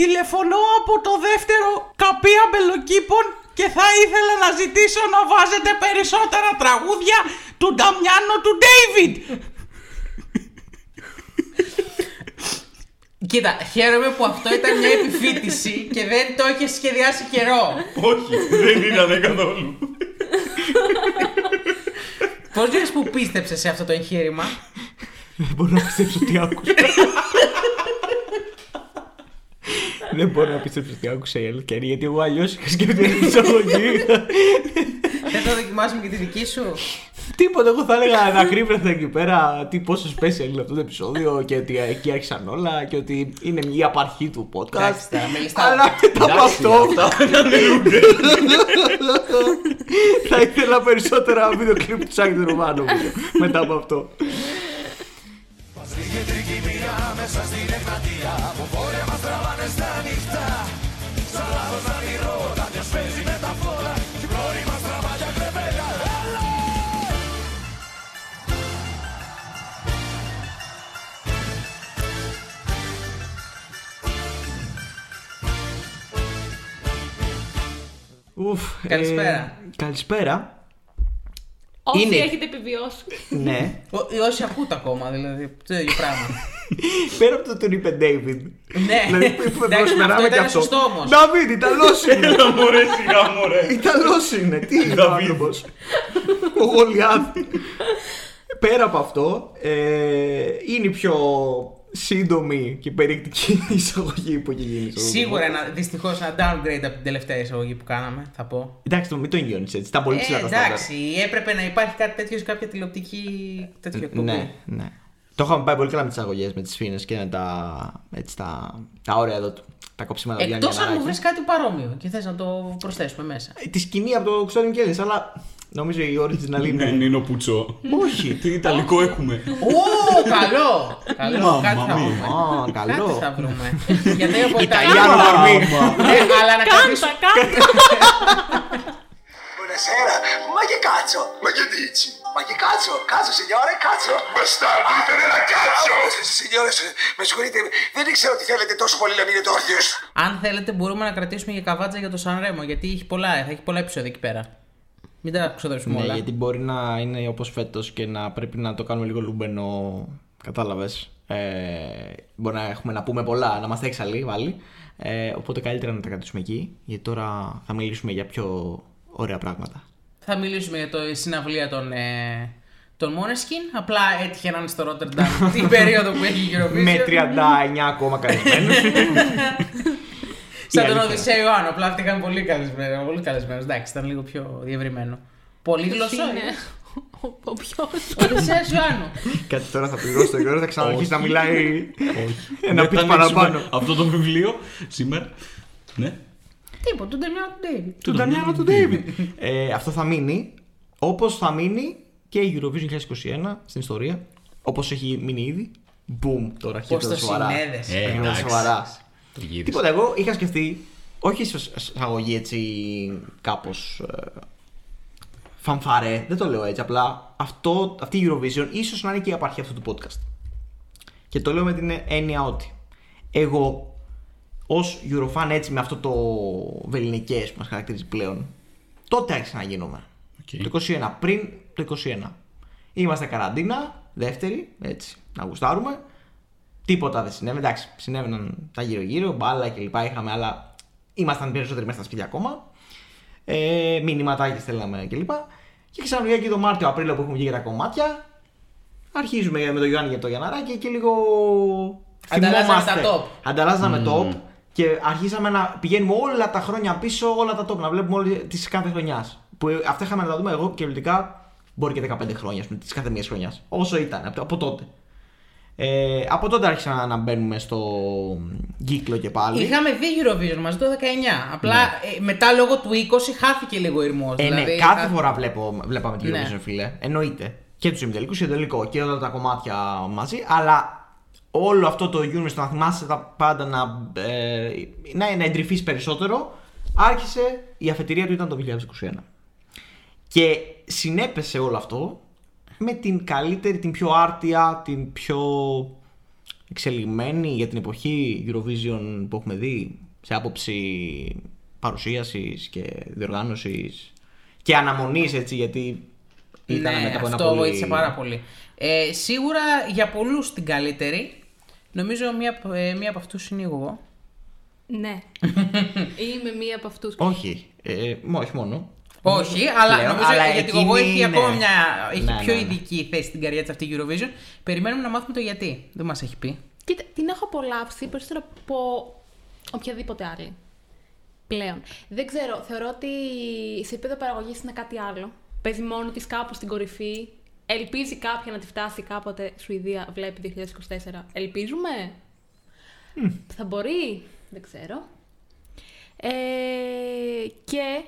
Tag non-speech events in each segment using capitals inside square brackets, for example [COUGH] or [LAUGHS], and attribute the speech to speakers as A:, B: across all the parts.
A: Τηλεφωνώ από το δεύτερο καπία μπελοκήπων και θα ήθελα να ζητήσω να βάζετε περισσότερα τραγούδια του Νταμιάνο του Ντέιβιντ.
B: Κοίτα, χαίρομαι που αυτό ήταν μια επιφύτηση και δεν το είχε σχεδιάσει καιρό.
C: Όχι, δεν ήταν καθόλου.
B: Πώς λες που πίστεψες σε αυτό το εγχείρημα,
C: Δεν μπορώ να πιστέψω τι άκουσα. Δεν μπορώ να πιστέψω τι άκουσα η αλήθεια είναι, γιατί εγώ αλλιώς είχα σκεφτεί την εισαγωγή.
B: Δεν θα δοκιμάσουμε και τη δική σου.
C: Τίποτα, εγώ θα έλεγα να κρύβρεθα εκεί πέρα τι πόσο special είναι αυτό το επεισόδιο και ότι εκεί άρχισαν όλα και ότι είναι μια απαρχή του podcast.
B: Εντάξει, τα μελιστά.
C: Αλλά μετά από αυτό
D: Αναλύονται.
C: θα ήθελα περισσότερα βίντεο κλιπ του Σάκη Ρουμάνου μετά από αυτό. Ουφ, ε,
B: Καλησπέρα.
C: καλησπέρα.
E: Όσοι
C: Είναι.
E: έχετε επιβιώσει.
C: Ναι.
B: Ό- οι Όσοι ακούτε ακόμα, δηλαδή. Το ίδιο
C: [LAUGHS]
B: πράγμα.
C: Πέρα από το ότι είπε David.
B: Ναι.
C: Δηλαδή είπαμε
B: Εντάξει, αυτό
C: προσπεράμε και
B: ήταν
C: αυτό.
B: σωστό όμως.
C: Νταβίδ, Ιταλός είναι.
D: Έλα μωρέ, σιγά μωρέ.
C: Ιταλός είναι. Τι είναι ο
D: Νταβίδ.
C: άνθρωπος. Ο Γολιάθ. Πέρα από αυτό, ε, είναι η πιο σύντομη και περίεκτική [LAUGHS] εισαγωγή που έχει γίνει. στο
B: Σίγουρα
C: podcast.
B: ένα, δυστυχώς ένα downgrade από την τελευταία εισαγωγή που κάναμε, θα πω.
C: Εντάξει, μην το εγγυώνεις έτσι. Τα πολύ ψηλά
B: Ε,
C: τα στάνταρ.
B: εντάξει, έπρεπε να υπάρχει κάτι τέτοιο σε κάποια τηλεοπτική τέτοιο εκπομπή.
C: Ναι, ναι. Το είχαμε πάει πολύ καλά με τις αγωγές, με τις φίνες και με τα, έτσι, τα, τα ωραία εδώ του. Τα κόψιμα Γιάννη
B: Εκτό αν μου
C: Γιανναράκη.
B: βρει κάτι παρόμοιο και θες να το προσθέσουμε μέσα.
C: Ε, τη σκηνή από το Ξόριν Κέλλη, αλλά νομίζω η original
D: Ναι,
C: είναι.
D: είναι ο Πουτσό.
C: Όχι.
D: Τι Ιταλικό έχουμε.
B: Ω, καλό! καλό
D: Μαμμα
B: κάτι θα
D: μia.
B: βρούμε.
C: Α,
B: Κάτι
C: καλό.
B: θα βρούμε. Για τα
C: Ιταλιάνο
B: Ιαπωνικά.
C: παρμή.
B: Ναι, αλλά να κρατήσουμε.
E: Κάντα, κάντα.
F: Buonasera, ma che cazzo? Ma che dici? Ma che cazzo? Cazzo signore, cazzo? Bastardo, ah, la cazzo! Signore, se- με συγχωρείτε, δεν ήξερα ότι θέλετε τόσο πολύ να μείνετε όρθιος.
B: Αν θέλετε, μπορούμε να κρατήσουμε για καβάτζα για το Σανρέμο. Γιατί έχει πολλά, θα έχει πολλά επεισόδια εκεί πέρα. Μην τα ξοδέψουμε
C: Ναι,
B: όλα.
C: γιατί μπορεί να είναι όπως φέτος και να πρέπει να το κάνουμε λίγο λουμπενό. Κατάλαβες. Ε, μπορεί να έχουμε να πούμε πολλά, να είμαστε έξαλλοι βάλει. Ε, οπότε καλύτερα να τα κρατήσουμε εκεί, γιατί τώρα θα μιλήσουμε για πιο ωραία πράγματα.
B: Θα μιλήσουμε για το, η συναυλία των, ε, των Måneskin. Απλά έτυχε να είναι στο
C: [LAUGHS]
B: Rotterdam την περίοδο που έχει γυροβίσει.
C: με 39 ακόμα καλεσμένους.
B: Σαν τον
C: αλήθεια.
B: Οδυσσέα Ιωάννου. Απλά αυτή ήταν πολύ καλεσμένο. Πολύ καλεσμένος. Εντάξει, ήταν λίγο πιο διευρυμένο. Πολύ γλωσσό.
E: Είναι ο- Ο ποιος.
B: Οδυσσέας Ιωάννου.
C: [LAUGHS] Κάτι τώρα θα πληρώσει το Γιώργο, θα ξαναρχίσει να
D: Όχι.
C: μιλάει.
D: Όχι.
C: Ένα
D: Δεν θα
C: pitch
D: ανοίξουμε
C: παραπάνω.
D: Αυτό το βιβλίο σήμερα. Ναι.
B: Τίποτα, του Ντεμιάνου του Ντέιβιτ.
C: Του Ντανιέλα του Ντέιβιν. Ε, Αυτό θα μείνει όπως θα μείνει και η Eurovision 2021 στην ιστορία. Όπως έχει μείνει ήδη. Μπούμ, τώρα
B: Πώ
C: χέρια
B: το
C: σοβαρά.
B: συνέδεσαι.
D: Ε,
C: Χέρια
D: εντάξει.
C: σοβαρά.
D: Το γύρισε.
C: Τίποτα, εγώ είχα σκεφτεί. Όχι σε εισαγωγή έτσι κάπως. Φανφαρέ, δεν το λέω έτσι. Απλά αυτό, αυτή η Eurovision ίσως να είναι και η απαρχή αυτού του podcast. Και το λέω με την έννοια ότι εγώ ως Eurofan έτσι με αυτό το βεληνικές που μας χαρακτηρίζει πλέον, τότε άρχισα να γίνομαι.
D: Οκ.
C: Το 21, πριν το 21. Είμαστε καραντίνα, δεύτερη, έτσι, να γουστάρουμε. Τίποτα δεν συνέβαινε. Εντάξει, συνέβαιναν τα γύρω-γύρω, μπάλα κλπ. Είχαμε, αλλά ήμασταν περισσότεροι μέσα στα σπίτια ακόμα. Ε, μηνυματάκια στέλναμε κλπ. Και ξαφνικά εκεί το Μάρτιο-Απρίλιο που έχουμε βγει για τα κομμάτια, αρχίζουμε με τον Γιάννη για το Γιανναράκι και λίγο.
B: Ανταλλάζαμε
C: θυμόμαστε.
B: τα top.
C: Ανταλλάζαμε top και αρχίσαμε να πηγαίνουμε όλα τα χρόνια πίσω, όλα τα top, να βλέπουμε όλε τις κάθε χρονιάς. Που ε, αυτά είχαμε να τα δούμε εγώ και πολιτικά μπορεί και 15 χρόνια, της κάθε μία χρονιάς. Όσο ήταν, από, από τότε. Ε, από τότε άρχισα να- να μπαίνουμε στο κύκλο και πάλι. Ναι.
B: Είχαμε δει Eurovision μαζί το 19. Απλά ε, μετά λόγω του 20 χάθηκε λίγο δηλαδή, ο ηρμός.
C: Ε, ναι, κάθε φορά βλέπω, βλέπαμε την
B: Ναι.
C: Eurovision, φίλε. Εννοείται. Και τους ημιτελικούς και το τελικό και όλα τα κομμάτια μαζί. Αλλά όλο αυτό το Eurovision, να θυμάσαι τα πάντα να, ε, να, να εντρυφείς περισσότερο, άρχισε η αφετηρία του ήταν το 2021. Και συνέπεσε όλο αυτό με την καλύτερη, την πιο άρτια, την πιο εξελιγμένη για την εποχή Eurovision που έχουμε δει σε άποψη παρουσίασης και διοργάνωσης και αναμονής έτσι γιατί ήταν
B: ναι,
C: μετά από ένα
B: αυτό
C: πολύ-
B: βοήθησε πάρα πολύ. Ε, σίγουρα για πολλούς την καλύτερη. Νομίζω μία, απ- ε, μία από αυτούς είναι εγώ.
E: Ναι. Είμαι μία από αυτούς.
C: Όχι, ε, μ- όχι μόνο.
B: Όχι, αλλά
C: Λέω,
B: νομίζω
C: αλλά
B: γιατί
C: εκείνη
B: εγώ έχει
C: είναι.
B: ακόμα μια. Έχει
C: Ναι,
B: πιο
C: ναι, ναι.
B: ειδική θέση στην καριέρα της αυτή η Eurovision. Περιμένουμε να μάθουμε το γιατί. Δεν μας έχει πει.
E: Κοίτα, την έχω απολαύσει περισσότερο από οποιαδήποτε άλλη. Πλέον. Δεν ξέρω, θεωρώ ότι σε επίπεδο παραγωγής είναι κάτι άλλο. Παίζει μόνο της κάπου στην κορυφή. Ελπίζει κάποια να τη φτάσει κάποτε. Σουηδία βλέπει 2024. Ελπίζουμε. Θα μπορεί. Δεν ξέρω. Ε, και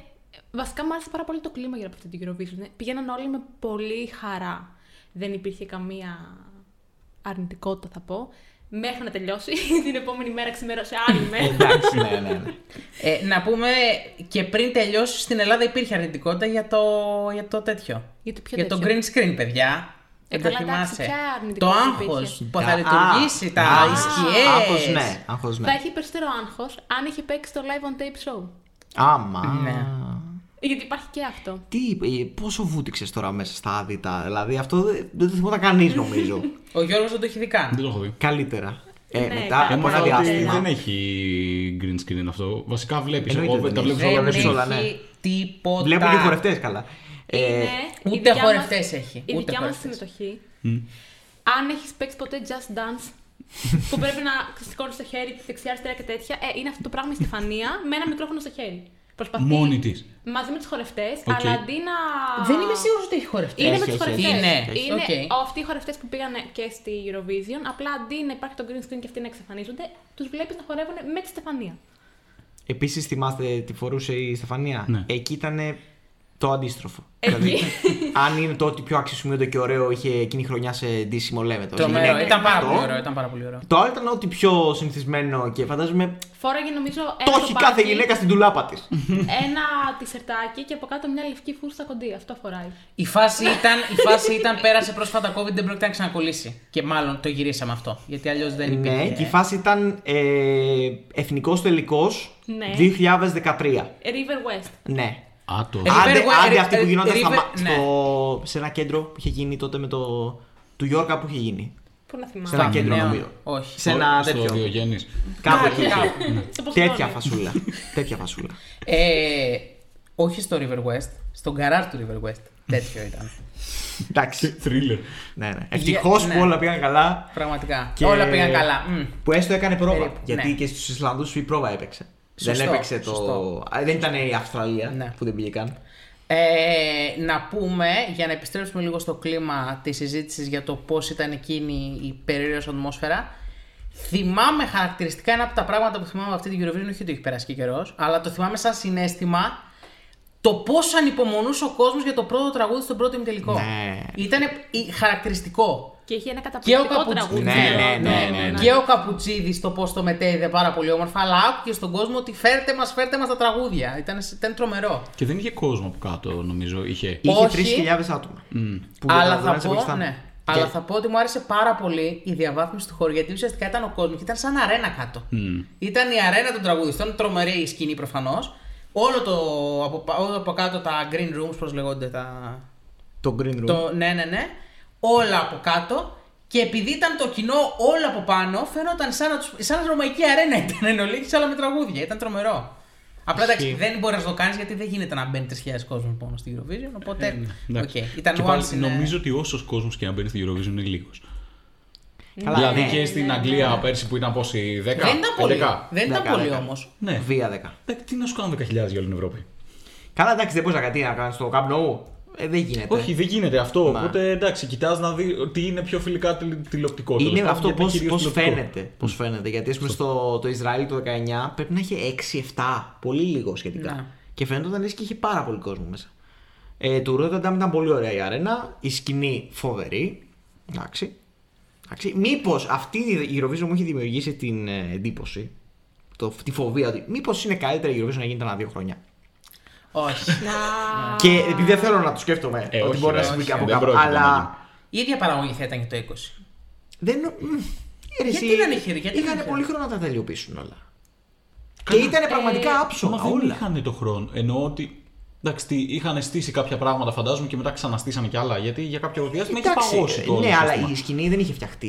E: βασικά μου άρεσε πάρα πολύ το κλίμα γύρω από αυτή την Eurovision. Ε, Πηγαίναν όλοι με πολύ χαρά. Δεν υπήρχε καμία αρνητικότητα θα πω. Μέχρι να τελειώσει [LAUGHS] την επόμενη μέρα ξημέρωσε άλλη
B: [LAUGHS]
E: μέρα.
C: Εντάξει, ναι, ναι, ναι.
B: Ε, να πούμε και πριν τελειώσει στην Ελλάδα υπήρχε αρνητικότητα για το, για το τέτοιο.
E: Για το ποιο
B: για το green
E: τέτοιο?
B: screen, παιδιά.
E: Ε,
B: Δεν το
E: καλά, εντάξει,
B: θυμάσαι.
E: ποια
B: Το
E: αρνητικότητα
B: άγχο
E: υπήρχε?
B: που
C: Α,
B: θα λειτουργήσει, τα
C: α,
B: σκιές.
C: Άγχος ναι, άγχος
E: θα
C: ναι.
E: έχει περισσότερο άγχος αν είχε παίξει το live on tape show.
C: Άμα.
B: Ναι.
E: Γιατί υπάρχει και αυτό.
C: Τι, είπε, ε, πόσο βούτυξες τώρα μέσα στα άδυτα. Δηλαδή αυτό δεν δεν το θυμόταν κανείς νομίζω.
B: Ο Γιώργος δεν το έχει δει καν.
D: Δεν το έχω δει.
C: Καλύτερα. Ε,
E: Ναι,
C: μετά
E: καλά.
C: από
D: Έμαθα
C: ένα
E: Μόνο
D: ότι
C: διάστημα.
D: δεν έχει green screen αυτό. Βασικά βλέπεις.
C: Εννοείται
D: Εγώ
C: δεν
D: τα
C: έχει.
D: βλέπω
B: Δεν
D: όλα.
C: βλέπεις
B: έχει
C: όλα, ναι.
B: τίποτα.
C: Βλέπουν και χορευτές καλά. Ε,
E: Είναι Ναι, η
B: ούτε
E: δικιά μας-
B: χορευτές έχει,
E: Η
B: ούτε
E: δικιά μας
B: χορευτές.
E: συμμετοχή. Αν έχεις παίξει ποτέ just
D: [LAUGHS]
E: dance, που πρέπει να σηκώνει το χέρι τη δεξιά, αριστερά και τέτοια, ε, είναι αυτό το πράγμα η Στεφανία με ένα μικρόφωνο στο χέρι. Προσπαθεί
D: Μόνη της.
E: μαζί με του χορευτές,
D: Οκ.
E: αλλά αντί να.
B: Δεν είμαι σίγουρος ότι έχει χορευτές.
E: Είναι
C: Έχει,
E: με του
C: έχει,
E: χορευτές.
B: έχει.
E: Είναι,
B: Είναι, οκ.
E: αυτοί οι χορευτές που πήγαν και στη Eurovision. Απλά αντί να υπάρχει το green screen και αυτοί να εξαφανίζονται, τους βλέπεις να χορεύουν με τη Στεφανία.
C: Επίσης θυμάστε τι φορούσε η Στεφανία.
D: Ναι.
C: Εκεί ήταν το αντίστροφο. Δηλαδή,
E: Εκεί.
C: αν είναι το ότι πιο αξιοσημείωτο και ωραίο είχε εκείνη η χρονιά σε ντύσιμο λέμετο.
B: Τρομερό.
C: Γυναίκα
B: Ήταν πάρα
C: αυτό.
B: πολύ ωραίο. Ήταν πάρα πολύ ωραίο.
C: Το άλλο ήταν ό,τι πιο συνηθισμένο και φαντάζομαι
E: Φόραγε νομίζω ένα
C: το έχει κάθε
E: κοπάκι,
C: γυναίκα στην τουλάπα της.
E: Ένα τισερτάκι και από κάτω μια λευκή φούστα κοντή. Αυτό φοράει.
B: Η φάση ήταν, η φάση ήταν πέρασε πρόσφατα COVID, δεν πρόκειται να ξανακολλήσει. Και μάλλον το γυρίσαμε αυτό. Γιατί αλλιώς δεν υπήρχε.
C: ναι, και η φάση ήταν ε, εθνικός τελικός
E: Ναι.
C: 2013.
E: River West.
C: Ναι.
D: Α, το.
B: Ε, ναι.
C: Άντε,
B: River-
C: άντε αυτή που
B: River-
C: γινόταν στα, μα-
B: River-
C: στο, σε ένα κέντρο που είχε γίνει τότε με το. του Γιώργα που είχε γίνει.
E: Πού να
C: Σε
E: θυμάμαι.
C: ένα
B: Στα
C: κέντρο
B: Μνημεία.
C: νομίζω.
B: Όχι.
C: Σε ένα
D: Στο
C: τέτοιο.
D: Διογέννης.
C: Κάπου
B: Κάπου,
C: εκεί.
B: κάπου.
C: Ναι.
E: Στο Ποσειδώνα.
C: Τέτοια
B: [LAUGHS]
C: φασούλα. Τέτοια φασούλα.
B: Ε, όχι στο River West, στον καράρ του River West. Τέτοιο ήταν.
C: Εντάξει.
D: Θρίλερ.
C: ναι, ναι. Ευτυχώς
B: ναι.
C: που όλα πήγαν καλά.
B: Πραγματικά.
C: και-
B: Όλα πήγαν καλά. Μμ.
C: Που έστω έκανε πρόβα.
B: Περίπου,
C: Γιατί
B: ναι.
C: και στους Ισλανδούς η πρόβα έπαιξε. δεν
B: Σωστό,
C: έπαιξε το.
B: σωστό.
C: Α, δεν ήταν η Αυστραλία
B: Ναι.
C: που δεν πήγε καν.
B: Ε, να πούμε, για να επιστρέψουμε λίγο στο κλίμα της συζήτησης για το πώς ήταν εκείνη η περίεργη ατμόσφαιρα. Θυμάμαι χαρακτηριστικά ένα από τα πράγματα που θυμάμαι από αυτή την Eurovision, όχι ότι έχει περάσει και καιρός, αλλά το θυμάμαι σαν συνέστημα το πόσο ανυπομονούσε ο κόσμος για το πρώτο τραγούδι στον πρώτο ημιτελικό.
C: Ναι.
B: Ήταν χαρακτηριστικό.
E: Και είχε ένα
B: Και ο
E: καταπληκτικό
B: Καπουτσίδη.
E: τραγούδι.
C: Ναι, ναι, ναι, ναι, ναι.
B: Και ο Καπουτσίδης το πώς το μετέδιδε πάρα πολύ όμορφα, αλλά άκουγε στον κόσμο ότι φέρτε μας, φέρτε μας τα τραγούδια. Ήταν, ήταν τρομερό.
D: Και δεν είχε κόσμο από κάτω, νομίζω. Είχε.
C: Είχε
B: Όχι.
C: 3.000 άτομα. Που
B: Αλλά
C: καταλαβαίνεις
B: θα,
C: από εκεί
B: πω,
C: ήταν.
B: ναι. Αλλά θα πω ότι μου άρεσε πάρα πολύ η διαβάθμιση του χώρου γιατί ουσιαστικά ήταν ο κόσμος και ήταν σαν αρένα κάτω. Ήταν η αρένα των τραγουδιστών, τρομερή η σκηνή προφανώς. Όλο το από, πα- όλο από κάτω τα green rooms, πώς λέγονται τα.
C: Το green room.
B: Το, ναι, ναι, ναι. Όλα από κάτω. Και επειδή ήταν το κοινό όλο από πάνω, φαίνονταν σαν, να τους- σαν ρωμαϊκή αρένα ήταν εν ολίγης, αλλά με τραγούδια. Ήταν τρομερό. Απλά εντάξει, δεν μπορείς να το κάνεις γιατί δεν γίνεται να μπαίνει 3.000 κόσμος μόνο στην Eurovision. Οπότε. οκ.
D: Ε, Εντάξει.
B: Ήταν
D: Και
B: once
D: πάλι,
B: in a-
D: Νομίζω ότι όσος κόσμος και να μπαίνει στη Eurovision είναι λίγος.
C: Καλά,
D: Δηλαδή
C: ναι.
D: και στην Αγγλία πέρσι που ήταν πόσοι, 10, 11.
B: Δεν ήταν πολύ. Δεν ήταν
C: Δέκα,
B: πολύ
C: δέκα.
B: όμως.
D: Ναι.
C: Βία 10.
D: Εντάξει, Τι να σου κάνουν 10.000 για όλη την Ευρώπη.
C: Καλά, εντάξει, δεν μπορείς να κάτι να κάνει στο Camp Nou. Ε, δεν γίνεται.
D: Όχι, δεν γίνεται αυτό.
C: Μα.
D: Οπότε εντάξει, κοιτάς να δει τι είναι πιο φιλικά τηλε- τηλεοπτικό. τέλος
C: Είναι
D: πάντων,
C: αυτό
D: γιατί
C: πώς
D: κυρίως
C: πώς
D: τηλεοπτικό.
C: φαίνεται. Πώς φαίνεται. Γιατί, ας πούμε, στο το Ισραήλ το 19 πρέπει να είχε 6-7, πολύ λίγο σχετικά.
B: Ναι.
C: Και φαίνονταν λες και είχε πάρα πολύ κόσμο μέσα. Ε, του Ρότερνταμ ήταν πολύ ωραία η αρένα, η σκηνή φοβερή. Εντάξει. Εντάξει. Μήπως αυτή η Eurovision μου έχει δημιουργήσει την ε, εντύπωση, το, τη φοβία ότι μήπως είναι καλύτερα η Eurovision να γίνεται ανά δύο χρόνια.
B: Όχι.
E: Να.
C: Και επειδή δεν θέλω να το σκέφτομαι
D: Ε,
C: ότι
D: όχι,
C: μπορεί να
D: ρε,
C: συμβεί
D: όχι,
C: και από
D: δεν
C: κάπου,
D: πρόκειται να
C: αλλά
D: γίνει.
B: Η ίδια παραγωγή θα ήταν και το 20.
C: δεν. νο- μ, Ρε,
B: Γιατί
C: εσύ,
B: δεν είχε, γιατί δεν
C: Είχαν
B: είχε.
C: πολύ χρόνο να τα τελειοποιήσουν όλα. Και
D: Καλά. Ε,
C: ήταν πραγματικά
D: Μα
C: άψογα
D: δεν
C: όλα.
D: είχαν το χρόνο. Εννοώ ότι. Εντάξει, τι, είχαν στήσει κάποια πράγματα φαντάζομαι και μετά ξαναστήσανε κι άλλα. Γιατί για κάποιο διάστημα είχε
C: Εντάξει,
D: παγώσει το. όλο
C: Ναι,
D: το
C: αλλά
D: σύστημα.
C: η σκηνή δεν είχε φτιαχτεί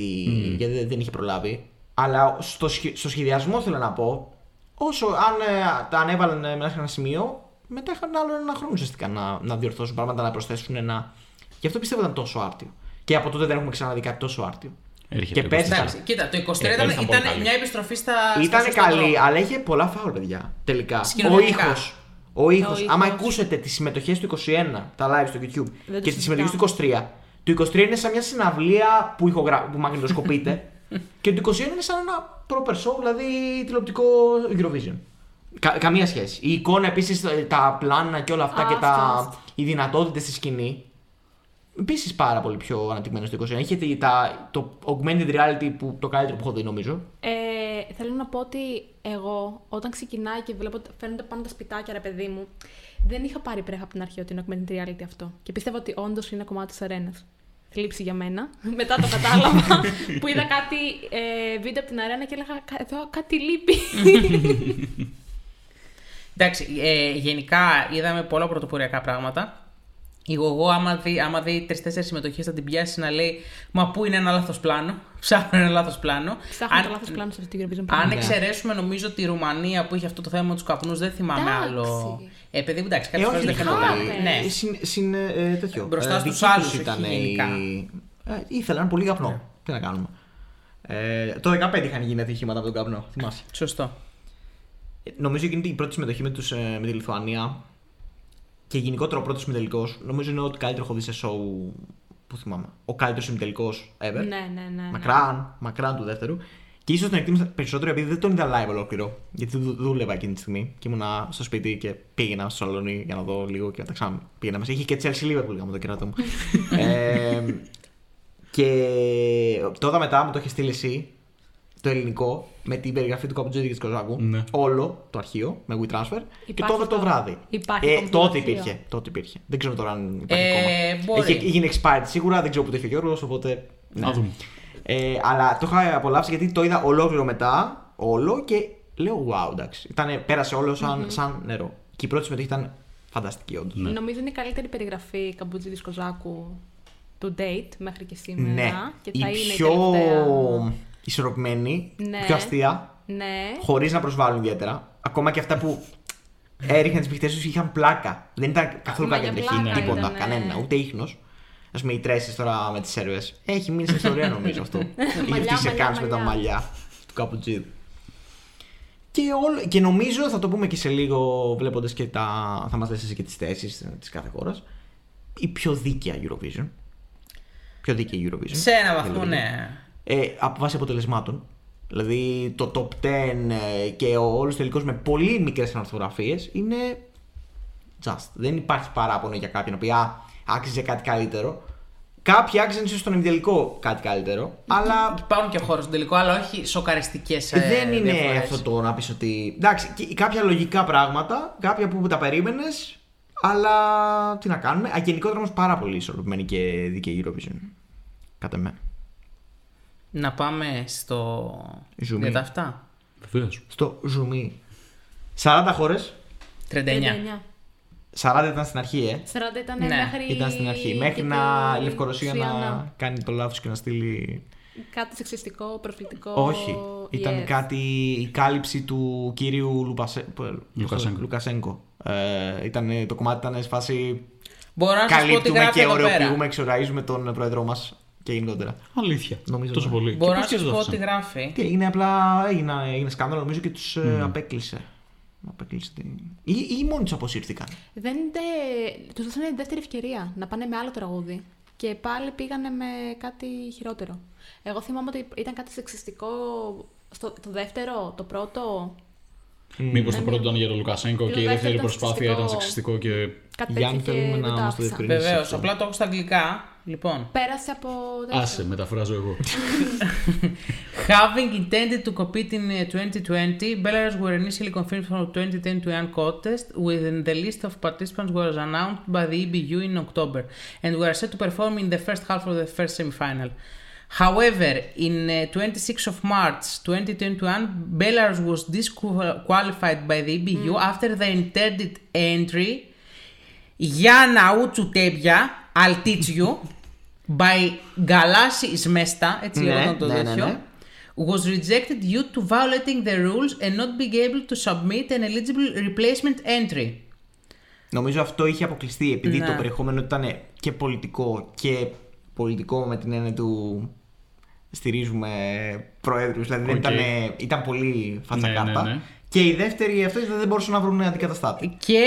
C: γιατί δεν- δεν είχε προλάβει. Αλλά στο, σχε- στο σχεδιασμό θέλω να πω, όσο αν ε, τα ανέβαλαν ε, μέχρι ένα σημείο, μετά είχαν άλλο ένα χρόνο ουσιαστικά να, να διορθώσουν πράγματα, να προσθέσουν ένα. Γι' αυτό πιστεύω ήταν τόσο άρτιο. Και από τότε δεν έχουμε ξαναδεί κάτι τόσο άρτιο.
D: Έρχεται
C: και
D: λίγο
C: πέρσι
D: στα-
B: Εντάξει, κοίτα, το 23
D: Ε,
B: ήταν,
D: ήταν πολύ
B: ήταν
D: καλή.
B: μια επιστροφή στα.
C: Ήταν
B: στα σωστά
C: καλή,
B: δρόμο.
C: αλλά είχε πολλά φάουλ, παιδιά. Τελικά. Ο
B: Συγκοινωνιακά.
C: ήχος. Ο ήχο.
E: Ε, ήχος.
C: Άμα ακούσετε τις συμμετοχές του 21, τα live στο YouTube
E: Δεν
C: και
E: το
C: τι συμμετοχέ
E: συζητάω.
C: του 23, το 23 είναι σαν μια συναυλία που, ηχογρα... που μαγνητοσκοπείται
E: [LAUGHS]
C: και το 21 είναι σαν ένα proper show, δηλαδή τηλεοπτικό Eurovision. Κα- καμία σχέση. Η εικόνα επίσης, τα πλάνα και όλα αυτά
E: Α,
C: και τα...
E: αυτός.
C: οι δυνατότητες στη σκηνή. Επίσης πάρα πολύ πιο αναπτυγμένο στο 21. Έχετε τα... το augmented reality που το καλύτερο που έχω δει νομίζω.
E: Ε, θέλω να πω ότι εγώ όταν ξεκινάει και βλέπω ότι φαίνονται πάνω τα σπιτάκια, ρε παιδί μου, δεν είχα πάρει πρέχα από την αρχή ότι είναι augmented reality αυτό. Και πίστευα ότι όντως είναι κομμάτι της αρένας. Θλίψη για μένα. [LAUGHS] Μετά το
C: [LAUGHS]
E: κατάλαβα που είδα κάτι ε, βίντεο από την αρένα και έλεγα «Κα- εδώ κάτι
C: [LAUGHS]
E: λείπει.
B: Εντάξει, ε, γενικά είδαμε πολλά πρωτοποριακά πράγματα. Η Γογό, άμα δει, άμα δει τρει-τέσσερι συμμετοχές, θα την πιάσει να λέει Μα πού είναι ένα λάθος πλάνο. [LAUGHS] Ψάχνω ένα λάθος πλάνο.
E: Ψάχνω
B: Αν-
E: το λάθος πλάνο σε αυτή την Eurovision.
B: Αν
C: Ναι.
E: πράγματι.
B: εξαιρέσουμε, νομίζω, τη Ρουμανία που είχε αυτό το θέμα τους καπνούς, δεν θυμάμαι
E: Εντάξει.
B: άλλο. Ε, παιδί μου, εντάξει,
C: Ε,
B: κάποιες φορέ
C: όχι,
B: δεν
C: δεν
E: είχατε.
B: φαίνονταν.
E: Είχατε.
B: Ναι.
C: Ναι. Συν, συν, ε, τέτοιο.
B: Μπροστά
C: Ε,
B: στους
C: δική τους
B: άλλους, όχι
C: ήταν
B: γενικά. Ναι.
C: η- Ε, ήθελαν πολύ καπνό. Τι να κάνουμε. Ε, το 15 είχαν γίνει ατυχήματα από τον καπνό, θυμάσαι.
B: Σωστό.
C: Ε, Νομίζω εκείνη η πρώτη συμμετοχή με, τους, ε, με τη Λιθουανία και γενικότερα ο πρώτος συμμετελικός, νομίζω είναι ότι καλύτερο έχω δει σε σοου που θυμάμαι. Ο καλύτερος συμμετελικός ever.
E: Ναι, ναι, ναι. ναι.
C: Μακράν, μακράν του δεύτερου. Και ίσως τον εκτίμησα περισσότερο επειδή δεν τον είδα live ολόκληρο. Γιατί δου- δούλευα εκείνη τη στιγμή και ήμουνα στο σπίτι και πήγαινα στο σαλόνι για να δω λίγο και μετά ξανά πήγαινα μέσα. Είχε και Chelsea Liverpool γάμο το κερατό
E: [LAUGHS]
C: μου. ε, και τότε μετά μου το είχε στείλει εσύ το ελληνικό με την περιγραφή του Καπιτζίδη και της Κοζάκου.
D: Ναι.
C: Όλο το αρχείο με WeTransfer. και
E: Υπάρχει
C: τότε το
E: το-
C: βράδυ. Ε,
E: υπάρχει το
C: τότε
E: βιβλίο.
C: υπήρχε. Τότε υπήρχε. Δεν ξέρω τώρα αν υπάρχει
B: Ε,
C: ακόμα.
B: μπορεί.
C: Είχε- Έγινε expired σίγουρα, δεν ξέρω που το είχε ο Γιώργος, οπότε. ναι.
D: Να δούμε.
C: Ε, αλλά το είχα απολαύσει γιατί το είδα ολόκληρο μετά, όλο και λέω wow, εντάξει. Ήτανε, πέρασε όλο σαν, σαν νερό. Και η πρώτη συμμετοχή ήταν φανταστική, όντως.
D: Ναι.
E: Νομίζω είναι η καλύτερη περιγραφή Καμπουτζίδη Κοζάκου του date μέχρι και σήμερα.
C: Ναι,
E: Και
C: η
E: θα είναι
C: πιο
E: η τελευταία.
C: ισορροπημένη,
E: Ναι.
C: πιο αστεία,
E: Ναι.
C: χωρίς να προσβάλλουν ιδιαίτερα. Ακόμα και αυτά που έριχναν τις πηχτέ τους είχαν πλάκα. Δεν ήταν καθόλου
E: Μα
C: κάτι
E: για
C: αντρεχή,
E: πλάκα ναι.
C: τίποτα,
E: ήτανε.
C: κανένα, ούτε ίχνος. Ας πούμε, οι τρέσει τώρα με τις σερβές. Έχει μείνει σε ιστορία νομίζω αυτό. Είχε
E: [LAUGHS] Μαλλιά,
C: τι σε
E: μαλλιά,
C: κάνει με τα
E: μαλλιά.
C: μαλλιά του καπουτζίδου. Και, όλο, και νομίζω θα το πούμε και σε λίγο βλέποντας και τα. θα μας λες εσύ και τις θέσεις της κάθε χώρας. Η πιο δίκαια Eurovision. Πιο δίκαιη Eurovision.
B: Σε ένα βαθμό,
C: Eurovision.
B: ναι.
C: Ε, από βάση αποτελεσμάτων. Δηλαδή το top 10 ε, και ο όλος τελικός με πολύ μικρές ανορθογραφίες είναι just. Δεν υπάρχει παράπονο για κάποιον που «Α, άξιζε κάτι καλύτερο. Κάποιοι άξιζαν ίσως στον ημιτελικό κάτι καλύτερο, αλλά
B: Υπάρχουν και χώρες στον τελικό, αλλά όχι ε, σοκαριστικές.
C: Ε, δεν είναι αυτό το να πεις ότι. Εντάξει, και κάποια λογικά πράγματα, κάποια που τα περίμενες, αλλά τι να κάνουμε. Α, γενικότερα όμως πάρα πολύ ισορροπημένη και δίκαιη Eurovision. Κατά με.
B: Να πάμε στο.
C: Ζουμί.
B: Για τα αυτά.
D: Βεβαίως.
C: Στο ζουμί. 40 χώρε.
B: 39.
E: 39.
C: 40 ήταν στην αρχή, ε.
E: 40 ήταν
B: Ναι,
E: μέχρι.
C: Ήταν στην αρχή. Μέχρι
E: και
C: να η
E: τη
C: Λευκορωσία
E: Ουσιανά.
C: να κάνει το λάθος και να στείλει.
E: Κάτι σεξιστικό, προφητικό.
C: Όχι. Ήταν
E: yes.
C: κάτι η κάλυψη του κύριου Λουπασε...
D: Λουκασέγκο.
C: Λουκασέγκο. Ε, ήταν, το κομμάτι ήταν σε φάση
B: Μπορώ να σας πω ότι
C: καλύπτουμε
B: γράφει
C: και
B: εδώ πέρα.
C: ωρεοποιούμε, εξοραίζουμε τον πρόεδρό μας και γενικότερα.
D: Αλήθεια.
C: Νομίζω
D: Τόσο
C: ναι.
D: πολύ.
B: Μπορώ
D: Και
B: να
D: πώς
B: σας πω
D: διαδόθησαν.
B: ότι γράφει.
C: Τι έγινε, απλά έγινε, έγινε σκάνδαλο νομίζω και τους απέκλεισε. Απέκλεισε την. Ή, ή μόνοι τους αποσύρθηκαν.
E: Δεν τε- Τους δώσανε δεύτερη ευκαιρία να πάνε με άλλο τραγούδι. Και πάλι πήγανε με κάτι χειρότερο. Εγώ θυμάμαι ότι ήταν κάτι σεξιστικό στο το δεύτερο, το πρώτο.
D: Μήπως το πρώτο ήταν για τον Λουκασέγκο
E: Το
D: και η δεύτερη
E: δεύτερο ήταν
D: προσπάθεια ήταν
E: σεξιστικό.
D: σεξιστικό και.
E: Κάτι
C: Για αν
E: τέτοιο
C: θέλουμε
E: και
C: να
E: δεν το
C: μας το
E: άφησα.
C: διευκρινίσουμε.
B: Βεβαίως.
C: αυτό.
B: Απλά το έχω στα αγγλικά. Λοιπόν.
E: Πέρασε από.
D: Άσε, μεταφράζω εγώ.
B: Having intended to compete in uh, 2020, Belarus were initially confirmed for 2010 to Iran contest, within the list of participants was E announced by the EBU in October, and were set to perform in the first half of the first semi-final. However, in uh, 26 of March 2021, Belarus was disqualified by the EBU after the intended entry Γιάννα Ούτσου Τέμπια, I'll teach you, by Galasi Ismesta, έτσι
C: Ναι,
B: λέγονταν το
C: ναι, ναι,
B: τέτοιο,
C: ναι.
B: was rejected due to violating the rules and not being able to submit an eligible replacement entry.
C: Νομίζω αυτό είχε αποκλειστεί επειδή
B: Ναι.
C: το περιεχόμενο ήταν και πολιτικό και πολιτικό με την έννοια του στηρίζουμε πρόεδρους, δηλαδή δεν
D: Οκ.
C: ήταν, ήταν πολύ φατσακάρτα.
D: ναι, ναι.
C: Και οι δεύτεροι αυτοί δεν μπορούσαν να βρουν αντικαταστάτη.
B: Και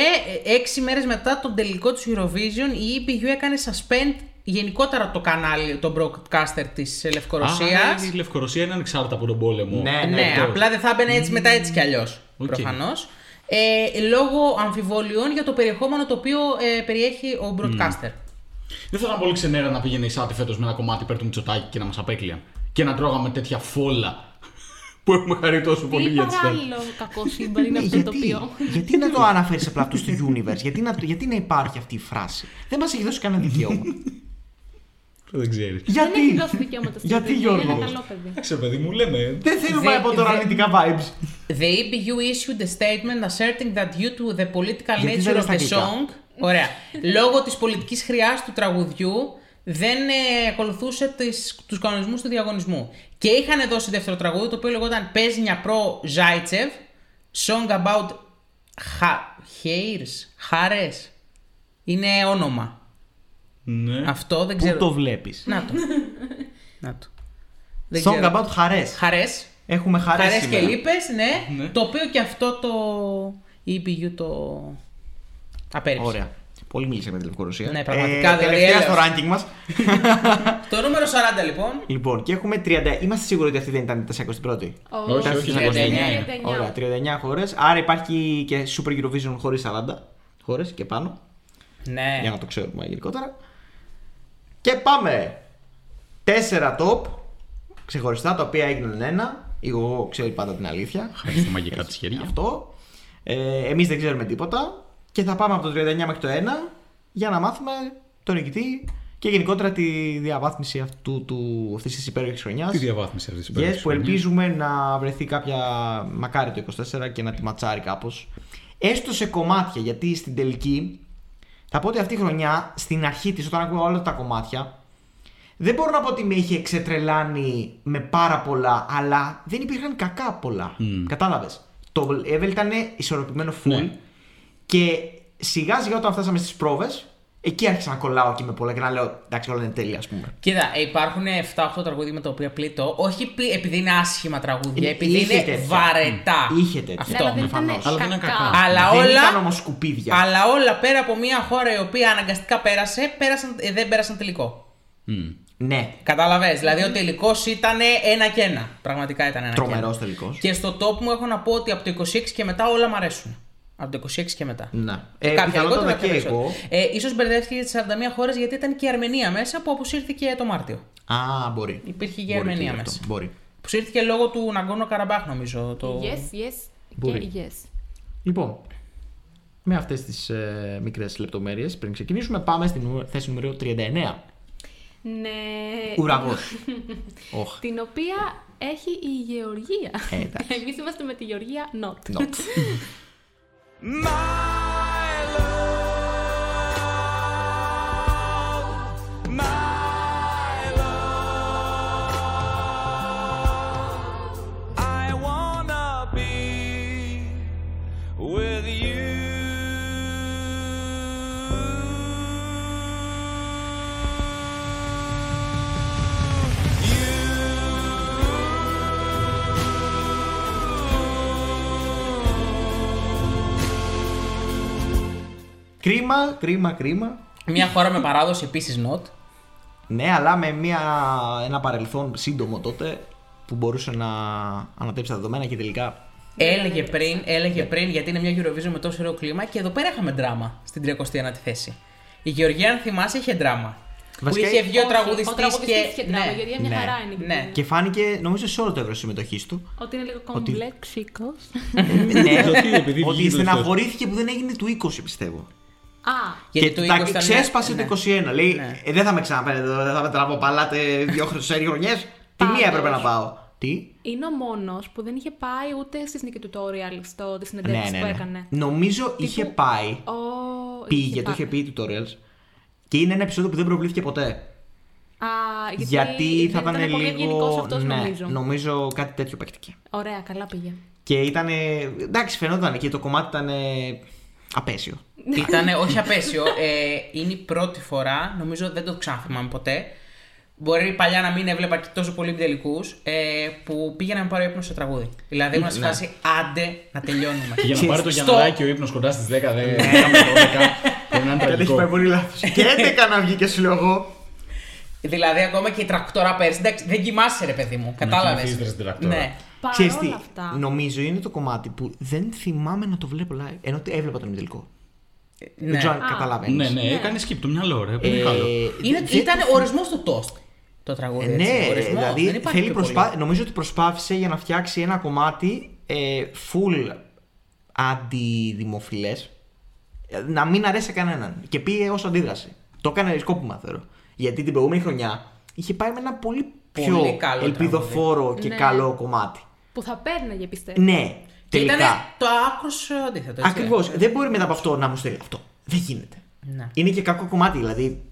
B: ε, έξι μέρες μετά τον τελικό της Eurovision, η EBU έκανε suspend γενικότερα το κανάλι, τον broadcaster της ε,
D: Α,
B: Λευκορωσίας.
D: ναι, η Λευκορωσία είναι ανεξάρτητα από τον πόλεμο.
C: Ναι,
B: ναι,
C: αυτό.
B: απλά δεν θα έμπαινε έτσι μετά έτσι κι αλλιώς.
D: Οκ.
B: Προφανώς. Ε, λόγω αμφιβολιών για το περιεχόμενο το οποίο ε, περιέχει ο broadcaster.
D: Δεν θα ήταν πολύ ξενέρα να πήγαινε η Σάτι φέτος με ένα κομμάτι υπέρ του Μητσοτάκη και να μας απέκλεια. Και να τρώγαμε τέτοια φόλα [LAUGHS] που έχουμε χαρεί τόσο πολύ
E: Τι
D: για τις φέτο.
E: παράλληλο κακό σύμπαν
C: Ναι,
E: είναι αυτό το
C: γιατί,
E: οποίο.
C: γιατί να το αναφέρεις απλά αυτό στο universe, γιατί να, το- γιατί να υπάρχει αυτή η φράση. Δεν μας έχει δώσει κανένα δικαίωμα.
D: Δεν ξέρεις.
E: Δεν έχει
C: γιατί,
E: δώσει δικαιώματα στο
C: γιατί
E: παιδί,
C: Γιώργο.
E: Είναι ένα καλό παιδί.
D: Σε παιδί μου λέμε.
C: Δεν θέλουμε
B: Δεν-
C: από τώρα
B: δεν-
C: αρνητικά vibes.
B: The EBU issued a statement asserting that due to the political
C: Γιατί
B: nature
C: δεν
B: of
C: στα
B: the
C: αγγλικά?
B: song, ωραία, λόγω της πολιτικής χρειάς του τραγουδιού, δεν ε, ακολουθούσε τις, τους κανονισμούς του διαγωνισμού. Και είχαν δώσει δεύτερο τραγούδι, το οποίο λεγόταν Πέζνια Προ Ζάιτσεβ, Song About ha- Hairs, Χάρες. Είναι όνομα.
D: Ναι.
B: Αυτό δεν
C: Πού
B: ξέρω.
C: το βλέπεις.
B: [LAUGHS] Να το. Να το. Δεν
C: Song
B: ξέρω.
C: about χαρέ.
B: Χαρές.
C: Έχουμε χαρέ.
B: Χαρέ και λύπες, ναι, Το οποίο και αυτό το. Η EPU το. Απέριψε.
C: Ωραία. Πολύ μίλησαμε με τη Λευκορωσία. Ε,
B: Ναι, πραγματικά, δηλαδή,
C: Τελευταία στο
B: έλεος.
C: ranking μας.
B: Το νούμερο 40 λοιπόν.
C: λοιπόν, και έχουμε 30. Είμαστε σίγουροι ότι αυτή δεν ήταν η 41η.
D: Όχι, όχι,
E: 39.
D: 39.
E: 39.
C: Ωραία, 39 χώρες. Άρα υπάρχει και Super Eurovision χωρίς 40 χώρες και πάνω.
B: Ναι.
C: Για να το ξέρουμε γενικότερα. Και πάμε. Τέσσερα top. Ξεχωριστά τα οποία έγιναν ένα. Εγώ ξέρω πάντα την αλήθεια.
D: Χάρη στα μαγικά τη χέρια.
C: Αυτό. Ε, Εμείς δεν ξέρουμε τίποτα. Και θα πάμε από το 39 μέχρι το 1 για να μάθουμε τον νικητή και γενικότερα τη διαβάθμιση αυτού του, αυτής της υπέροχης χρονιάς.
D: Τι διαβάθμιση αυτής της
C: Yes, που ελπίζουμε να βρεθεί κάποια μακάρι το 24 και να τη ματσάρει κάπως. Έστω σε κομμάτια, γιατί στην τελική θα πω ότι αυτή η χρονιά στην αρχή της όταν ακούω όλα τα κομμάτια δεν μπορώ να πω ότι με είχε εξετρελάνει με πάρα πολλά, αλλά δεν υπήρχαν κακά πολλά. Κατάλαβες. Το level ήταν ισορροπημένο full
D: Ναι.
C: και σιγά σιγά όταν φτάσαμε στις πρόβες εκεί άρχισα να κολλάω και με πολλά και να λέω εντάξει όλα είναι τέλεια ας πούμε.
B: Κοίτα, ε, υπάρχουν 7-8 τραγούδια με τα οποία πλήττω. Όχι πλή- επειδή είναι άσχημα τραγούδια,
C: Ε,
B: επειδή
C: είχε
B: είναι
C: τέτοια.
B: βαρετά.
C: Είχε τέτοια.
E: Ναι, αλλά
B: Αυτό.
E: δεν ήταν
C: προφανώς.
D: Αλλά δεν είναι κακά.
E: κακά.
B: Αλλά
C: δεν
B: όλα.
C: ήταν όμως σκουπίδια.
B: Αλλά όλα πέρα από μια χώρα η οποία αναγκαστικά πέρασε, πέρασαν, ε, δεν πέρασαν τελικό.
C: Ναι,
B: Κατάλαβες. Δηλαδή ο τελικός ήταν ένα και ένα. Πραγματικά ήταν ένα και
C: Τρομερός
B: ένα.
C: τελικός.
B: Και στο top μου έχω να πω ότι από το 26 και μετά όλα μ' αρέσουν. Από το 26 και μετά.
C: Να. Ε,
B: κάποια
C: πιθανότατα
B: λιγότερα, κάποια
C: και
B: περισσότερα.
C: εγώ.
B: Ε, ίσως μπερδεύτηκε για τις 41 χώρες γιατί ήταν και η Αρμενία μέσα που αποσύρθηκε το Μάρτιο.
C: Α, μπορεί.
B: Υπήρχε και η
C: Μπορεί και
B: Αρμενία
C: γι' αυτό.
B: μέσα.
C: Μπορεί.
B: Αποσύρθηκε λόγω του Ναγκόνο Καραμπάχ νομίζω. Το...
E: Yes, yes.
C: Μπορεί.
E: Και yes.
C: Λοιπόν, με αυτές τις ε, μικρές λεπτομέρειες πριν ξεκινήσουμε πάμε στην νου- θέση νούμερο 39.
E: Ναι.
C: Ουραγός. Όχ.
E: [LAUGHS] Την οποία έχει η Γεωργία.
C: Ε, εντάξει.
E: Εμείς είμαστε με τη Γεωργία Not.
C: Not.
D: Ναι,
G: I wanna be with you.
C: κρίμα, κρίμα, κρίμα.
B: Μια χώρα με παράδοση επίσης Νότ.
C: Ναι, αλλά με μια, ένα παρελθόν σύντομο τότε που μπορούσε να ανατρέψει τα δεδομένα και τελικά.
B: Έλεγε πριν, έλεγε πριν, γιατί είναι μια Eurovision με τόσο ωραίο κλίμα και εδώ πέρα είχαμε δράμα στην 31η θέση. Η Γεωργία, αν θυμάσαι, είχε δράμα.
C: Βασικά,
B: που είχε βγει ο
E: Όχι,
B: τραγουδιστής
E: τραγουδιστής
B: και.
E: και δράμα.
B: ναι.
E: Η Γεωργία μια
C: Ναι.
E: χαρά είναι.
B: Ναι.
C: Και φάνηκε νομίζω σε όλο το ευρώ συμμετοχής
D: [LAUGHS]
C: του.
E: Ότι είναι λίγο κομπλεξικό.
C: ναι,
D: Γιατί, επειδή βγήκε
C: ότι
D: τελευταίο.
C: στεναχωρήθηκε που δεν έγινε του 20, πιστεύω.
E: Α,
B: Γιατί
C: και
B: το 20
C: τα
B: ήταν-
C: ξέσπασε
B: ναι.
C: το 21. Λέει,
B: Ναι.
C: «Ε, δεν θα με ξαναπαίρνετε εδώ, δεν θα με τραβώ παλάτε δύο χρυσέ χρονιές. Τη μία έπρεπε να πάω. Τι.
E: είναι ο μόνος που δεν είχε πάει ούτε στις νικητούτοριαλ στο τη
C: Ναι,
E: συνεντεύξει
C: ναι,
E: που
C: ναι.
E: έκανε.
C: Νομίζω είχε
E: Τύπου-
C: πάει.
E: Ο...
C: Πήγε, το είχε
E: πάει.
C: πει tutorials. Και είναι ένα επεισόδιο που δεν προβλήθηκε ποτέ.
E: Α, γιατί,
C: Γιατί θα
E: δεν
C: ήταν
E: πολύ ευγενικός
C: λίγο.
E: αυτός,
C: ναι,
E: νομίζω.
C: νομίζω κάτι τέτοιο παίκτηκε.
E: Ωραία, καλά πήγε.
C: Και ήταν. Εντάξει, φαινόταν και το κομμάτι ήταν. απέσιο.
B: Ήταν Ναι. όχι απέσιο. Ε, είναι η πρώτη φορά, νομίζω δεν το ξαναθυμάμαι ποτέ. Μπορεί παλιά να μην έβλεπα και τόσο πολύ τελικούς ε, που πήγαινα να με πάρει ο ύπνο στο τραγούδι. Δηλαδή ήμουν σε
C: Ναι.
B: φάση άντε να τελειώνουμε.
D: Για να
C: Και
D: πάρει το
B: στο- Ναι.
D: Γιανναράκι ο ύπνος κοντά στις 10, δεν
B: [LAUGHS]
D: Πρέπει να είναι
C: Κάτι έχει πάει
D: τραγικό.
C: πολύ λάθος. Και 11 να βγει και σου λέω εγώ.
B: δηλαδή ακόμα και η τρακτόρα πέρσι. Εντάξει, δεν κοιμάσαι ρε παιδί μου, κατάλαβες.
D: κοιμηθείς, ρε, στην τρακτόρα.
B: Ναι.
E: Παρ'
C: Ξέρεις τι,
E: όλα αυτά.
C: νομίζω είναι το κομμάτι που δεν θυμάμαι να το βλέπω live. Ενώ το έβλεπα τον τελικό.
B: ναι. Ε,
C: Δεν ξέρω αν καταλαβαίνεις.
D: Ναι, ναι, έκανε skip το μυαλό, ρε. Πολύ καλό.
B: Είναι, ήταν ορισμός του τόστ το τραγούδι.
C: Ε,
B: έτσι.
C: ναι,
B: Ορισμός, δεν
C: δηλαδή
B: υπάρχει
C: θέλει
B: πιο πολύ.
C: προσπά... νομίζω ότι προσπάθησε για να φτιάξει ένα κομμάτι ε, full αντιδημοφιλές ε, να μην αρέσει σε κανέναν και πήγε ως αντίδραση. Το έκανε σκόπιμα θεωρώ. Γιατί την προηγούμενη χρονιά είχε πάει με ένα πολύ
B: Πολύ
C: πιο
B: καλό
C: ελπιδοφόρο και
E: Ναι.
C: καλό κομμάτι.
E: Που θα παίρναγε, πιστεύω.
C: Ναι,
B: Και
C: τελικά.
B: ήταν το άκρος αντίθετο. έτσι.
C: Ακριβώς. Δεν μπορεί μετά από αυτό να μου στείλει αυτό. Δεν γίνεται.
B: Ναι. [LAUGHS]
C: Είναι και κακό κομμάτι, δηλαδή.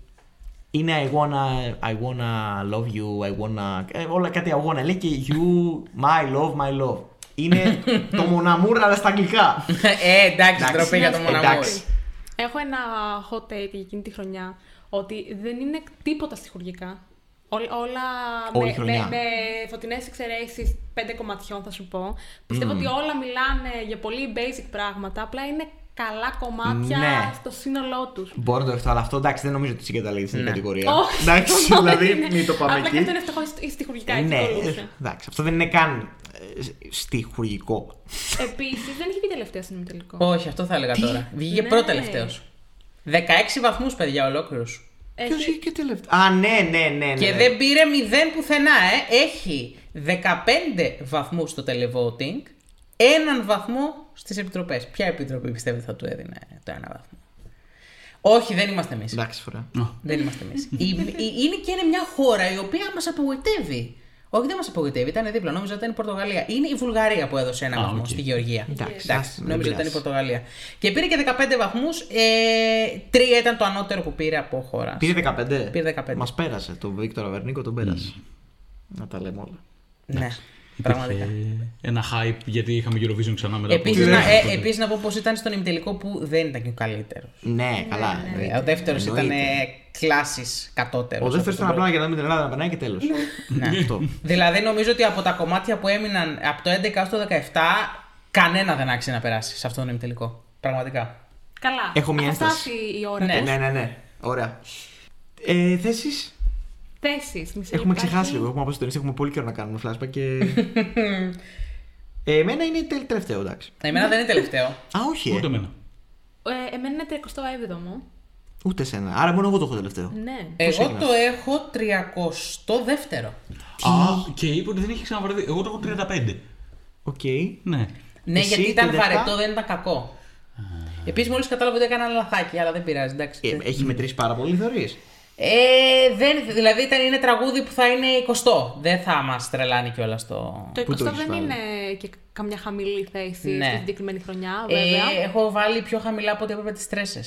C: Είναι I wanna, I wanna love you, I wanna. ε, όλα κάτι I wanna. Λέει και you, my love, my love.
E: [LAUGHS]
C: Είναι το μοναμούρα, αλλά στα αγγλικά.
B: ε, εντάξει,
C: Εντάξει,
B: ντροπή για το μοναμόρι.
C: εντάξει.
E: Έχω ένα hot take για εκείνη τη χρονιά ότι δεν είναι τίποτα στοιχουργικά. Ό- όλα
C: Όλη
E: με,
C: χρονιά.
E: με, με φωτεινές εξαιρέσεις πέντε κομματιών, θα σου πω. Πιστεύω ότι όλα μιλάνε για πολύ basic πράγματα. Απλά είναι καλά κομμάτια
C: Ναι. στο
E: στο σύνολό τους.
C: Μπορώ να το δεχτώ, αλλά αυτό εντάξει, δεν νομίζω ότι συγκαταλήγει στην κατηγορία.
E: Ναι. Όχι.
C: Ναι.
E: [LAUGHS] ναι.
C: Εντάξει, δηλαδή μην το πάμε
E: Απλά και αυτό
C: εκεί.
E: είναι ευτυχώς στοιχουργικά.
C: Ναι,
E: Ναι.
C: ε, εντάξει, αυτό δεν είναι καν ε, σ- στοιχουργικό.
E: Επίσης, δεν είχε βγει τελευταία στην τελικό.
B: Όχι, αυτό θα έλεγα τώρα. Βγήκε
E: Ναι.
B: πρώτο τελευταίο. 16 βαθμούς, παιδιά, ολόκληρος.
C: Ποιος είχε και τελευταίο. Α, ναι, ναι, ναι. ναι,
B: Και
C: ναι.
B: δεν πήρε 0 πουθενά, ε. Έχει 15 βαθμούς στο televoting, έναν βαθμό στις επιτροπές. Ποια επιτροπή πιστεύετε θα του έδινε το ένα βαθμό. Όχι, δεν είμαστε εμείς.
C: Εντάξει, φορά.
B: Δεν είμαστε εμείς. είναι και είναι μια χώρα η οποία μας απογοητεύει. Όχι, δεν μας απογοητεύει, ήταν δίπλα. Νόμιζα ότι ήταν η Πορτογαλία. Είναι η Βουλγαρία που έδωσε ένα
D: Α,
B: βαθμό
D: οκ.
B: στη Γεωργία.
C: Εντάξει, άσε, δεν
B: νόμιζα ότι ήταν η
C: πειράζει.
B: Πορτογαλία. Και πήρε και 15 βαθμούς. Ε, τρία ήταν το ανώτερο που πήρε από χώρα.
C: Πήρε 15.
B: Πήρε 15.
C: Μας πέρασε. Το Βίκτορα Βερνίκο τον πέρασε. Να τα λέμε όλα.
B: Ναι, πραγματικά.
D: Υπήρχε Ε, Ένα hype γιατί είχαμε Eurovision ξανά μετά. από-
B: Επίση να, ε, επίσης να πω πω ήταν στον ημιτελικό που δεν ήταν και ο καλύτερος.
C: Ναι, καλά. εννοείται.
B: Ο δεύτερος ήταν
C: Εννοείται.
B: κλάσης κατώτερος.
C: Ο δεύτερο ήταν απλά για να μην την Ελλάδα να περνάει και τέλος. [LAUGHS] Αυτό.
B: Δηλαδή νομίζω ότι από τα κομμάτια που έμειναν από το 11 έως το 17 κανένα δεν άξιζε να περάσει σε αυτόν τον ημιτελικό. Πραγματικά.
E: Καλά.
C: Έχω μια
E: Θα
C: ένσταση.
E: φτάσει η ώρα.
B: Ναι.
C: Ε, Ναι, ναι, ναι. Ωραία. Ε, Θέσεις.
E: Θέσεις.
C: Έχουμε ξεχάσει λίγο. Έχουμε αποσυντονίσει. Έχουμε πολύ καιρό να κάνουμε flashback και. [LAUGHS] Ε, Εμένα είναι τελ- τελευταίο, εντάξει.
B: Εμένα δεν είναι τελευταίο.
C: Α, όχι. ε.
D: Ούτε εμένα.
E: Ε, Εμένα είναι 37ο.
C: Ούτε σένα. Άρα μόνο εγώ το έχω τελευταίο.
E: Ναι.
B: Εγώ
C: έγινες?
B: το έχω 32ο.
D: Α, και είπε ότι δεν είχε ξαναβρεθεί. Εγώ το έχω 35.
C: Οκ. Ε,
D: Ναι.
B: Ναι,
C: Εσύ
B: γιατί ήταν
C: 37?
B: βαρετό, δεν ήταν κακό. Επίσης, μόλις κατάλαβα ότι έκανα ένα λαθάκι, αλλά δεν πειράζει, εντάξει.
C: Ε, Έχει μετρήσει πάρα πολύ, θεωρεί.
B: Ε, δεν, δηλαδή ήταν, είναι τραγούδι που θα είναι 20. Δεν θα μας τρελάνει κιόλας το.
E: Το
C: Πού το
E: 20
C: έχεις
E: δεν
C: βάλει?
E: είναι και καμιά χαμηλή θέση
B: Ναι.
E: στη συγκεκριμένη χρονιά, βέβαια.
B: Ε, έχω βάλει πιο χαμηλά από ό,τι έπρεπε τις τρέσσε.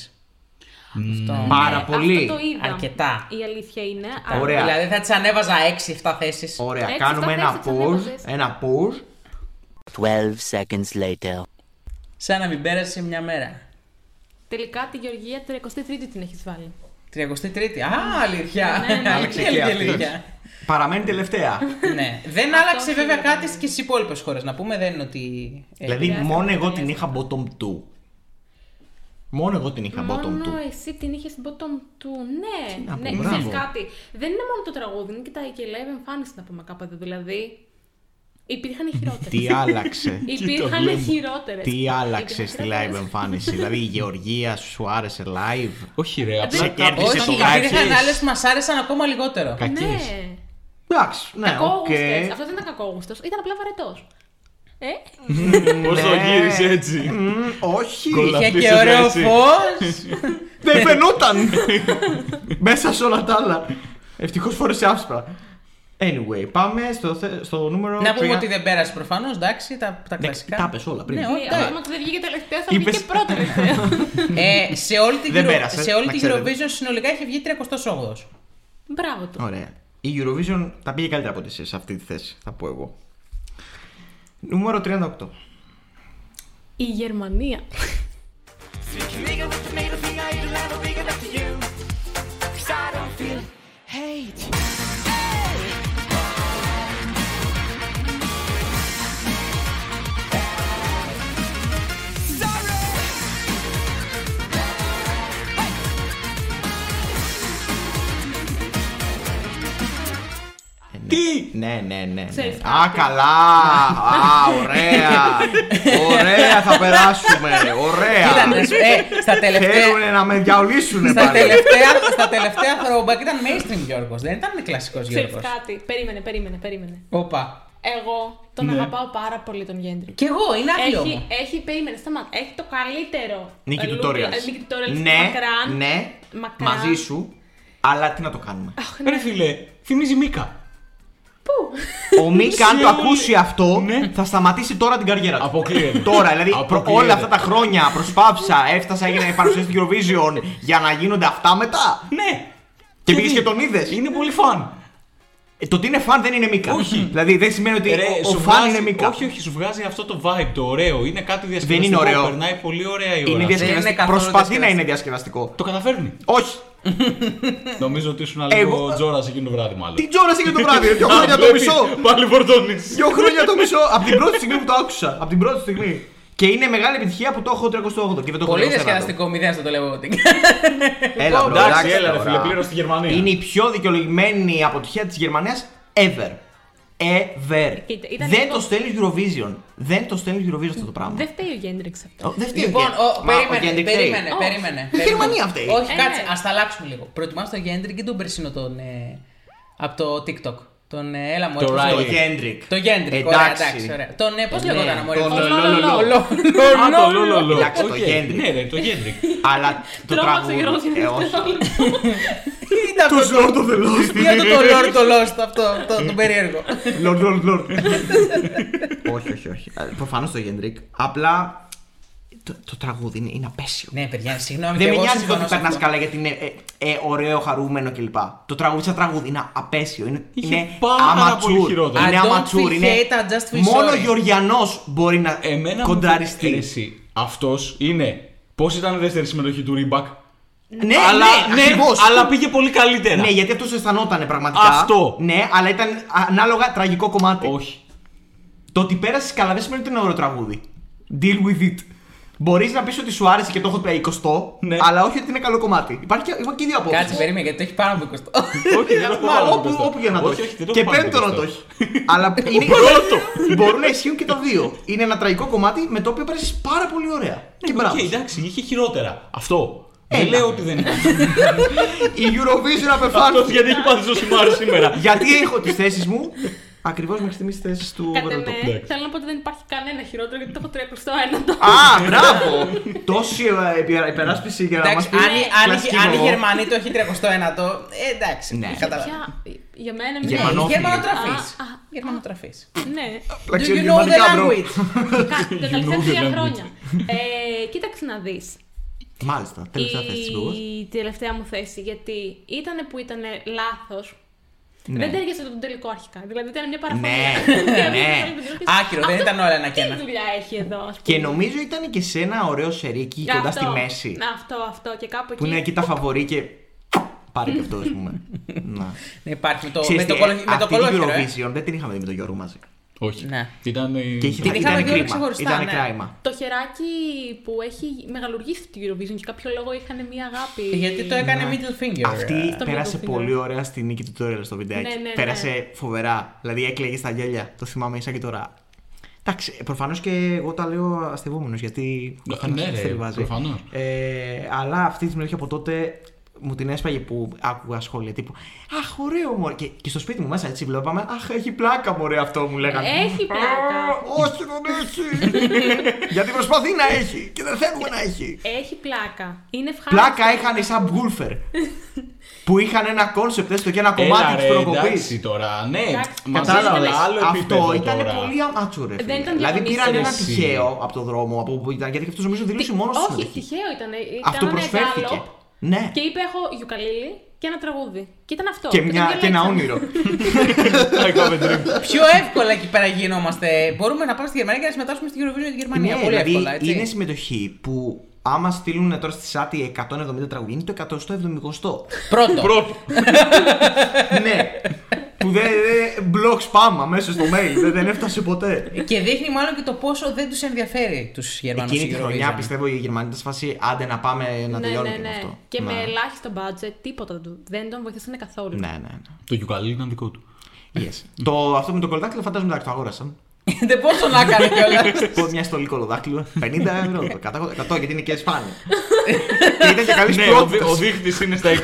B: Αυτό.
C: Πάρα πολύ.
E: Αυτό το είδα.
B: Αρκετά.
E: Η αλήθεια είναι.
C: Ωραία.
B: Δηλαδή θα τις ανέβαζα 6-7 θέσεις.
C: Ωραία,
E: Έξι,
C: κάνουμε
E: στα
C: ένα
E: θέσεις,
C: pause.
E: ανέβαζες.
C: Ένα pause.
H: 12 seconds later.
B: Σαν να μην πέρασε μια μέρα.
E: Τελικά τη Γεωργία 33η την έχεις βάλει.
B: 33η. Α, αλήθεια.
E: Ναι,
B: Αλήθεια,
E: ναι.
C: Άλλαξε και
B: αλήθεια,
C: αυτή.
B: αλήθεια.
C: Παραμένει τελευταία.
B: Ναι. Δεν άλλαξε
E: είναι
B: βέβαια
E: το
B: κάτι και στις υπόλοιπες χώρες. Να πούμε δεν είναι ότι. ε,
C: δηλαδή, μόνο εγώ την είχα bottom 2. Μόνο εγώ την είχα bottom 2.
E: Μόνο εσύ την είχες στην bottom του. Ναι,
C: να πω,
E: ναι,
C: μπράβο.
E: ξέρεις κάτι. Δεν είναι μόνο το τραγούδι, είναι και τα και live εμφάνιση να πούμε κάποτε. Δηλαδή, υπήρχαν
C: Τι
E: χειρότερε.
B: [LAUGHS]
C: άλλαξε.
E: υπήρχαν χειρότερες.
C: Τι άλλαξε στη live εμφάνιση. δηλαδή, η Γεωργία σου άρεσε live.
D: Όχι, ρε.
C: Σε
D: Απλά
C: Ε, κέρδισε
B: Όχι,
C: το
B: υπήρχαν άλλες
C: live.
B: που μας άρεσαν ακόμα λιγότερο.
C: Κακή.
E: Ναι.
C: Εντάξει, ναι, οκ.
E: Κακόγουστες. Αυτό δεν ήταν κακόγουστος, ήταν απλά βαρετός. Ε,
D: Ναι. Πώς το γύρισε έτσι.
C: Μμ, Όχι.
D: Κολλά.
B: Είχε
D: Αυτή
B: και
D: σου
B: ωραίο
D: αρέσει.
B: φως.
C: Δεν φαινόταν! [LAUGHS] Μέσα σε όλα τα άλλα. Ευτυχώς φόρεσε άσπρα. Anyway, πάμε στο, θε- στο νούμερο.
B: Να πούμε
C: τρία.
B: ότι δεν πέρασε προφανώς, εντάξει, τα, τα κλασικά.
C: Ναι, τα είπες όλα πριν.
B: Ναι,
C: Ναι,
B: όχι,
E: Ε,
B: τα-
E: Άμα δεν βγήκε τελευταία, θα
C: Είπες-
E: βγήκε
C: [LAUGHS]
E: πρώτα τελευταία.
B: ε, σε όλη την,
C: Δεν
B: Euro-
C: πέρασε,
B: σε όλη
C: να
B: την
C: ξέρετε.
B: Eurovision συνολικά έχει βγει 38ο.
E: Μπράβο του.
C: Ωραία. Η Eurovision τα πήγε καλύτερα από εσείς σε αυτή τη θέση, θα πω εγώ. Νούμερο 38.
E: Η Γερμανία.
C: Τι! Ναι, ναι, ναι. ναι.
E: Ξέρεις,
C: Α, καλά! Α, ωραία! Ωραία, θα περάσουμε!
B: Ήταν,
C: Ωραία!
B: ε, στα τελευταία,
C: Θέλουν να με διαολύσουν
B: στα,
C: πάλι.
B: τελευταία, στα τελευταία throwback ήταν mainstream Γιώργος, δεν ήταν κλασικός
E: Ξέρεις
B: Γιώργος.
E: κάτι. Περίμενε, περίμενε, περίμενε.
B: Όπα.
E: Εγώ τον αγαπάω πάρα πολύ τον Γκέντρικ.
B: Κι εγώ, είναι άθλιο
E: Έχει,
B: μου.
E: έχει, περίμενε, σταμάτα. Έχει το καλύτερο.
C: Νίκη
E: ε,
C: του
E: look,
C: Τόρια.
E: ε, Νίκη Tutorials,
C: Ναι,
E: μακράν.
C: ναι,
E: Μακράν.
C: μαζί σου. Αλλά τι να το κάνουμε.
E: Αχ, ναι.
D: Ρε φίλε, θυμίζει Μίκα.
E: Πού?
C: Ο Μίκα, αν το
D: Σιόλι.
C: ακούσει αυτό,
D: Ναι.
C: θα σταματήσει τώρα την καριέρα του.
D: Αποκλείεται.
C: Τώρα, δηλαδή προ-
D: Αποκλείεται.
C: όλα αυτά τα χρόνια προσπάθησα, έφτασα, έγινα παρουσιαστή στην Eurovision για να γίνονται αυτά μετά.
D: Ναι.
C: Και πήγες
D: τι?
C: και τον είδες.
D: Είναι πολύ φαν.
C: Ε, Το ότι είναι φαν δεν είναι Μίκα.
D: Όχι.
C: Δηλαδή δεν σημαίνει ότι
D: Ρε,
C: ο
D: σου
C: φαν
D: βγάζει-
C: είναι Μίκα.
D: Όχι, όχι, σου βγάζει αυτό το vibe, το ωραίο. Είναι κάτι διασκεδαστικό.
C: Δεν είναι ωραίο.
D: Περνάει πολύ ωραία η ώρα.
C: Είναι
B: Δεν είναι
C: διασκεδαστικό.
B: καθόλου
C: Προσπαθεί να
B: διασκεδαστικό.
C: είναι διασκεδαστικό.
D: Το καταφέρνει.
C: Όχι. Ναι.
D: Νομίζω ότι ήσουν
C: Εγώ-
D: λίγο τζόρας εκείνο το βράδυ, μάλλον. [LAUGHS]
C: Τι τζόρας έγινε το βράδυ, δύο
D: Α,
C: χρόνια το
D: βλέπεις,
C: μισό.
D: Πάλι φορτώνεις.
C: Δύο χρόνια το μισό από την πρώτη στιγμή που το άκουσα. Από την πρώτη στιγμή. Και είναι μεγάλη επιτυχία που το έχω 38 και δεν το έχω
B: Πολύ
C: 39.
B: διασκεδαστικό, μηδέν στο το λέω ότι.
C: Έλα, μπρο,
D: Εντάξει, έλα, ρε
C: τώρα.
D: φίλε, πλήρω στη Γερμανίας.
C: Είναι η πιο δικαιολογημένη αποτυχία της Γερμανίας ever. Ever.
E: Κοίτα, ήταν
C: Δεν
E: λίγο-
C: το στέλνεις Eurovision. Δεν το στέλνεις Eurovision αυτό το πράγμα.
E: Δεν φταίει ο Γκέντρικ σε αυτό.
C: Ο- Δεν φταίει ο
B: Λοιπόν,
C: Γκέντρικ.
B: ο,
C: Μα ο
B: περίμενε,
C: Γκέντρικ
B: περίμενε,
C: φταίει.
B: περίμενε.
C: Η
B: περίμενε.
C: Γερμανία αυτή.
B: Όχι,
E: Ε,
B: κάτσε,
E: ναι.
B: ας τα αλλάξουμε λίγο. Προετοιμάσαι τον Γκέντρικ και τον περσινό τον. ε, από το TikTok. Τον ε, έλα μου,
D: Το
B: έλα,
C: Το
D: Riley.
C: Gendrick.
B: Το Γκέντρικ, ωραία, εντάξει, ωραία. Τον, ε, πώς
C: Ε, ναι,
B: λεγόταν, αμόρι,
D: τον
B: αυτός?
D: Λολολολο.
B: Λολολολο.
D: Α, το λολολο.
C: Εντάξει, το
D: Οκ.
C: Gendrick.
D: Ναι, ρε, το Gendrick.
B: [LAUGHS]
C: Αλλά το
E: Τρώμαξε ο
C: τραγούδι.
E: Γιώργος
C: ε,
E: για
C: όχι. [LAUGHS]
B: Τι ήταν αυτό
C: Lord of the
B: [LAUGHS]
C: Lost.
B: Τι είναι το Lord το Lost αυτό,
C: Ε.
B: το, το περίεργο.
C: Lord, Lord,
B: [LAUGHS]
C: Lord. όχι, όχι, όχι. Προφανώς το Gendrick. Απλά το, το τραγούδι είναι, είναι απέσιο.
B: ναι, παιδιά, συγγνώμη.
C: Δεν
B: και
C: με
B: εγώ
C: νοιάζει το
B: συμφωνώ
C: ότι
B: σε
C: περνάς
B: αυτό.
C: καλά γιατί είναι ε, ε, ωραίο, χαρούμενο κλπ. Το τραγούδι σαν τραγούδι είναι απέσιο. Είναι,
D: Είχε
C: είναι
D: πάρα πολύ
C: αματσούρ.
D: χειρότερα.
C: Είναι
B: I don't
C: αματσούρ.
B: feel
C: Είναι...
B: hate, I just feel
C: Μόνο
B: sorry.
C: Γεωργιανός μπορεί να
D: Εμένα μου Ε,
C: κοντραριστεί.
D: Εσύ, αυτός είναι. Πώς ήταν η δεύτερη συμμετοχή του Ρίμπακ.
C: Ναι,
D: αλλά,
C: ναι, ακριβώς.
D: αλλά πήγε πολύ καλύτερα.
C: Ναι, γιατί αυτός αισθανόταν πραγματικά.
D: Αυτό.
C: Ναι, αλλά ήταν ανάλογα τραγικό κομμάτι.
D: Όχι.
C: Το ότι πέρασε καλά δεν σημαίνει ότι είναι ωραίο τραγούδι. Deal with it. Μπορείς να πεις ότι σου άρεσε και το έχω 20,
D: Ναι.
C: αλλά όχι ότι είναι καλό κομμάτι. Υπάρχει και, υπάρχουν και οι δύο απόψεις.
B: Κάτσε, περίμενε γιατί το έχει πάνω από
C: [LAUGHS]
B: 20.
D: Όχι, δεν έχω
C: Μα
D: βάλει
C: όπου,
D: μπροστά.
C: όπου για να το
D: Όχι, όχι,
C: έχει.
D: δεν το
C: Και
D: έχω βάλει
C: πέμπτο να
D: μπροστά.
C: το έχει.
D: [LAUGHS]
C: Αλλά είναι Μπορούν να ισχύουν και τα δύο. Είναι ένα τραγικό κομμάτι με το οποίο πέρασε πάρα πολύ ωραία. Και μπράβο.
D: Ναι, Ε, Οκ,
C: σου.
D: εντάξει, είχε χειρότερα. Αυτό. Δεν
C: Έλα.
D: λέω ότι δεν είναι.
C: Η Eurovision
D: [LAUGHS]
C: απεφάνω.
D: Αυτός γιατί έχει πάθει ζωσιμάρι
C: [LAUGHS]
D: σήμερα.
C: Γιατί έχω τις θέσεις μου. Ακριβώς μέχρι στιγμής τι θέσεις του
E: Κάτε
C: Overall Top.
E: με. Θέλω να πω ότι δεν υπάρχει κανένα χειρότερο γιατί το έχω 31
B: ναι.
E: το.
C: Α, μπράβο! Τόση ε, υπερα- υπεράσπιση για να μα
B: Εντάξει,
C: πει.
B: αν, η- αν, η-
C: κλασική
B: αν οι
C: εγώ.
B: Γερμανοί το έχει 31ο, ε, εντάξει.
C: Ναι.
B: καταλαβαίνω.
E: Ποια. Για μένα είναι.
C: Γερμανό. Γερμανόφιλοι.
B: Γερμανοτραφής.
E: Α, α,
B: Γερμανοτραφής.
E: Ναι.
B: Do
C: Εντάξει,
B: you know the
C: γερμανικά, bro.
B: language?
E: Κα- Τα τελευταία
D: know the
E: τρία
D: language.
E: χρόνια. Ε, Κοίταξε να δεις.
C: Μάλιστα, τελευταία θέση της
E: Η τελευταία μου θέση. Γιατί ήταν που ήταν λάθο. Δεν τέριασε τον τελικό αρχικά. Δηλαδή ήταν μια [LAUGHS] παραφορά.
C: Ναι, ναι.
B: Άκυρο, δεν ήταν όλα ένα και
E: Τι
B: ένα.
E: δουλειά έχει εδώ, ας πούμε.
C: Και νομίζω ήταν και σε ένα ωραίο σερί εκεί κοντά στη
E: Αυτό.
C: μέση.
E: Αυτό, αυτό. Και κάπου εκεί.
C: Που είναι εκεί τα φαβορή και. Πάρε και αυτό, ας
B: [LAUGHS]
C: πούμε. Να.
B: Ναι, Υπάρχει με το,
C: Ξέρεις
B: με το,
C: τι,
B: κολο- με το
C: αυτή την
B: κολόχερο. ε.
C: Eurovision δεν την είχαμε δει με τον Γιώργο μαζί.
D: Όχι.
B: Ναι.
D: Ήταν. ε,
C: Και είχε
B: Την είχαμε
C: ήταν
B: δει όλοι
C: κρίμα.
B: ξεχωριστά,
C: Ήταν
B: ναι.
C: κράημα.
E: Το χεράκι που έχει μεγαλουργήσει στην Eurovision και κάποιο λόγο είχαν μια αγάπη.
C: Ε,
B: Γιατί το έκανε middle finger.
C: Αυτή
E: Στο
C: πέρασε
E: μικρόφωνο.
C: πολύ ωραία στη νίκη του Tutorial στο βιντεάκι.
E: Ναι, ναι, ναι.
C: Πέρασε φοβερά. Δηλαδή έκλαιγε στα γέλια. Το θυμάμαι ίσα και τώρα. Εντάξει, προφανώς και εγώ τα λέω αστευόμενος γιατί. ο καθένας
D: ναι, ρε,
C: θέλει βάζει.
D: προφανώς.
C: Ε, αλλά αυτή τη συμμετοχή από τότε μου την έσπαγε που άκουγα σχόλια τύπου Αχ, ωραίο μωρέ. Και, και στο σπίτι μου μέσα έτσι βλέπαμε. Αχ, έχει πλάκα μωρέ αυτό μου λέγανε.
E: Έχει πλάκα.
C: «Α, Όχι, δεν έχει. Γιατί προσπαθεί να έχει και δεν θέλουμε να έχει.
E: Έχει πλάκα. Είναι ευχάριστο.
C: Πλάκα είχαν οι subwoofer. που είχαν ένα κόνσεπτ έστω και ένα κομμάτι της
D: ε, εντάξει
C: προκοπή.
D: τώρα, ναι.
E: Εντάξει,
D: Μας
E: κατάλαβες.
D: έβγαλε άλλο επίπεδο
C: Αυτό ήταν
D: τώρα. [LAUGHS]
C: πολύ αμάτσο, ρε.
E: Ε, Δεν
C: φίλε.
E: ήταν
C: δηλαδή
E: διαγωνίσιμο.
C: πήραν ένα
D: Εσύ.
C: τυχαίο από το δρόμο από όπου ήταν. Γιατί αυτός νομίζω δηλώσει μόνος του
E: Όχι,
C: συμμετοχή.
E: τυχαίο ήταν. Ε, Ήταν
C: Αυτό
E: ένα
C: προσφέρθηκε.
E: γκάλωπ
C: Ναι.
E: Και είπε: Έχω γιουκαλίλη και ένα τραγούδι. Και ήταν αυτό.
C: Και,
E: το
C: μια, και ένα
E: διαλέξαμε.
C: όνειρο.
D: I have a dream.
B: Πιο εύκολα εκεί πέρα γινόμαστε. Μπορούμε να πάμε στη Γερμανία και να συμμετάσχουμε στην Eurovision για τη Γερμανία.
C: ναι,
B: Πολύ
C: δηλαδή
B: εύκολα, έτσι.
C: είναι συμμετοχή που άμα στείλουν τώρα στη ΣΑΤΗ 170 τραγούδια, είναι το 170.
E: [LAUGHS]
B: Πρώτο.
D: Πρώτο.
C: ναι. Που δεν. δεν- Block spam αμέσως στο mail. δεν, δεν έφτασε ποτέ.
B: Και δείχνει μάλλον και το πόσο δεν τους ενδιαφέρει τους Γερμανούς.
C: Εκείνη τη χρονιά πιστεύω οι Γερμανοί ήταν σε φάση άντε να πάμε να
E: Ναι,
C: τελειώνουμε
E: ναι,
C: και με
E: ναι.
C: αυτό.
E: Και
C: Ναι.
E: με ελάχιστο budget, τίποτα δεν του- δεν τον βοηθήσανε καθόλου.
C: Ναι, ναι, ναι.
D: Το γιουκαλί ήταν δικό του.
C: Yes. το, αυτό με το κολοδάκτυλο φαντάζομαι εντάξει το αγόρασαν.
B: [LAUGHS] Δεν πόσο να κάνει κιόλας.
C: Πω μια στολή κολοδάκτυλο. 50 ευρώ. 100, 100 γιατί είναι και
E: [LAUGHS]
C: σπάνιο. και ήταν και καλής
D: Ναι, ο, δι-
C: ποιότητας.
D: ο δείχτης είναι στα
C: [LAUGHS]
D: 20.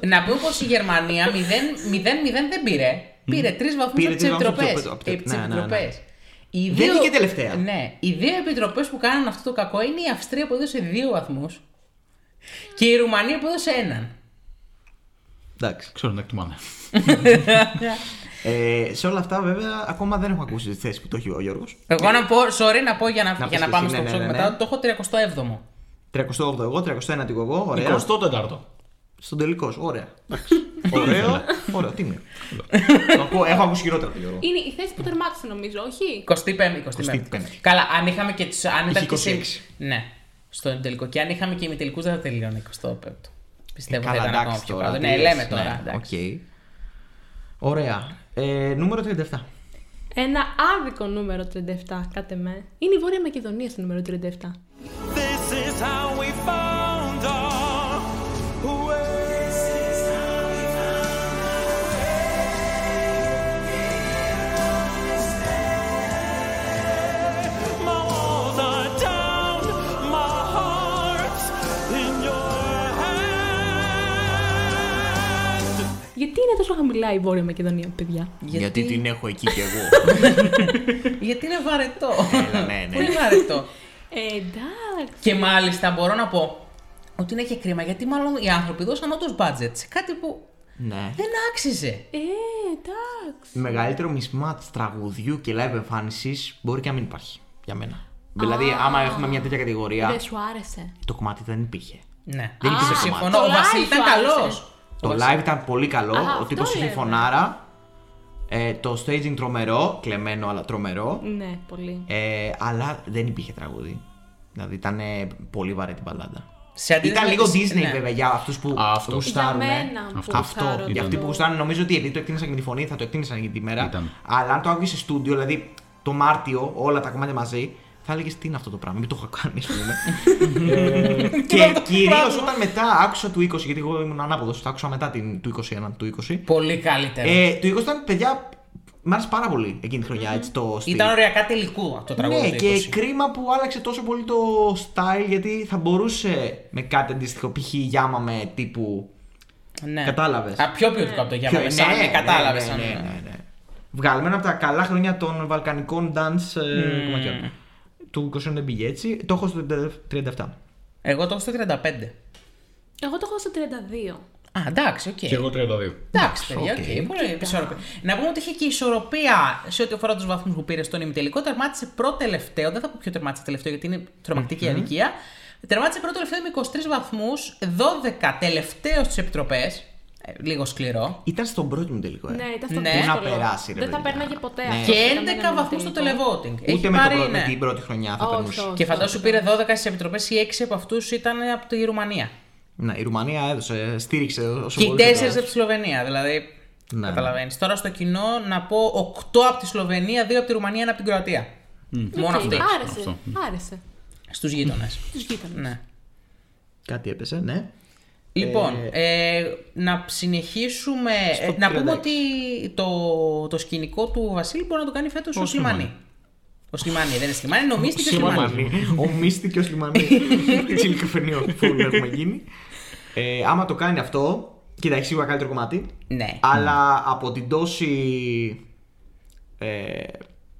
B: Να πούμε πω η Γερμανία 0-0 δεν πήρε. Πήρε τρεις βαθμούς
C: Πήρε
B: από τις
C: τρεις βαθμούς από
B: επιτροπέ.
C: τις επιτροπές. Ναι, ναι, ναι.
B: Οι
C: Δεν
B: δύο-
C: βγήκε τελευταία.
B: Ναι. Οι δύο επιτροπές που κάνανε αυτό το κακό είναι η Αυστρία που έδωσε δύο βαθμούς και η Ρουμανία που έδωσε έναν.
C: Εντάξει.
D: Ξέρω να εκτιμάνε.
C: Ε, σε όλα αυτά βέβαια ακόμα δεν έχω ακούσει τη θέση που το έχει ο Γιώργος.
B: Εγώ να πω, sorry να πω για να,
C: Ναι. πεις
B: για
C: και
B: να πάμε
C: εσύ,
B: στο
C: ναι,
B: ψόκι
C: ναι, ναι,
B: μετά,
C: ναι.
B: το έχω 37ο.
C: 38 εγώ, 31 εγώ, εγώ, ωραία.
D: 24ο.
C: Στον τελικό σου, ωραία. ωραίο, ωραίο, τι είναι. [LAUGHS] Το ακούω, έχω ακούσει χειρότερα από τον Γιώργο.
E: Είναι η θέση που τερμάτισε νομίζω, όχι.
B: 25η, 25η.
C: 25η.
B: Καλά, αν είχαμε και τις, αν ήταν και
C: 26.
B: σε, Ναι, στον τελικό. Και αν είχαμε και ημιτελικού δεν θα τελειώνει 25ο. Πιστεύω θα
C: Ε, Καλά,
B: ήταν ακόμα
C: εντάξει
B: πιο
C: τώρα.
B: κάτω.
C: τι
B: Ναι,
C: λες,
B: λέμε τώρα.
C: ναι,
B: εντάξει.
C: οκ. Ωραία. Ε, νούμερο 37.
E: Ένα άδικο νούμερο 37, κάτε με. Είναι η Βόρεια Μακεδονία στο νούμερο 37.
G: This is how we found our way. My walls are down, my heart's in your hand.
E: Γιατί είναι τόσο χαμηλά η Βόρεια Μακεδονία, παιδιά.
B: Γιατί, γιατί,
C: έχω εκεί και
E: [LAUGHS]
C: εγώ.
B: είναι βαρετό.
C: Έλα, ναι, ναι.
B: Πολύ βαρετό.
E: Ε, εντάξει.
B: και μάλιστα μπορώ να πω ότι είναι και κρίμα γιατί μάλλον οι άνθρωποι δώσαν όντως budget σε κάτι που
C: ναι.
B: δεν άξιζε.
E: Ε, εντάξει.
C: Μεγαλύτερο mismatch τραγουδιού και live εμφάνισης μπορεί και να μην υπάρχει για μένα. Δηλαδή, άμα έχουμε μια τέτοια κατηγορία,
E: Δεν σου άρεσε.
C: το κομμάτι δεν υπήρχε.
B: Ναι,
C: Δεν υπήρχε κομμάτι.
B: συμφωνώ. Ο
E: live
B: Βασίλη ήταν
E: σου άρεσε.
B: καλός.
C: Το live ήταν πολύ καλό,
E: Α,
C: ο
E: αυτό
C: τύπος είχε
E: λέμε.
C: φωνάρα. Ε, το staging τρομερό, κλεμμένο αλλά τρομερό.
E: Ναι, πολύ.
C: Ε, αλλά δεν υπήρχε τραγούδι. Δηλαδή ήταν ε, πολύ βαρέτη μπαλάντα.
B: Σε αντίθεση
C: Ήταν
B: με
C: λίγο
B: τις-
C: Disney
B: ναι.
C: βέβαια για αυτούς που
D: Α, αυτό.
C: γουστάρουν.
E: Για
C: ε.
E: μένα που
C: αυτό.
E: γουστάρω
C: αυτό.
E: το-
C: Για αυτοί που γουστάρουν νομίζω ότι επειδή το εκτίμησαν και τη φωνή θα το εκτίμησαν και τη μέρα.
D: Ήταν.
C: Αλλά αν το άκουγε σε στούντιο, δηλαδή το Μάρτιο, όλα τα κομμάτια μαζί, θα έλεγες τι είναι αυτό το πράγμα, μην το έχω κάνει, ας [LAUGHS] πούμε. Ε, και κυρίω όταν μετά άκουσα του 20, γιατί εγώ ήμουν ανάποδος, το άκουσα μετά την, του 21, του 20.
B: Πολύ καλύτερο.
C: Ε, το 20 ήταν παιδιά. Μ' άρεσε πάρα πολύ εκείνη τη χρονιά. Έτσι, το στυλ.
B: Ήταν ωριακά τελικού αυτό το τραγούδι.
C: Ναι,
B: του
C: και
B: 20.
C: κρίμα που άλλαξε τόσο πολύ το style γιατί θα μπορούσε με κάτι αντίστοιχο. Π.χ. η Γιάμα με τύπου.
B: Ναι.
C: Κατάλαβες.
B: Α, πιο ποιοτικό από το Γιάννη.
C: Πιο-
B: σαν, ναι, κατάλαβες.
C: ναι, ναι, ναι, ναι. Βγάλουμε ένα από τα καλά χρόνια των βαλκανικών dance
B: Mm.
C: ε, κομματιών. Του 20 δεν πήγε έτσι. Το έχω στο 37.
B: Εγώ το έχω στο 35.
E: Εγώ το έχω στο 32.
B: Α, εντάξει, οκ.
D: Και εγώ 32.
B: Εντάξει, παιδιά, οκ.
C: οκ.
B: Πολύ ισορροπή. Να πούμε ότι είχε και ισορροπία σε ό,τι αφορά τους βαθμούς που πήρε στον ημιτελικό. Τερμάτισε πρώτο-τελευταίο. Δεν θα πω ποιο τερμάτισε τελευταίο, γιατί είναι τρομακτική αδικία. Τερμάτισε πρώτο-τελευταίο με 23 βαθμού, 12 τελευταίος στις επιτροπές. Ε, Λίγο σκληρό.
C: Ήταν στον πρώτο μου τελικό. Ε.
E: Ναι, ήταν στο
B: Ναι.
E: δύσκολο.
C: Πού να περάσει, ρε
E: Δεν θα
C: παιδιά.
E: πέρναγε ποτέ.
C: Ναι.
E: αυτό.
B: Και
E: Ήταν
B: 11
E: ένα
B: βαθμούς στο
E: τελικό.
B: televoting.
C: Ούτε
B: Έχει
C: με, το
B: πάρει,
C: πρώτο- με
B: ναι.
C: την πρώτη χρονιά θα
E: λοιπόν. Όχι,
C: περνούσε.
E: όχι.
B: Και φαντάσου πήρε 12 στις επιτροπές, οι 6 από αυτούς ήταν από τη Ρουμανία.
C: Ναι, η Ρουμανία έδωσε, στήριξε όσο
B: Και οι
C: μπορούσε.
B: τέσσερι από τη Σλοβενία, δηλαδή.
C: Ναι.
B: Καταλαβαίνεις. Τώρα στο κοινό να πω 8 από τη Σλοβενία, 2 από τη Ρουμανία, 1 από την Κροατία. Μόνο
E: Οκ,
B: αυτή.
E: Άρεσε. Άρεσε.
B: Στους γείτονες.
E: Του γείτονες.
B: ναι.
C: Κάτι έπεσε, ναι.
B: Λοιπόν, ε, να συνεχίσουμε.
C: Στο
B: ε, να πούμε
C: 36.
B: ότι το, το σκηνικό του Βασίλη μπορεί να το κάνει φέτος ο Σλιμανί. Ο Σλιμανί, δεν είναι Σλιμανί,
C: [LAUGHS]
B: νομίστηκε ο Σλιμανί.
D: [LAUGHS]
C: Λιμανί. Ο Μίστη και ο Σλιμανί. Έτσι ειλικρινό φούλ έχουμε γίνει. Ε, άμα το κάνει αυτό, κοίτα, έχει σίγουρα καλύτερο κομμάτι.
B: Ναι.
C: Αλλά από την τόση. Ε,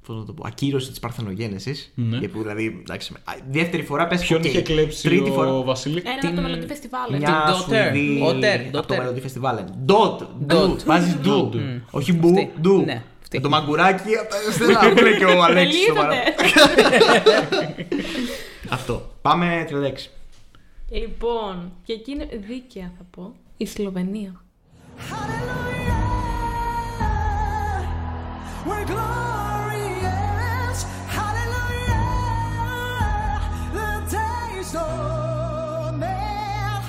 C: πώς να το πω, ακύρωση της Παρθενογένεσης.
D: Ναι.
C: που δηλαδή. Εντάξει, α, δεύτερη φορά πες
D: Ποιον
C: οκ,
D: είχε κλέψει
C: Τρίτη
D: ο
C: φορά.
D: Βασίλη.
E: Ένα από
B: Την-
E: το μελλοντικό φεστιβάλ. έτσι. [LAUGHS]
C: Μια
B: Daughter.
C: Σουηδή
B: Daughter,
C: από το
B: Daughter.
C: Melody Festival. Ντότ.
B: Dot.
C: Βάζεις ντου.
D: Dot.
C: Όχι μπου,
B: Αυτή.
C: ντου.
B: Ναι, αυτή.
C: Με το μαγκουράκι από τα
B: [LAUGHS]
C: αριστερά. που λέει και ο Αλέξης στο παρά-
E: Τελείωτε.
C: Αυτό. Πάμε 36.
E: [LAUGHS] Λοιπόν, και εκεί είναι δίκαια θα πω. Η Σλοβενία.
G: We're glorious. Hallelujah. The days don't end.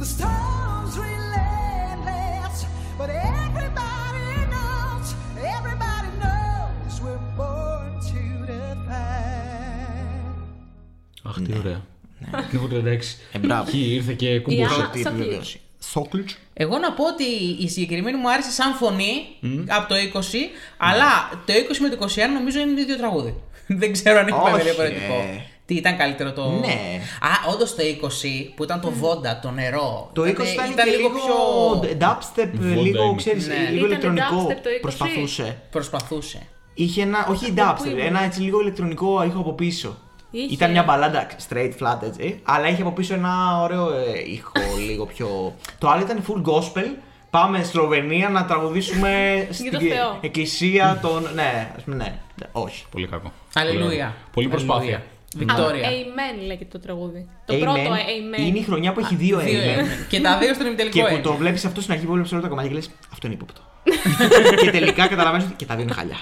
G: The storms relentless. But everybody knows, everybody knows we're born to defy.
D: Αχ,
C: Ναι.
D: τι ωραία. Λίγο 36.
C: Ε, μπράβο.
D: Εκεί ήρθε και
E: Η
D: κουμπούσε.
E: Άννα Σόκλιτς.
C: Σόκλιτς.
B: Εγώ να πω ότι η συγκεκριμένη μου άρεσε σαν φωνή από το 20, αλλά το 20 με το 21 νομίζω είναι το ίδιο τραγούδι. [LAUGHS] Δεν ξέρω αν υπάρχει
C: Όχι,
B: διαφορετικό.
C: ε.
B: Τι ήταν καλύτερο το.
C: Ναι.
B: Α, όντως το 20 που ήταν το βόντα, το νερό.
E: Ε,
C: Το 20 ήταν, και λίγο πιο dubstep,
D: Βόντα
C: λίγο,
D: είναι.
C: ξέρεις,
B: Ναι.
C: λίγο
E: Ήταν
C: ηλεκτρονικό
E: dubstep το 20.
C: προσπαθούσε.
B: Προσπαθούσε.
C: Είχε ένα, όχι
E: που
C: dubstep,
E: είναι.
C: ένα έτσι λίγο ηλεκτρονικό ήχο από πίσω.
E: Είχε.
C: Ήταν μια μπαλάντα straight flat έτσι, αλλά είχε από πίσω ένα ωραίο ε,
E: [LAUGHS]
C: ήχο λίγο πιο... το άλλο ήταν full gospel, πάμε Σλοβενία να τραγουδήσουμε στην
E: τον Θεό.
C: εκκλησία των... ναι, ας πούμε, ναι, ναι, όχι.
D: Πολύ κακό.
B: Αλληλούια.
D: Πολύ προσπάθεια.
B: Βικτόρια.
E: Amen λέγεται το τραγούδι. Το
C: Amen.
E: πρώτο ε, Amen.
C: Είναι η χρονιά που έχει δύο
B: Δύο
C: Amen.
B: M. και τα δύο στον
C: Και
B: ημιτελικό
C: που
B: M.
C: το βλέπεις αυτό στην αρχή που βλέπεις όλα τα κομμάτια και λες: Αυτό είναι ύποπτο. [LAUGHS] και τελικά καταλαβαίνεις ότι και τα δύο είναι χαλιά.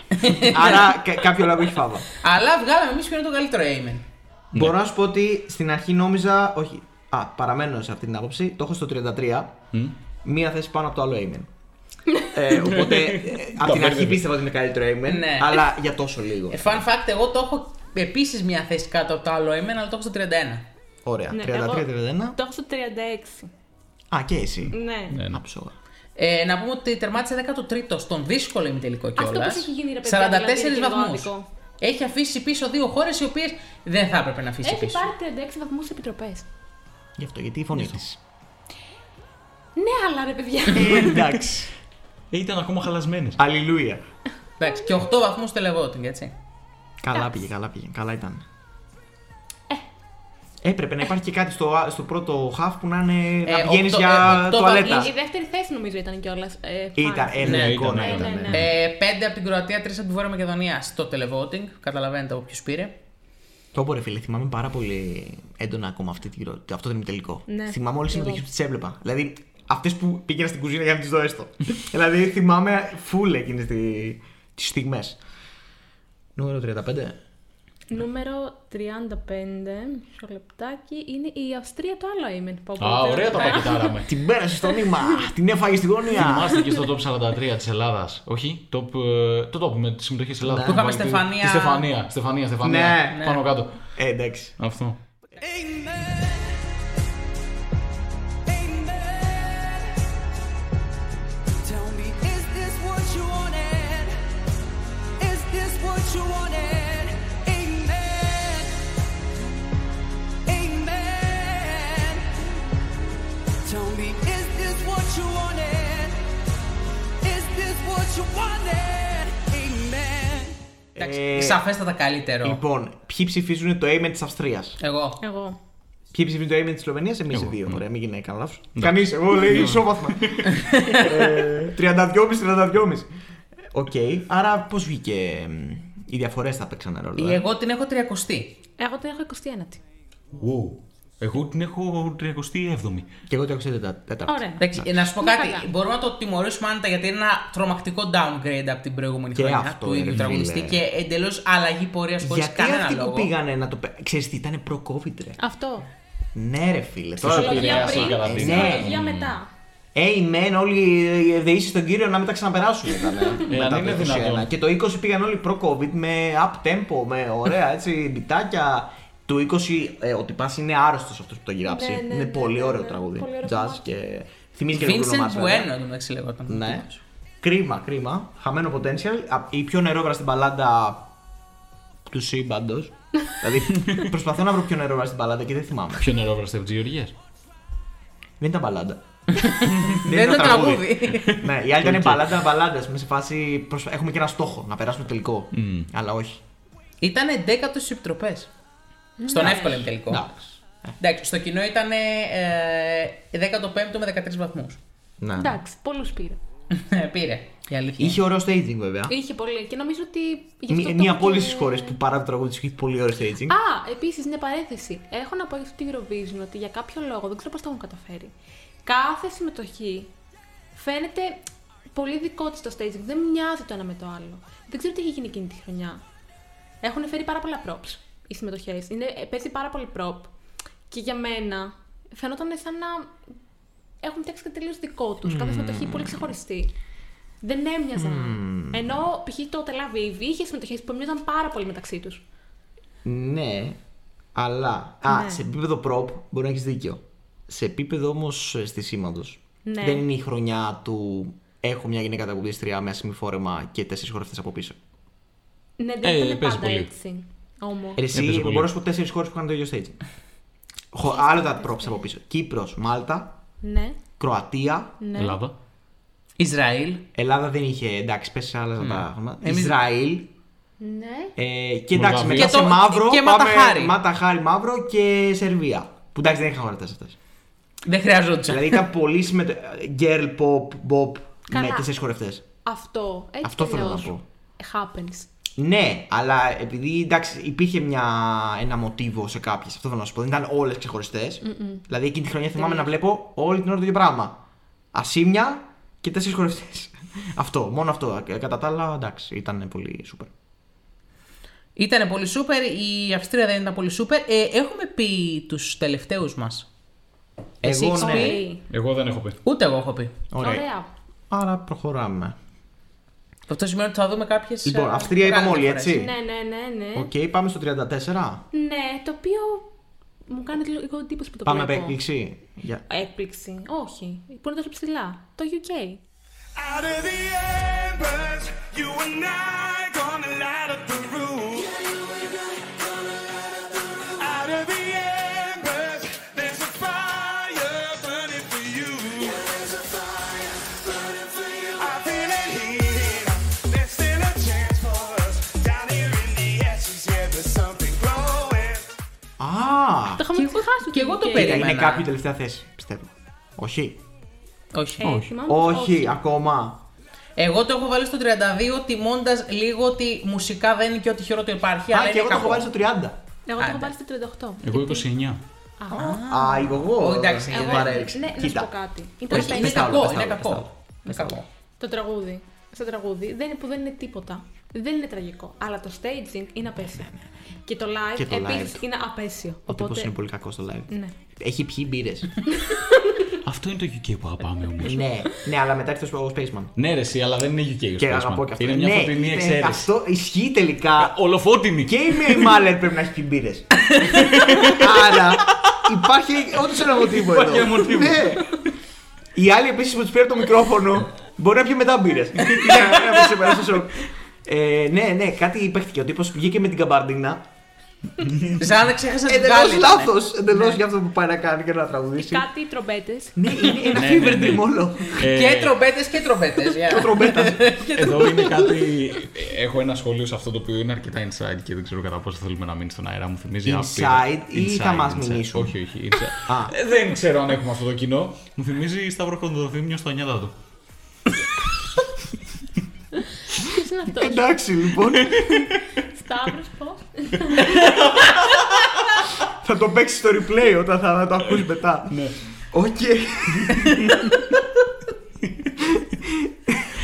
C: Άρα κα- κάποιο λόγο έχει φάβα.
B: Αλλά βγάλαμε εμείς ποιο είναι το καλύτερο Amen.
C: Μπορώ να σου πω ότι στην αρχή νόμιζα. Όχι. Α, παραμένω σε αυτή την άποψη. Το έχω στο 33. Μία θέση πάνω από το άλλο
E: [LAUGHS]
C: Amen. ε, οπότε από την αρχή
D: μπέρδευε.
C: πίστευα ότι είναι καλύτερο Amen,
B: Ναι.
C: αλλά για τόσο λίγο.
B: Ε, Fun fact, εγώ το έχω επίσης μια θέση κάτω από το άλλο Amen, αλλά το έχω στο 31.
C: Ωραία.
E: Ναι,
C: 33-31.
E: εγώ Το έχω στο 36.
C: Α, και εσύ.
E: Ναι.
D: Ναι, ναι.
C: Άψογα.
B: Ε, να πούμε ότι τερμάτισε 13ο στον δύσκολο ημιτελικό
E: Αυτό
B: κιόλας.
E: πώς έχει γίνει, ρε παιδιά, δηλαδή, είναι
B: βαθμού.
E: κερδοάδικο.
B: Έχει αφήσει πίσω δύο χώρες οι οποίες δεν θα έπρεπε να αφήσει
E: Έχει
B: πίσω.
E: πάρει 36 βαθμούς σε επιτροπές.
C: Γι' αυτό, γιατί η φωνή της.
E: Ναι, αλλά ρε
C: [LAUGHS]
E: παιδιά.
C: Εντάξει.
D: Ε, Ήταν ακόμα χαλασμένες.
C: Αλληλούια.
B: Εντάξει, και 8 βαθμούς στο Λεβότινγκ, έτσι.
C: Καλά πήγε, καλά πήγε. Καλά ήταν. Έπρεπε να υπάρχει και κάτι στο, στο πρώτο half που να, είναι, να
B: Ε,
C: πηγαίνει
B: οκτώ- ε,
C: για
B: οκτώ
C: τουαλέτα.
E: Η- Η δεύτερη θέση νομίζω ήταν κιόλας. Ε,
C: Ήταν,
E: φάνηκε.
C: ε, ναι,
D: Ναι,
C: εικόνα
D: ήταν,
C: ήταν.
E: ναι, ναι.
C: ναι.
B: Ε, 5 από την Κροατία, 3 από τη Βόρεια Μακεδονία στο televoting. Καταλαβαίνετε από ποιους πήρε.
C: Το πω ρε φίλε, θυμάμαι πάρα πολύ έντονα ακόμα αυτή την, γυρο- αυτό το ημιτελικό.
E: Ναι,
C: Θυμάμαι όλες τις
E: εγώ.
C: συμμετοχές που τις έβλεπα. Δηλαδή αυτές που πήγαινα στην κουζίνα για να τις δω έστω. δηλαδή θυμάμαι full εκείνες τις στιγμές. Νούμερο 35.
E: Νούμερο 35, μισό λεπτάκι, είναι η Αυστρία το άλλο Amen. που
D: Α,
E: ακούγεται.
D: ωραία τα πακετάραμε.
C: Την πέρασε στο νήμα! την έφαγε στη γωνία!
D: Είμαστε και στο top 43 της Ελλάδας. Όχι, top, ε, το top με τη συμμετοχή της Ελλάδας.
C: Που
B: είχαμε
D: Τη
B: Στεφανία.
D: Στεφανία, Στεφανία, Στεφανία.
C: Ναι, ναι.
D: Πάνω κάτω.
C: ε, εντάξει.
D: Αυτό.
G: Tell me, is this what you wanted? Is this what you wanted? Amen. Amen. Tell me, is this what you wanted? Is this what you wanted? Amen.
B: Εντάξει,
C: Ε,
B: σαφέστατα καλύτερο.
C: Λοιπόν, ποιοι ψηφίζουν το Amen της Αυστρίας.
B: Εγώ.
E: Εγώ.
C: Ποιοι ψηφίζουν το Amen της Σλοβενίας, εμείς οι δύο. Ωραία, μην γίνει κανένα λάθος. Κανείς, εγώ λέει ισόβαθμα. 32,5-32,5. Οκ, άρα πώς βγήκε. μ, Οι διαφορές θα παίξαν ρόλο.
B: Ή
C: ε?
B: εγώ την έχω 30η.
E: Εγώ την έχω 21η.
D: Wow. Εγώ την έχω 37η.
C: Και εγώ το έχω σε τέταρτο.
E: Ωραία.
B: Εντάξει, ε, να σου πω
E: Ναι,
B: κάτι.
E: καλά.
B: Μπορούμε να το τιμωρήσουμε άνετα γιατί είναι ένα τρομακτικό downgrade από την προηγούμενη
C: Και
B: χρονιά
C: αυτό,
B: του
C: ρε
B: ίδιου
C: φίλε.
B: τραγουδιστή και εντελώς αλλαγή πορείας χωρίς
C: Γιατί
B: κανένα
C: αυτοί που
B: λόγο.
C: πήγανε να το. πε- Ξέρεις τι, ήταν προ-COVID, ρε.
E: Αυτό.
C: Ναι, ρε φίλε. Ε,
D: Τώρα
C: το
E: Ψυχολογία
D: επηρεάζει η Ναι.
E: πριν,
D: καραντίνα.
C: ναι.
E: ψυχολογία μετά.
C: Amen, όλοι οι ευδεήσει στον κύριο να μην τα
E: [LAUGHS]
C: ξαναπεράσουν. Ήταν,
D: Ε, αν είναι δυνατόν.
C: Και το 20 πήγαν όλοι προ-COVID με up tempo, με
E: [LAUGHS]
C: ωραία έτσι μπιτάκια. Το 20 ε, ο Τυπάς είναι άρρωστος αυτός που το έχει γράψει.
E: Ναι, ναι,
C: είναι
E: ναι,
C: πολύ
E: ναι,
C: ωραίο
E: ναι,
C: τραγούδι.
E: πολύ ωραίο
C: Jazz
E: κομμάτι.
C: και. Θυμίζει και τον Bruno
B: Vincent
C: Mars, βέβαια.
B: Bueno, εντάξει λεγόταν.
C: Ναι. Κρίμα, κρίμα. Χαμένο potential. Α, Η πιο νερόβρα στην παλάντα του σύμπαντος.
E: [LAUGHS]
C: δηλαδή προσπαθώ να βρω πιο νερόβρα στην παλάντα και δεν θυμάμαι.
D: Ποιο νερό βραστε από τι Γεωργίε.
C: Δεν
B: [LAUGHS]
C: ήταν μπαλάντα.
B: Δεν ήταν τραγούδι.
C: ναι, η άλλη ήταν μπαλάντα, μπαλάντα. Με σε φάση προσπα- έχουμε και ένα στόχο να περάσουμε το τελικό. Αλλά όχι.
B: Ήταν 11ο στις επιτροπές. Στον εύκολο τελικό.
C: Εντάξει.
B: Εντάξει, στο κοινό ήταν ε, 15ο με 13 βαθμούς.
C: Ναι.
E: Εντάξει, πολλούς πήρε.
B: [LAUGHS] Πήρε. Η αλήθεια.
C: Είχε ωραίο staging βέβαια.
E: Είχε πολύ και νομίζω ότι. Ε, γι' αυτό
C: Μία,
E: το
C: μία
E: έχω
C: από όλες
E: και-
C: τις χώρες που παρά το τραγούδι τους έχει πολύ ωραίο staging.
E: Α, επίσης, μια παρένθεση. Έχω να πω για αυτή την Eurovision ότι για κάποιο λόγο, δεν ξέρω πώς το έχουν καταφέρει. Κάθε συμμετοχή φαίνεται πολύ δικό της το staging. Δεν μοιάζει το ένα με το άλλο. Δεν ξέρω τι έχει γίνει εκείνη τη χρονιά. Έχουν φέρει πάρα πολλά props οι συμμετοχές. Παίζει πάρα πολύ prop. Και για μένα φαινόταν σαν να έχουν φτιάξει κάτι τελείως δικό τους. Κάθε συμμετοχή πολύ ξεχωριστή. Δεν έμοιαζαν. Ενώ π.χ. το Τελαβίβι είχε συμμετοχές που έμοιαζαν πάρα πολύ μεταξύ τους.
C: Ναι, αλλά. Α,
E: Ναι.
C: σε επίπεδο prop μπορεί να έχεις δίκιο. Σε επίπεδο όμως στισήματο.
E: Ναι.
C: Δεν είναι η χρονιά του. Έχω μια γυναίκα τραγουδίστρια με ασημή φόρεμα και τέσσερις χορευτές από πίσω.
E: Ναι,
D: Ε,
E: δεν ήταν
D: παίζει
E: πάντα
D: πολύ.
E: έτσι. Όμω.
C: Ε, Εσύ
D: Έπαιζε
C: μπορώ
D: πολύ.
C: να σου πω τέσσερις χώρες που κάνουν το ίδιο stage. Χω, άλλο τα props από πίσω. Κύπρος, Μάλτα,
E: Ναι,
C: Κροατία.
E: ναι.
D: Ελλάδα.
B: Ισραήλ.
C: Ελλάδα δεν είχε. Εντάξει, πες σε άλλα
D: Ναι.
C: τα χρώματα.
B: Εμείς-
C: Ισραήλ.
E: Ναι.
C: Ε, και εντάξει,
D: Μολδαβία.
C: μετά
B: Και
C: σε
B: το-
C: μαύρο.
B: και
C: πάμε
B: Ματαχάρι.
C: Ματαχάρι μαύρο και Σερβία. Που εντάξει δεν είχαν χωρί αυτέ.
B: [LAUGHS] Δεν χρειαζόταν.
C: δηλαδή ήταν πολύ συμμετοχή. Girl pop, bop με
E: Καλά.
C: τέσσερις χορευτές.
E: Αυτό. Έτσι
C: Αυτό
E: κι
C: θέλω να
E: αλλιώς
C: πω.
E: Happens.
C: Ναι, αλλά επειδή εντάξει, υπήρχε μια, ένα μοτίβο σε κάποιες, αυτό θέλω να σου πω. Δεν ήταν όλες ξεχωριστές. Δηλαδή εκείνη τη χρονιά θυμάμαι να βλέπω όλη την ώρα το ίδιο πράγμα. Ασίμια και τέσσερις χορευτέ. [LAUGHS] αυτό, μόνο αυτό. Ε, Κατά τα άλλα, εντάξει, ήταν πολύ super.
B: Ήταν πολύ σούπερ, η Αυστρία δεν ήταν πολύ σούπερ. Ε, έχουμε πει τους τελευταίους μας. Εσύ
C: Εγώ
B: έχεις
C: ναι.
B: πει?
E: Πολύ.
D: Εγώ δεν έχω πει.
B: Ούτε εγώ έχω πει.
C: Ωραία.
E: Ωραία.
C: Άρα προχωράμε.
B: Αυτό σημαίνει ότι θα δούμε ε, κάποιες.
C: Λοιπόν, Αυστρία είπαμε όλοι, έτσι.
E: Ναι, ναι, ναι, ναι.
C: Οκ, πάμε στο 34.
E: Ναι, το οποίο μου κάνει λίγο εντύπωση που το
C: Πάμε από
E: βλέπω.
C: έκπληξη. Για-
E: Έκπληξη. Όχι. Μπορεί να το έχει ψηλά. Το UK.
G: Out of the embers, you and I gonna light up the room. Out of the embers, there's a fire burning for you. I feel it here. There's still a chance for us. Down here in the ashes, yeah, there's something glowing.
C: Α!
E: Το είχαμε ξεχάσει.
B: και εγώ το
E: UK.
B: περίμενα.
C: Κοίτα, είναι κάποιο τελευταία θέση, πιστεύω. Όχι.
B: Όχι.
E: Ε, θυμάμαι πως
C: Όχι, ακόμα.
B: Εγώ το έχω βάλει στο 32 τιμώντας λίγο ότι μουσικά δεν είναι και ό,τι χειρότερο υπάρχει.
C: Α,
B: αλλά
C: και
B: είναι
C: εγώ το έχω
B: κακό.
C: βάλει στο 30.
E: Εγώ το
B: Άντε.
E: έχω βάλει στο 38.
D: Εγώ 29.
C: Α, εγώ.
B: Ω, εντάξει,
C: δεν
B: εγώ-
C: παρέλεξα.
E: Ναι, να σου
C: Κοίτα.
E: πω κάτι. Ήταν
B: Όχι, είναι
E: πέντε.
C: τα όλα,
B: κακό.
C: πες τα
B: Είναι
C: όλα, πες τα
B: κακό. Είναι κακό.
E: Το τραγούδι. Στο τραγούδι δεν είναι που δεν είναι τίποτα. Δεν είναι τραγικό. Αλλά το staging είναι απέσιο. Και το live,
C: Και το live.
E: επίσης είναι απέσιο.
C: Ο τύπος
E: Οπότε.
C: είναι πολύ κακός στο live.
E: Ναι.
C: Έχει πιει μπύρες.
D: Αυτό είναι το UK που αγαπάμε όμως.
C: ναι, ναι, αλλά μετά ήρθε ο Spaceman.
D: ναι, ρε, εσύ, αλλά δεν είναι UK. ο
C: Και
D: Spaceman.
C: αγαπώ και αυτό.
D: Είναι μια
C: Ναι,
D: φωτεινή
C: ε,
D: εξαίρεση. Ε,
C: Αυτό ισχύει τελικά.
D: Ολοφότεινη.
C: Και η Μέι Μάλερ πρέπει να έχει πιει μπύρες.
D: [LAUGHS]
C: Άρα υπάρχει όντως ένα μοτίβο εδώ.
D: Υπάρχει ένα μοτίβο.
C: Ναι. Οι άλλοι επίσης που τους πήρε το μικρόφωνο μπορεί να πιει μετά μπύρες.
D: [LAUGHS]
C: Ναι, ναι, σε περάσει σοκ. Ε, ναι, ναι, κάτι υπέχτηκε. Ο τύπος βγήκε με την καμπαρντίνα.
B: Σαν να ξέχασα την
E: Ε,
C: Εντελώ
E: ναι.
B: κάλλη.
C: λάθο.
D: Ναι.
C: Εντελώ για αυτό που πάει να κάνει και να τραγουδήσει.
E: Κάτι τρομπέτες.
C: Ναι, είναι ένα
D: Ναι, ναι,
C: fever
D: ναι.
C: dream όλο.
D: Ε,
B: Και τρομπέτες και τρομπέτες.
C: Τρομπέτα.
D: Εδώ είναι κάτι. Έχω ένα σχόλιο σε αυτό το οποίο είναι αρκετά inside και δεν ξέρω κατά πόσο θέλουμε να μείνει στον αέρα. Μου θυμίζει.
C: Inside
D: άπειρα-
C: ή θα
D: Inside,
C: μας
D: inside.
C: μηνύσουν?
D: Όχι, όχι. inside. Ε, Δεν ξέρω αν έχουμε αυτό το κοινό. Μου θυμίζει Σταύρο Κοντοδοθήμιο στο 9 του.
E: Ποιος είναι αυτός.
C: Εντάξει λοιπόν,
E: Σταύρος πώς. Ε,
C: θα το παίξεις στο replay όταν θα το ακούσει μετά. Οκ.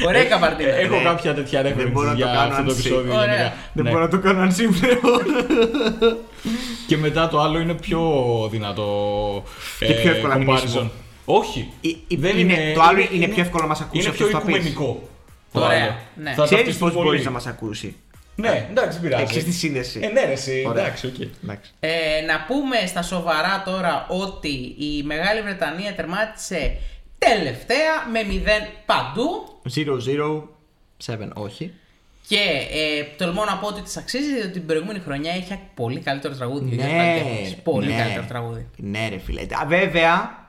B: Ωραία καμπαρτίνα.
D: Ε, Έχω
C: ναι.
D: κάποια τέτοια
C: Δεν μπορώ
D: references
C: να το
D: για
C: κάνω
D: αυτό το
C: unsee.
D: επεισόδιο.
B: Ωραία.
D: γενικά.
C: Δεν
D: Ναι.
C: μπορώ να το κάνω αν συμφέρον.
D: Και μετά το άλλο είναι πιο δυνατό. ε,
C: Και πιο εύκολα
D: comparison.
C: μηνύσιμο.
D: Όχι. Δεν είναι-
C: Το άλλο
D: είναι-
C: είναι πιο εύκολο να μας ακούσεις.
D: Είναι πιο οικουμενικό. το
B: Ωραία,
D: άλλο.
B: ναι.
D: Θα
C: Ξέρει
D: ταυτιστούν
C: πώς μπορείς
D: πολύ.
C: να μας ακούσει.
D: Ναι, εντάξει, δεν πειράζει.
C: Εξή Ε, τη σύνδεση.
D: Ε, ναι, ρε, εσύ,
C: Ωραία.
D: εντάξει, οκ.
C: Εντάξει.
B: Ε, να πούμε στα σοβαρά τώρα ότι η Μεγάλη Βρετανία τερμάτισε τελευταία με 0 παντού
C: 0-0-7, όχι.
B: και ε, τολμώ να πω ότι της αξίζει διότι την προηγούμενη χρονιά είχε πολύ καλύτερο τραγούδι.
C: Ναι,
B: για τους καλλιτέχνες. πολύ
C: ναι.
B: καλύτερο τραγούδι.
C: Ναι, ρε φίλε. Α, Βέβαια,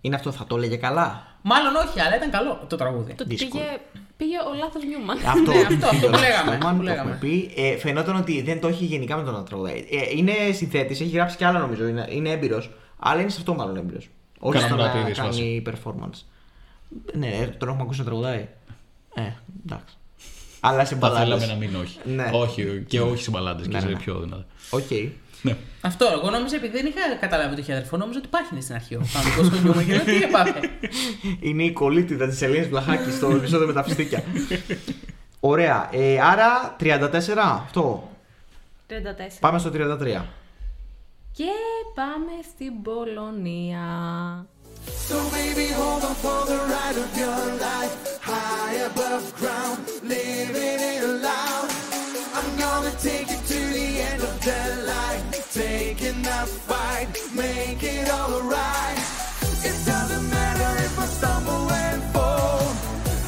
C: Είναι αυτό, θα το έλεγε καλά.
B: Μάλλον όχι, αλλά ήταν καλό το τραγούδι.
E: Το
C: Δύσκολο.
E: πήγε, πήγε ο λάθος Νιούμαν.
C: Αυτό,
B: Ναι, αυτό, αυτό που
C: Λόρις
B: λέγαμε,
C: Τούμαν,
B: που
C: το
B: λέγαμε.
C: έχουμε πει. Ε, φαινόταν ότι δεν το έχει γενικά με τον Ατρολέ. Ε, είναι συνθέτης, έχει γράψει κι άλλα νομίζω. Είναι, είναι έμπειρος. Αλλά είναι σε αυτό μάλλον έμπειρος. Όχι
D: Κάναμε
C: στο να
D: κάτι ίδιες
C: κάνει performance. Ναι, ε, τον έχουμε ακούσει να τραγουδάει. Ε, εντάξει. Αλλά σε
D: Θα
C: μπαλάδες.
D: θέλαμε να μην όχι.
C: Ναι.
D: Όχι, και όχι σε μπαλάντες,
C: Ναι,
D: και σε
C: ναι.
D: πιο δυνατά.
C: Οκ.
D: Ναι.
B: Αυτό, εγώ νόμιζα επειδή δεν είχα καταλάβει ότι είχε αδερφό, νόμιζα ότι υπάρχει στην αρχή. Ο κανονικό του Νιούμαν και λέω, τι έπαθε.
C: Είναι η κολλήτιδα της Ελένης Βλαχάκης στο επεισόδιο με τα φιστίκια. Ωραία. Ε, άρα 34, αυτό.
E: 34.
C: Πάμε στο 33.
E: Και πάμε στην Πολωνία.
G: So baby, hold on for the ride of your life. High above ground, living it loud. I'm gonna take you to the end of the line. Taking that fight, make it all alright. It doesn't matter if I stumble and fall.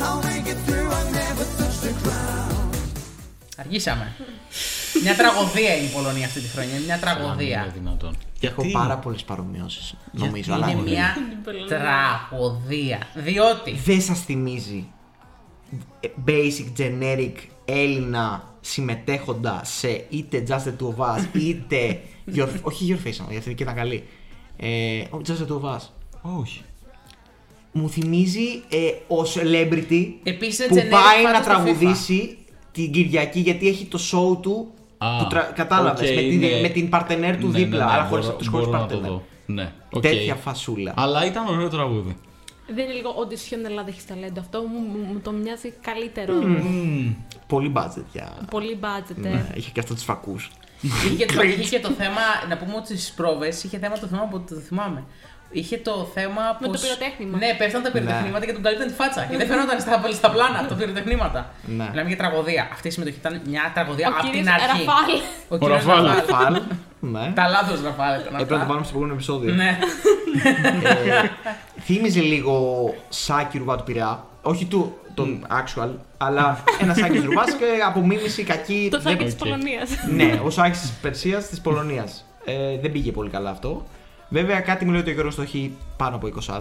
G: I'll make it through, I never touch the ground.
B: Αργήσαμε. Μια τραγωδία είναι η Πολωνία αυτή τη χρονιά. Μια
D: Είναι
B: τραγωδία.
D: δυνατόν.
C: Έχω πάρα πολλές παρομοιώσεις, νομίζω. Αλλά
B: Είναι μια τραγωδία. Διότι.
C: δεν σας θυμίζει ε, basic generic Έλληνα συμμετέχοντα σε είτε Just the Two of
B: [LAUGHS]
C: Us είτε. your, όχι Your Face, γιατί και ήταν καλή. Ε, just the Two of Us.
D: Όχι.
C: Μου θυμίζει ε, ο celebrity
B: Επίσης είναι
C: που
B: generic
C: πάει
B: φάτος στο
C: να τραγουδήσει την Κυριακή γιατί έχει το show του.
D: Α,
C: που τρα- κατάλαβες,
D: οκ,
C: με, την,
D: ναι.
C: με την παρτενέρ του
D: Ναι, ναι,
C: δίπλα,
D: ναι,
C: αλλά
D: μπορώ-
C: χωρίς, τους χωρίς
D: μπορώ να το
C: partner.
D: δω. Ναι, οκ.
C: Τέτοια φασούλα.
D: Αλλά ήταν ωραίο τραγούδι.
E: Δεν είναι λίγο audition Ελλάδα έχεις ταλέντο. Αυτό μου, μου, μου το μοιάζει καλύτερο.
C: Πολύ budget για...
E: Πολύ budget.
C: [LAUGHS]
E: ε.
C: Ναι, είχε και αυτό τους φακούς.
B: Είχε το, είχε το θέμα, να πούμε ότι στις πρόβες είχε θέμα το θέμα που το θυμάμαι. Είχε το θέμα
E: Με το
B: πως-
E: πυροτέχνημα.
B: Ναι, πέφτανε τα πυροτεχνήματα και τον καλύπταν τη φάτσα. Και δεν φαινόταν στα, στα πλάνα από τα πυροτεχνήματα.
C: Ναι.
B: Μιλάμε για τραγωδία. Αυτή η συμμετοχή ήταν μια τραγωδία
E: Ο
B: από την
E: κύριος
B: αρχή.
E: Ραφάλ.
B: Ο
D: Ο
B: κύριος
D: Ραφάλ.
B: Ραφάλ.
C: Φαλ.
B: [LAUGHS]
C: Ναι.
B: Τα λάθος Ραφάλ. ήταν
C: Έπρεπε να το
B: αυτά.
C: βάλουμε στο επόμενο επεισόδιο.
B: Ναι.
C: Θύμιζε λίγο Σάκη Ρουβά του Πειραιά. Όχι του, τον actual, αλλά ένα Σάκης Ρουβάς και από μίμηση κακή.
E: Το
C: δεν-
E: σάκι της
D: οκ.
E: Πολωνίας.
C: Ναι, ο Σάκης της Περσίας της Πολωνίας. Ε, δεν πήγε πολύ καλά αυτό. Βέβαια κάτι μου λέει ότι ο Γιώργος το έχει πάνω από 20.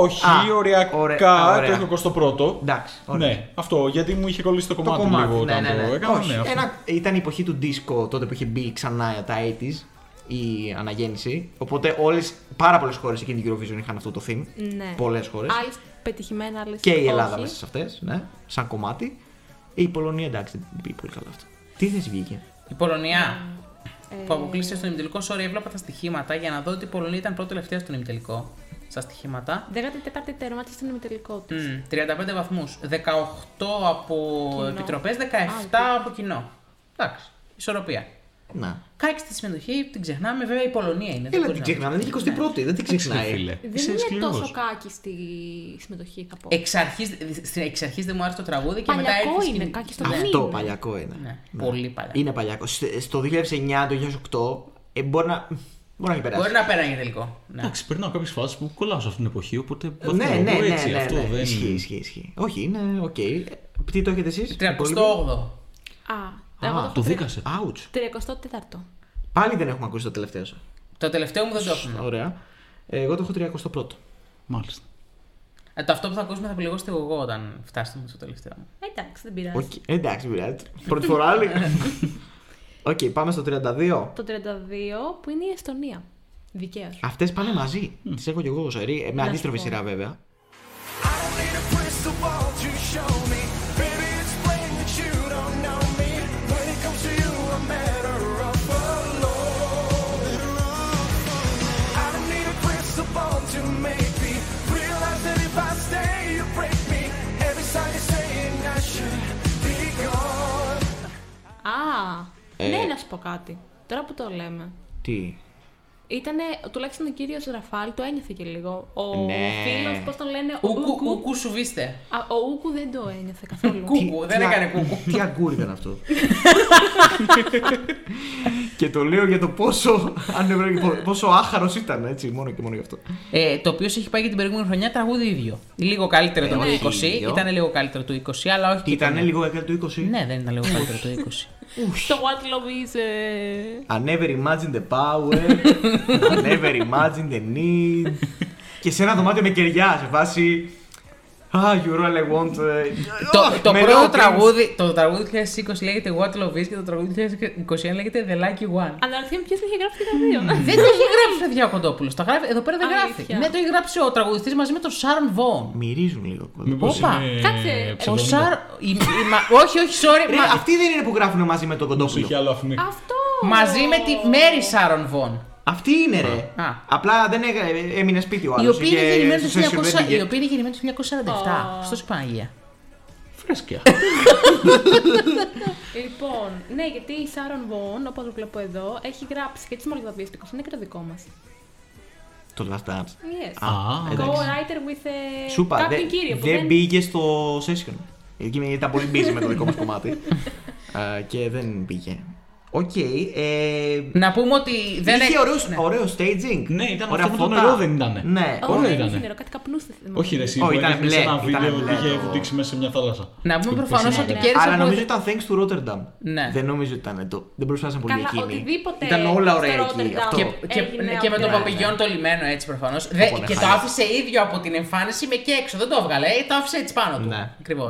D: Όχι,
C: Α,
D: οριακά.
C: ωραία, α, ωραία.
D: Το έχω 21ο.
C: Εντάξει, ωραία.
D: Ναι, αυτό γιατί μου είχε κολλήσει το κομμάτι, λίγο
C: ναι,
D: όταν
C: ναι, ναι.
D: το έκανα.
C: Όχι,
D: ναι, αυτό.
C: ένα, ήταν η εποχή του disco τότε που είχε μπει ξανά τα 80s η αναγέννηση. Οπότε όλες, πάρα πολλές χώρες εκείνη την Eurovision είχαν αυτό το theme.
E: ναι.
C: Πολλές χώρες.
E: Άλλε πετυχημένα, άλλες.
C: Και η Ελλάδα μέσα σε αυτές, ναι, σαν κομμάτι. Η Πολωνία εντάξει, δεν πήγε πολύ καλά αυτό. Τι θέση βγήκε.
B: Η Πολωνία.
E: Ε.
B: Που αποκλείστηκε στον ημιτελικό, sorry, έβλεπα τα στοιχήματα για να δω ότι η Πολωνία ήταν πρώτη τελευταία στον ημιτελικό. Στα στοιχήματα.
E: 14η τερμάτισε τον ημιτελικό της.
B: Μμμ, 35 βαθμού. 18 από
E: Κοινό.
B: επιτροπές, 17
E: Α,
B: από κοινό. Εντάξει. Ισορροπία.
C: Να.
B: Κάκιστη τη συμμετοχή, την ξεχνάμε, βέβαια η Πολωνία είναι. δεν
C: Έλα
B: μπορείς
C: την
B: να Ναι.
C: ξεχνάμε, δεν
B: πεις.
C: είναι 21η,
B: [LAUGHS]
C: δεν την
D: Εντάξει, ρε
C: ξεχνάει.
D: φίλε.
E: Δεν
D: Είσαι
E: είναι
D: σκληρός.
E: τόσο κάκη στη συμμετοχή, θα πω.
B: Εξ αρχής, στην- εξ αρχής δεν μου άρεσε το τραγούδι και μετά
E: Παλιακό
B: έρχεσαι
E: είναι,
B: και-
E: κάκη στο
B: Ναι.
E: μήνυμα.
C: Αυτό παλιακό είναι.
B: Ναι, πολύ παλιακό.
C: Είναι παλιακό. Στε- Στο 2009, το 2008, ε, μπορεί να. Μπορεί να έχει περάσει.
B: Μπορεί να πέρανε τελικό. Ναι.
D: Εντάξει, περνάω κάποιες φάσεις που κολλάω σε αυτήν την εποχή, οπότε
C: Ναι, ναι,
D: βαθμολογώ
C: ναι,
D: έτσι,
C: ναι,
D: αυτό
C: ναι.
D: δεν
C: Ισχύει, ισχύει, ισχύει. Όχι, είναι οκ. Ε, Τι το έχετε εσείς,
B: 38.
E: Α, εγώ
D: Το
E: έχω
D: δίκασε.
C: Άουτ.
E: 34ο.
C: Πάλι δεν έχουμε ακούσει το τελευταίο σου.
B: Το τελευταίο μου δεν το έχουμε.
C: Ωραία. Ε, Εγώ το έχω 31ο.
D: Μάλιστα.
B: Ε, Το αυτό που θα ακούσουμε θα πληγώσετε εγώ όταν φτάσουμε στο τελευταίο μου.
E: Ε, Εντάξει, δεν πειράζει.
C: Οκ, Εντάξει, μην πειράζει. Πρώτη φορά άλλη. Οκ, πάμε στο 32.
E: Το 32 που είναι η Εστονία. Δικαίως.
C: Αυτές πάνε μαζί. Τις έχω κι εγώ σερή, ε, με
E: σου
C: αντίστροφη
E: πω.
C: σειρά βέβαια.
G: I don't need a crystal ball to show me. Baby, it's plain that you don't know me. When it comes to you, I'm better off alone. I don't need a crystal ball to make me realize that if I stay, you break me. Every sign is saying I should be gone.
E: Α,
C: Ε.
E: ναι, να σου πω κάτι. Τώρα που το λέμε.
C: Τι.
E: Ήτανε, τουλάχιστον ο κύριος Ραφάλ το ένιωθε και λίγο. Ο
C: Ναι.
E: φίλος, πώς τον λένε, ο
B: Ουκου,
E: Ούκου.
B: ουκου σου βίστε.
E: Α, ο Ούκου δεν το ένιωθε καθόλου.
B: Κου-
C: Τι-
B: Κούκου, δεν
C: τι α-
B: έκανε κούκου.
C: Τι αγκούρι ήταν αυτό. και το λέω για το πόσο, ανεβρα- πόσο άχαρος ήταν, έτσι, μόνο και μόνο γι' αυτό.
B: Ε, το οποίο σε έχει πάει και την προηγούμενη χρονιά τραγούδι ίδιο. Λίγο
E: Ε,
B: καλύτερο ήταν το
C: Ναι.
B: 20,
C: Ίδιο.
B: ήταν λίγο καλύτερο το 20, αλλά όχι. και
C: Ήταν
B: το-
C: λίγο έκανε του 20.
B: Ναι, δεν ήταν λίγο καλύτερο το
C: [LAUGHS]
B: 20.
E: Το What Love is. ε,
C: I never imagined the power. I never imagined the need. και σε ένα δωμάτιο με κεριά σε βάση. Ah, you all I want. ε,
B: Το,
C: oh,
B: το
C: με
B: πρώτο
C: rockers».
B: τραγούdι, το τραγούδι του 2020 λέγεται What Love Is και το τραγούδι του 2021 λέγεται The Lucky One.
E: Αναρωτιέμαι ποιο έχει γράψει και τα δύο.
B: Δεν το έχει γράψει ο Διά Κοντόπουλο. Το γράφει, εδώ πέρα δεν γράφει.
E: Αλήθεια.
B: Ναι, το έχει γράψει ο τραγουδιστής μαζί με τον Σάρον Βόν.
C: Μυρίζουν λίγο κοντά.
D: Μήπως
B: Όπα,
D: είναι
E: κάτσε,
B: Ο
D: ψευδόνυμο.
B: Σάρ. η- η- μα- Όχι, όχι, sorry.
C: Ρε,
B: μα-
C: αυτοί δεν είναι που γράφουν μαζί με τον
D: Μήπως είχε
C: Κοντόπουλο.
D: άλλο αφημί.
E: Αυτό.
B: Μαζί με τη Μέρι Σάρον Βόν.
C: Αυτή είναι, ρε.
B: Α.
C: Απλά δεν έγρα- έμεινε σπίτι ο
B: Η
C: άλλος.
B: οποία είναι
C: είχε-
B: γεννημένη το
C: στο session
B: 1900
C: δεν
B: η
C: πήγε.
B: οποία είναι γεννημένη το 1947. Στο Σπάγια.
D: Φρέσκια.
E: Λοιπόν, ναι, γιατί η Σάρον Βον, όπως βλέπω εδώ, έχει γράψει και τι μολυβαβίε του 20, είναι και το δικό μας.
C: Το last dance.
E: Yes.
D: Α, εντάξει.
E: Co-writer with ε,
C: Σου είπα,
E: κάποιον
C: δεν-
E: κύριο που
C: δεν
E: δεν...
C: πήγε στο session. Εκεί με- ήταν πολύ busy με το δικό μας
B: [LAUGHS]
C: κομμάτι. Ε, και δεν πήγε. Οκ. ε,
B: Να πούμε ότι δεν
C: είχε
B: έχει.
C: ωραίος- ωραίος staging.
D: Ναι, ήταν
C: ωραία
D: αυτό με το
C: φώτα.
D: νερό, δεν ήτανε.
C: Ναι.
E: Όχι,
D: Ωραίο
E: δεν
D: ήτανε.
E: είχε νερό, κάτι καπνούσε. θυμάμαι.
D: Όχι, ρε, εσύ
C: Ω,
D: που
C: ήταν
D: έδειχνες
C: μπλε,
D: ένα
C: ήταν
D: βίντεο ότι
C: μπλε
D: είχε
C: το-
D: βουτήξει μέσα σε μια θάλασσα.
B: Να πούμε
D: Του
B: προφανώ
D: Πεσσινάκη.
B: ότι
E: ναι.
B: κέρδισε
C: Αλλά
B: από.
C: νομίζω ήταν thanks to Rotterdam.
B: Ναι.
C: Δεν νομίζω ότι ήταν το. Δεν προσπάθησαν πολύ
E: Καλά,
C: εκείνοι.
E: οτιδήποτε
C: Ήταν όλα
E: στο
C: ωραία εκεί.
E: Rotterdam.
C: Αυτό.
B: Και,
E: Έγινε
B: και, ναι, και με το
E: απειρά.
B: παπηγιόν το λιμένο έτσι προφανώς.
C: Οπότε
B: Και το
C: χάλια.
B: άφησε ίδιο από την εμφάνιση με και έξω. Δεν το έβγαλε. ε, Το άφησε έτσι πάνω του.
C: Ναι.
B: Ακριβώς.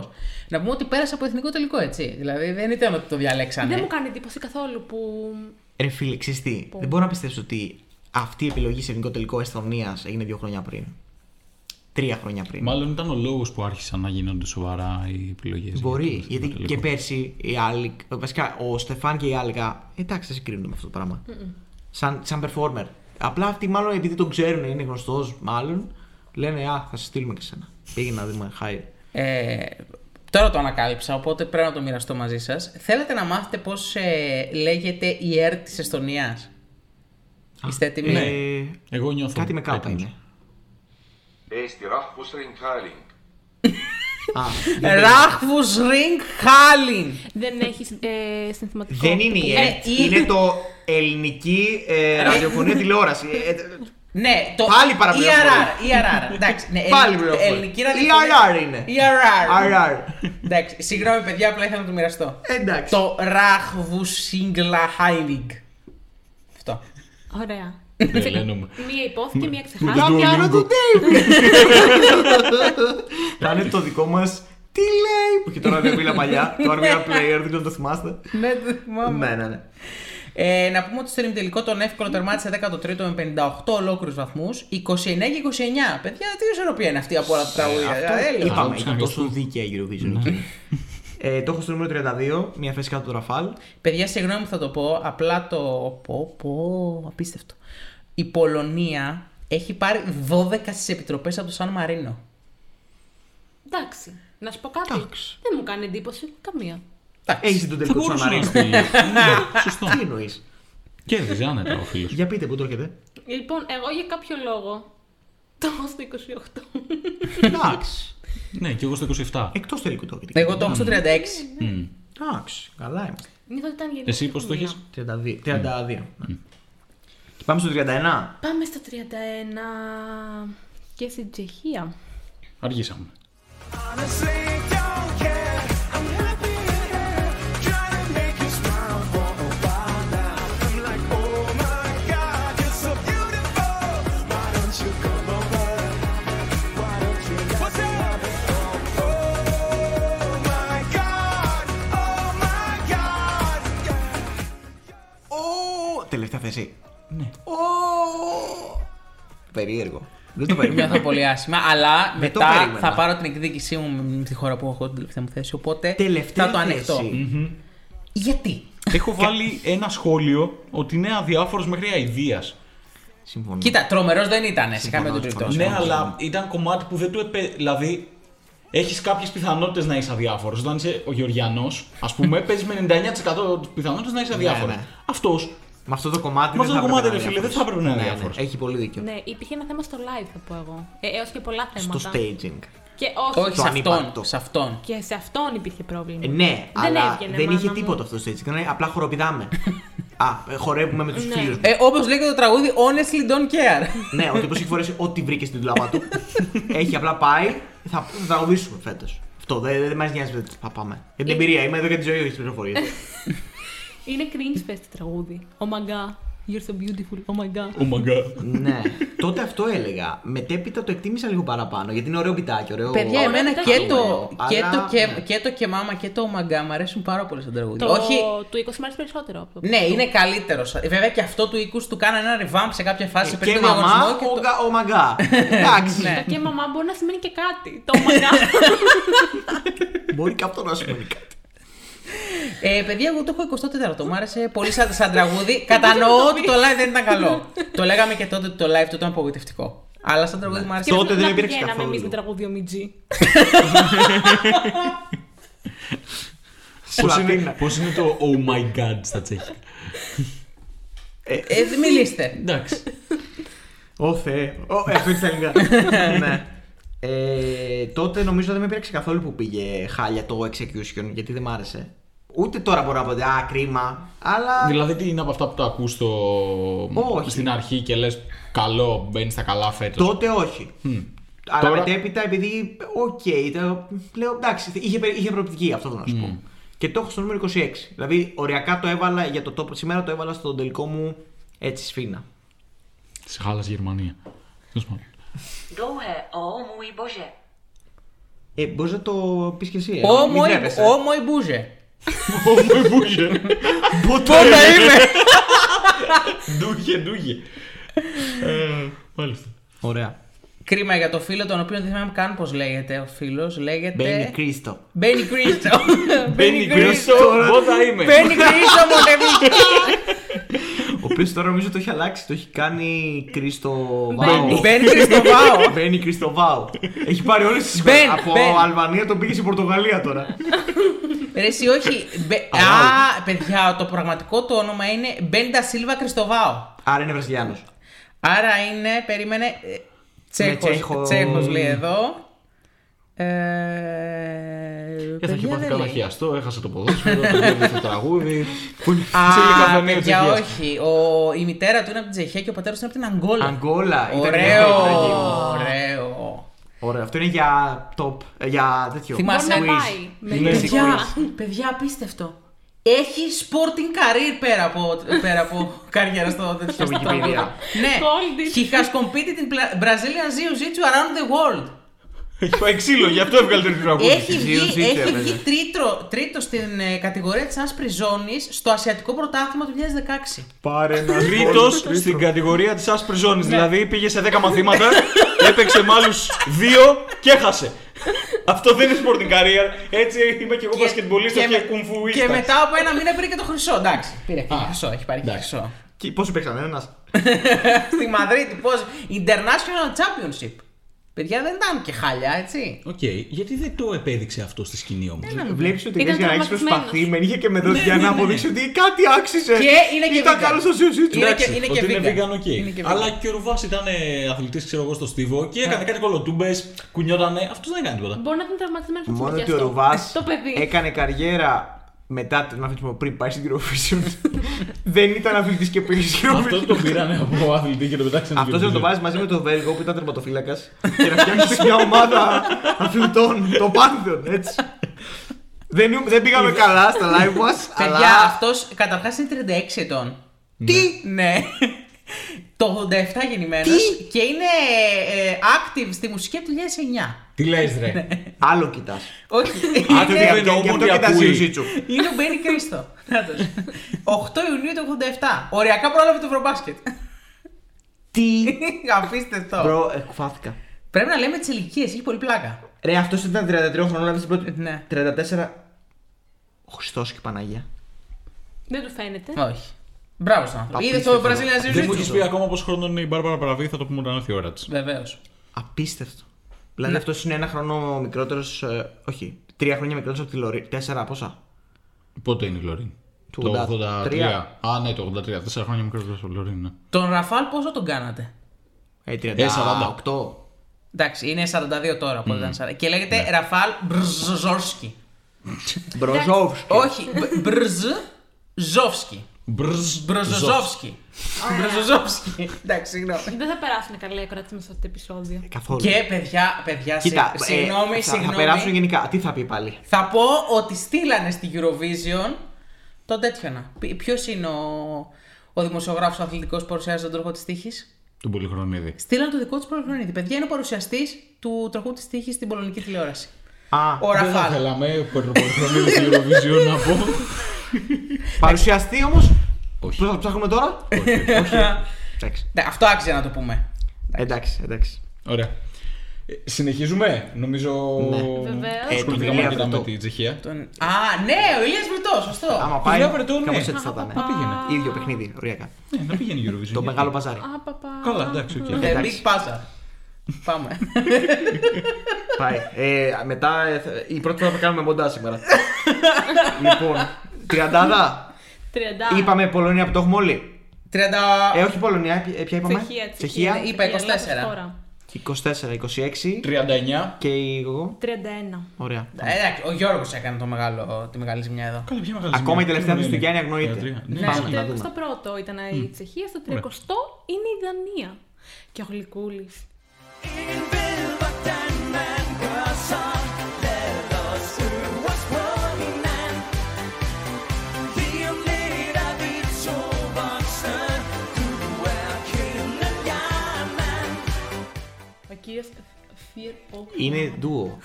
B: Να πούμε ότι πέρασε από εθνικό τελικό έτσι. Δηλαδή δεν ήταν ότι το διαλέξανε.
E: Δεν μου κάνει εντύπωση καθόλου που.
C: Ρε φίλε, ξέρεις τι. Δεν μπορώ να πιστέψω ότι αυτή η επιλογή σε ελληνικό τελικό Εσθονίας έγινε δύο χρόνια πριν. Τρία χρόνια πριν.
D: Μάλλον ήταν ο λόγος που άρχισαν να γίνονται σοβαρά οι επιλογές.
C: Μπορεί. Γιατί και πέρσι η άλλη. Βασικά ο Στεφάν και η Άλγα. Εντάξει, δεν συγκρίνονται με αυτό το πράγμα. Σαν, σαν performer. Απλά αυτοί μάλλον επειδή τον ξέρουν, είναι γνωστός μάλλον. Λένε Α, θα σε στείλουμε και σένα. Πήγαινε να δούμε. Χάι.
B: Ε, τώρα το ανακάλυψα, οπότε πρέπει να το μοιραστώ μαζί σας. Θέλετε να μάθετε πώς ε, λέγεται η ΕΡΤ της Εστονίας. Είστε έτοιμοι.
D: ναι. Εγώ νιώθω.
C: Ε, Κάτι με κάπα
D: έτοιμος.
C: είναι.
B: [LAUGHS] Λοιπόν, Ράχβους Ριγκ Χάλιν.
E: Δεν έχεις ε, συνθηματικό.
C: Δεν είναι η
E: τύπου.
C: ΕΡΤ.
B: Ε, η-
C: Είναι το ελληνική ε,
B: [LAUGHS]
C: ραδιοφωνία τηλεόραση. Ε, ε,
B: Ναι, το. E
C: Πάλι παραπληροφορία.
B: ERR, ERR. Εντάξει, ναι,
C: Πάλι
B: ελληνική-
C: πληροφορία.
B: Ελληνική ραδιοφωνία.
C: ERR είναι.
B: ERR.
C: RR.
B: Εντάξει, συγγνώμη παιδιά, απλά ήθελα να το μοιραστώ.
C: Εντάξει.
B: Το Ράχβους Σίγκλα Χάιλιγκ. Αυτό.
E: Ωραία.
D: Τρελαίνομαι.
E: Μία υπόθηκε, μία
D: Ούτε
E: ξεχάστηκε.
D: το-
C: Κάνω
D: Duolingo.
C: το David. Θα είναι το δικό μας. Τι λέει! Που είχε τώρα δεν μίλα παλιά. Τώρα μίλα player, δεν ξέρω αν το θυμάστε.
B: Ναι, το θυμάμαι.
C: Ναι, ναι, ναι.
B: Ε, να πούμε ότι στο ημιτελικό τον εύκολο τερμάτισε 13ο με 58 ολόκληρους βαθμούς. 29 και 29. Παιδιά, τι ισορροπία είναι αυτή από όλα τα τραγούδια. ε, έλεος.
C: Είπαμε,
D: θα
C: ήταν τόσο
D: ξαναγνωριστούμε.
C: δίκαια η Eurovision
D: Ναι.
C: εκείνη. Ε, το έχω στο νούμερο 32, μια θέση κάτω του Ραφάλ.
B: Παιδιά, συγγνώμη που θα το πω, απλά το. Πω, πω, απίστευτο. Η Πολωνία έχει πάρει 12 στις επιτροπές από το Σαν Μαρίνο.
E: Εντάξει. Να σου πω κάτι. Δεν μου κάνει εντύπωση καμία.
B: Εντάξει.
C: Έχεις τον τελικό του
D: Μπορούσε να
C: Σαμαρίνο. [LAUGHS]
D: στείλει. Ναι, Σωστό.
C: Τι εννοείς.
D: Κέρδιζε άνετα ο φίλος.
C: Για πείτε, πού το έρχεται.
E: Λοιπόν, εγώ για κάποιο λόγο. Το έχω στο 28.
C: Εντάξει.
D: Ναι, και εγώ στο 27.
C: Εκτός τελικού το έρχεται.
B: Εγώ το έχω στο 36.
C: Εντάξει. Καλά είμαστε.
E: Νιώθω ότι ήταν γενικό.
D: Εσύ πώς το
E: σημείο.
D: έχει.
C: 32. 32. ναι. Και πάμε στο 31.
E: Πάμε στο 31 και στην Τσεχία.
D: Αργήσαμε.
G: Honestly, don't care. I'm happy in here, trying to make you smile for a while now. I'm like, oh my God, you're so beautiful. Why don't you come over? Why don't you What's up? Oh my God, oh my God.
C: Ω, Τελευταία θέση. Ναι. Περίεργο. Δεν
D: [LAUGHS]
C: το περίμενα.
B: Νιώθω πολύ άσχημα, αλλά
C: Δεν το
B: μετά
C: περίμενα.
B: θα πάρω την εκδίκησή μου με τη χώρα που έχω την τελευταία μου θέση. Οπότε
C: Τελευταία
B: θα το ανεχτώ.
C: θέση.
B: Γιατί.
D: Έχω βάλει ένα σχόλιο ότι είναι αδιάφορος μέχρι αηδίας.
C: Συμφωνώ.
B: Κοίτα, τρομερός δεν ήταν σε
C: Συμφωνώ,
B: καμία
C: συμφωνώ.
B: περίπτωση.
D: Ναι,
C: συμφωνώ.
D: αλλά ήταν κομμάτι που δεν του επέ. Δηλαδή, έχεις κάποιες πιθανότητες να είσαι αδιάφορος. Όταν είσαι ο Γεωργιανός, ας
B: [LAUGHS]
D: πούμε, παίζεις με 99% πιθανότητες να είσαι αδιάφορος.
C: ναι.
D: Αυτός.
C: Με αυτό το κομμάτι.
D: Με
C: δεν
D: αυτό το
C: θα
D: κομμάτι,
C: έπρεπε να
D: ρε φίλε,
C: είναι
D: δεν θα έπρεπε να είναι
C: Ναι, ναι,
D: αδιάφορος.
C: Έχει πολύ δίκιο.
E: Ναι, υπήρχε ένα θέμα στο live, θα πω εγώ. Ε, Έως και πολλά θέματα.
C: Στο staging.
E: Και όχι.
B: Όχι,
C: Το
B: σε
C: ανύπαρκτο.
B: αυτόν. Σε αυτόν.
E: Και σε αυτόν υπήρχε πρόβλημα.
C: Ε, Ναι,
E: Δεν
C: αλλά
E: έβγαινε,
C: δεν
E: μάνα
C: είχε
E: μου.
C: τίποτα αυτό το staging. Ήταν απλά χοροπηδάμε. Α, ε, χορεύουμε με τους
E: Ναι.
C: φίλους
B: Ε, Όπως λέγεται το τραγούδι, honestly don't care.
C: Ναι, ο τύπος έχει φορέσει ό,τι βρήκε στην δουλάπα του. Έχει απλά πάει, θα τραγουδήσουμε φέτος. Αυτό δεν δε, μας νοιάζει. Δεν θα πάμε.
E: Ε,
C: Για
E: [LAUGHS]
C: την εμπειρία είμαι εδώ για τη ζωή, όχι τις πληροφορίες.
E: Είναι cringe fest τραγούδι. Ο μαγκά. You're so beautiful. Oh my god.
D: Oh my god.
C: ναι. Τότε αυτό έλεγα. Μετέπειτα το εκτίμησα λίγο παραπάνω γιατί είναι ωραίο πιτάκι, ωραίο.
B: Παιδιά,
E: Ωραία,
B: εμένα
E: εντάξει.
B: και το,
C: Αλλά-
B: και, το και,
C: ναι.
B: και το και μάμα και το μαγκά μου αρέσουν πάρα πολύ σαν τραγούδι.
E: Το
B: Όχι,
E: του 20 μέρε περισσότερο. από το-
B: ναι, είναι καλύτερος. Βέβαια και αυτό του οίκου του κάνει ένα revamp σε κάποια φάση.
C: Ε, Και
B: παίρνει το
C: μαμά,
B: διαγωνισμό και
C: ο
B: το- Ναι.
C: γα- ο
B: [LAUGHS]
C: μαγκά. Εντάξει.
E: Το και μαμά μπορεί να σημαίνει και κάτι. Το oh my
B: [LAUGHS]
E: god.
C: Μπορεί και αυτό να σου πει κάτι.
B: Ε, παιδιά, εγώ το έχω 24ο. Μ' άρεσε πολύ σαν, σαν
C: Ε,
B: τραγούδι. Κατανοώ ότι το live δεν ήταν καλό. το λέγαμε και τότε ότι το live του ήταν απογοητευτικό. Αλλά σαν τραγούδι μου άρεσε.
C: Τότε
E: Να
C: δεν υπήρξε
E: πηγαίναμε
C: καθόλου.
E: εμείς με τραγούδι ομιτζή.
D: Πώ
C: Σλαβίνα.
D: είναι, πώς είναι το Oh my god στα τσέχικα.
B: Ε, δεν μιλήστε.
C: Ναι,
D: Εντάξει.
C: Ω Θεέ. Ω, ε, Αυτό είναι στα ελληνικά. [LAUGHS] Ναι. Ε, τότε νομίζω δεν με πήραξε καθόλου που πήγε χάλια το execution γιατί δεν μ' άρεσε. Ούτε τώρα μπορώ να πω ότι α, κρίμα. Αλλά.
D: δηλαδή, τι είναι από αυτά που το ακούς στο...
C: Όχι.
D: στην αρχή και λες καλό, μπαίνεις στα καλά φέτος.
C: Τότε όχι. Αλλά
D: Τώρα-
C: μετέπειτα επειδή. Οκ, ήταν- λέω εντάξει, είχε, περι- είχε προοπτική αυτό θέλω να σου πω. Και το έχω στο νούμερο 26. Δηλαδή, οριακά το έβαλα για το τόπο. Σήμερα το έβαλα στον τελικό μου έτσι σφίνα.
D: Σε χάλασε η Γερμανία. Τέλος πάντων.
I: Dlouhé, o můj bože.
C: Ε, μπορεί να το πει και εσύ. ε, μην
B: Όμοι
C: τρέπεσαι.
B: όμοι μπούζε.
D: Όμοι μπούχε.
B: Πότε είμαι!
D: Ντούχε, ντούχε. Ε, Μάλιστα.
C: Ωραία.
B: Κρίμα για το φίλο, τον οποίο δεν θυμάμαι καν πώ λέγεται ο φίλο.
C: Μπαίνει
B: Λέγεται.
C: Κρίστο.
B: Μπαίνει Κρίστο.
D: Ε. Μπαίνει γκρίσο, πότα είμαι.
B: Μπαίνει Κρίστο, μοντεβί.
C: Ο οποίος τώρα νομίζω το έχει αλλάξει. Το έχει κάνει Κρίστοβάου.
E: Μπαίνει.
B: Μπαίνει Κρίστοβάου.
C: Μπαίνει Κρίστοβάου. Έχει πάρει όλες τις
B: Μπαίνει,
C: Από
B: μπαίνει.
C: Αλβανία τον πήγε στην Πορτογαλία τώρα.
B: Ρε εσύ όχι. Μπε- Α, παιδιά, το πραγματικό του όνομα είναι Μπέντα Σίλβα Κρυστοβάου.
C: Άρα είναι Βραζιλιάνος.
B: Άρα είναι, περίμενε, ε, Τσέχος,
C: Τσέχος.
B: Τσέχος λέει εδώ. Ε,
D: Ε, θα είχε
B: παιδιά,
D: πάθει
B: δεν
D: κανένα
B: λέει.
D: χιαστό, έχασε το ποδόσφαιρο, το βγήκε στο τραγούδι.
B: [LAUGHS] Α,
D: καφενείο
B: παιδιά,
D: Τσεχίας.
B: όχι. Ο, η μητέρα του είναι από την Τσεχία και ο πατέρας του είναι από την Αγγόλα.
C: Αγγόλα. Ήταν
B: Ωραίο,
C: τραγικό.
B: ωραίο.
C: Ωραίο. Αυτό είναι για top. ε, Για τέτοιο.
B: Θυμάσαι-
E: Μπορεί να
C: Quiz.
E: πάει. Με-
D: Ναι.
B: Παιδιά, παιδιά, απίστευτο. Έχει sporting career πέρα από, πέρα από [LAUGHS] καριέρα στο τέτοιο
C: Στο Wikipedia.
B: τραγούδι. ναι,
E: Called it.
B: he has competed in Bla- Brazilian Jiu-Jitsu around the world.
D: Έχει πάει ξύλο, γι' αυτό έβγαλε το τραγούδι.
B: Έχει
C: Jiu-Jitsu
B: βγει, έχει
C: έβαλε.
B: βγει τρίτο, τρίτο στην ε, κατηγορία της Άσπρης Ζώνης στο Ασιατικό Πρωτάθλημα του 2016.
C: Πάρε ένα.
D: Τρίτος στην κατηγορία της άσπρης ζώνης.
B: Ναι.
D: Δηλαδή πήγε σε 10
B: [LAUGHS]
D: μαθήματα, έπαιξε με άλλους 2 και έχασε. Αυτό δεν είναι sporting career. Έτσι είμαι και εγώ μπασκετμπολίστας και
B: με-
D: κουμφουίστας.
B: και μετά από ένα μήνα πήρε και το χρυσό. Εντάξει, πήρε και χρυσό, έχει πάρει και
D: εντάξει.
B: χρυσό.
C: Πόσο παίξαν, ένας.
B: [LAUGHS] Στη Μαδρίτη, πώς, International Championship. Παιδιά δεν ήταν και χάλια, έτσι.
J: Οκ, γιατί δεν το επέδειξε αυτό στη σκηνή όμως.
C: Βλέπεις ότι
E: Ήταν
C: ήταν για να έχει
E: τρομακτισμένος.
C: προσπαθημένη. Είχε και
B: Ναι,
C: με δώσει για να αποδείξει ότι κάτι άξιζε.
B: Και είναι και
C: Ήταν
B: vegan.
C: καλό στο Jiu-Jitsu.
B: Είναι και, είναι
J: Ότι
B: και
J: είναι
B: vegan.
J: vegan, Ναι. οκ.
B: Είναι και vegan.
J: Αλλά και ο Ρουβάς ήταν αθλητής, ξέρω εγώ, στο Στίβο και έκανε κάτι κολοτούμπες, κουνιότανε. Αυτός δεν έκανε τίποτα.
E: Μπορεί να ήταν τραυματισμένος από
C: Μόνο
E: τη
C: ότι
E: φωτιά
C: ο
E: στο- Ε,
C: Ρουβά
E: Το παιδί.
C: έκανε καριέρα μετά την αθλητισμό πριν πάει στην Eurovision.
B: [LAUGHS]
C: δεν ήταν αθλητής και πήγε
J: [LAUGHS]
C: στην
J: Αυτό το
C: Eurovision.
J: πήρανε από αθλητή και το πετάξανε.
C: Αυτός να
J: δεν
C: το βάζει μαζί με τον Βέλγο που ήταν τερματοφύλακας και να φτιάξεις μια ομάδα αθλητών. Το Πάνθιον, έτσι. δεν, ήμ- δεν πήγαμε καλά στα live μας,
B: Παιδιά,
C: αλλά.
B: αυτός καταρχάς είναι 36 ετών.
C: Τι!
B: Ναι. [LAUGHS] Το 87 γεννημένος
C: Τι?
B: και είναι ε, active στη μουσική από το 2009.
J: Τι λες, [LAUGHS] ρε.
C: Άλλο κοιτάς.
B: Όχι.
J: Άντε,
B: είναι-
J: δεν εννοούμε ότι ακούει.
B: [LAUGHS] Είναι ο Μπέρι Κρίστο. Νάτος. 8 Ιουνίου του 87. Οριακά πρόλαβε το Ευρωμπάσκετ. [LAUGHS]
C: Τι!
B: Αφήστε το.
C: Μπρο, εκφάθηκα.
B: Πρέπει να λέμε τις ηλικίες, έχει πολύ πλάκα.
C: Ρε, αυτός ήταν 33 χρονών, αλλά στην πρώτη.
B: Ναι.
C: 34. Ο Χριστός και η Παναγία.
E: Δεν του φαίνεται.
B: Όχι. Μπράβο στον άνθρωπο. Είδε το
C: Απίστευτο.
J: Δεν
B: Βραζίλια
J: μου έχει πει
B: Ζιουζίτσου.
J: ακόμα πόσο χρόνο είναι η Μπάρμπαρα Παραβή, θα το πούμε όταν έρθει η ώρα της.
B: Βεβαίως.
C: Απίστευτο.
B: Ναι.
C: Δηλαδή αυτός είναι ένα χρόνο μικρότερος. όχι, τρία χρόνια μικρότερος από τη Λωρή. Τέσσερα πόσα.
D: Πότε είναι η Λωρίν.
C: Του
D: Το 83.
C: 83.
D: Α, ναι, το 83. Τέσσερα χρόνια μικρότερος από Λωρίν. ναι.
B: Τον Ραφάλ πόσο τον κάνατε.
C: Ε, 38.
B: Εντάξει, είναι 42 τώρα που ήταν 40. Και λέγεται Ραφάλ Μπρζόσκι.
C: Μπροζόφσκι.
B: Όχι, Μπρζόσκι.
D: Μπρζ.
B: Μπροζοζόφσκι. Μπροζοζόφσκι. Εντάξει, συγγνώμη.
E: Δεν θα περάσουν καλά οι ακροατέ με σε αυτό το επεισόδιο.
C: Καθόλου.
B: Και παιδιά, παιδιά, συ-
C: Κοίτα, ε,
B: συγγνώμη,
C: θα, θα
B: συγγνώμη.
C: περάσουν γενικά. Τι θα πει πάλι.
B: Θα πω ότι στείλανε στη Eurovision τον τέτοιο να. Ποιος είναι ο. Ο δημοσιογράφος αθλητικό παρουσιάζει τον τροχό της τύχης.
J: Τον Πολυχρονίδη.
B: Στείλαν το δικό του Πολυχρονίδη. Παιδιά είναι ο παρουσιαστής του τροχού της τύχης στην πολωνική τηλεόραση.
C: Α,
B: Ο
J: Δεν θα
B: Ραφάλ.
J: θέλαμε τον Πολυχρονίδη στην Eurovision να πω.
C: παρουσιαστή όμως.
J: Όχι.
C: Πώς θα το ψάχνουμε
B: [LAUGHS]
C: τώρα. Όχι. Εντάξει.
B: Ναι, αυτό άξιζε να το πούμε.
C: Εντάξει, εντάξει.
J: Ωραία. Ε, Συνεχίζουμε, νομίζω.
C: Ναι.
E: Βεβαίως.
J: Ε, Ασχοληθήκαμε
C: Ηλία
J: αρκετά με
C: Βρετού.
J: τη Τσεχία.
B: Τον... Α, ναι, ο Ηλίας Βρυτό, σωστό.
C: Άμα πάει.
J: Βιλά Βρετών, ναι.
C: Κάπως έτσι θα ήταν. ε.
J: Να πήγαινε.
C: Ίδιο παιχνίδι, οριακά.
J: Ναι, να πήγαινε η Eurovision.
C: Το μεγάλο Ναι. παζάρι.
E: Α, παπα.
J: Καλά, εντάξει, οκ.
D: Ε,
B: The
C: εντάξει.
B: Big Pazza. Πάμε.
C: Πάει. Ε, μετά ε, θα- η πρώτη φορά που κάνουμε μοντά
B: [LAUGHS]
C: σήμερα. λοιπόν, Τριαντάδα.
E: Τριαντά.
C: Είπαμε Πολωνία που το έχουμε όλοι.
B: 30.
C: Ε, όχι Πολωνία, ε, ποια είπαμε.
E: Τσεχία,
C: Τσεχία.
B: Είπα 24.
C: 24, 26
J: 39.
C: και εγώ.
E: 31.
C: Ωραία.
B: Ε, Εντάξει, ο Γιώργος έκανε το μεγάλο, τη μεγάλη ζημιά εδώ.
J: Καλά, ποια μεγάλη
C: Ακόμα
J: ζημιά.
C: η τελευταία
J: Τι
C: του στην
J: είναι.
C: Γιάννη αγνοείται.
J: 13.
C: Ναι.
J: Ναι,
C: Πάμε.
E: Ναι,
C: να
E: στο
C: δούμε.
E: 31ο ήταν η Τσεχία, στο 30ο είναι η Δανία. Και ο Γλυκούλης. Ο κύριο Φιερπό.
C: Είναι ντουο.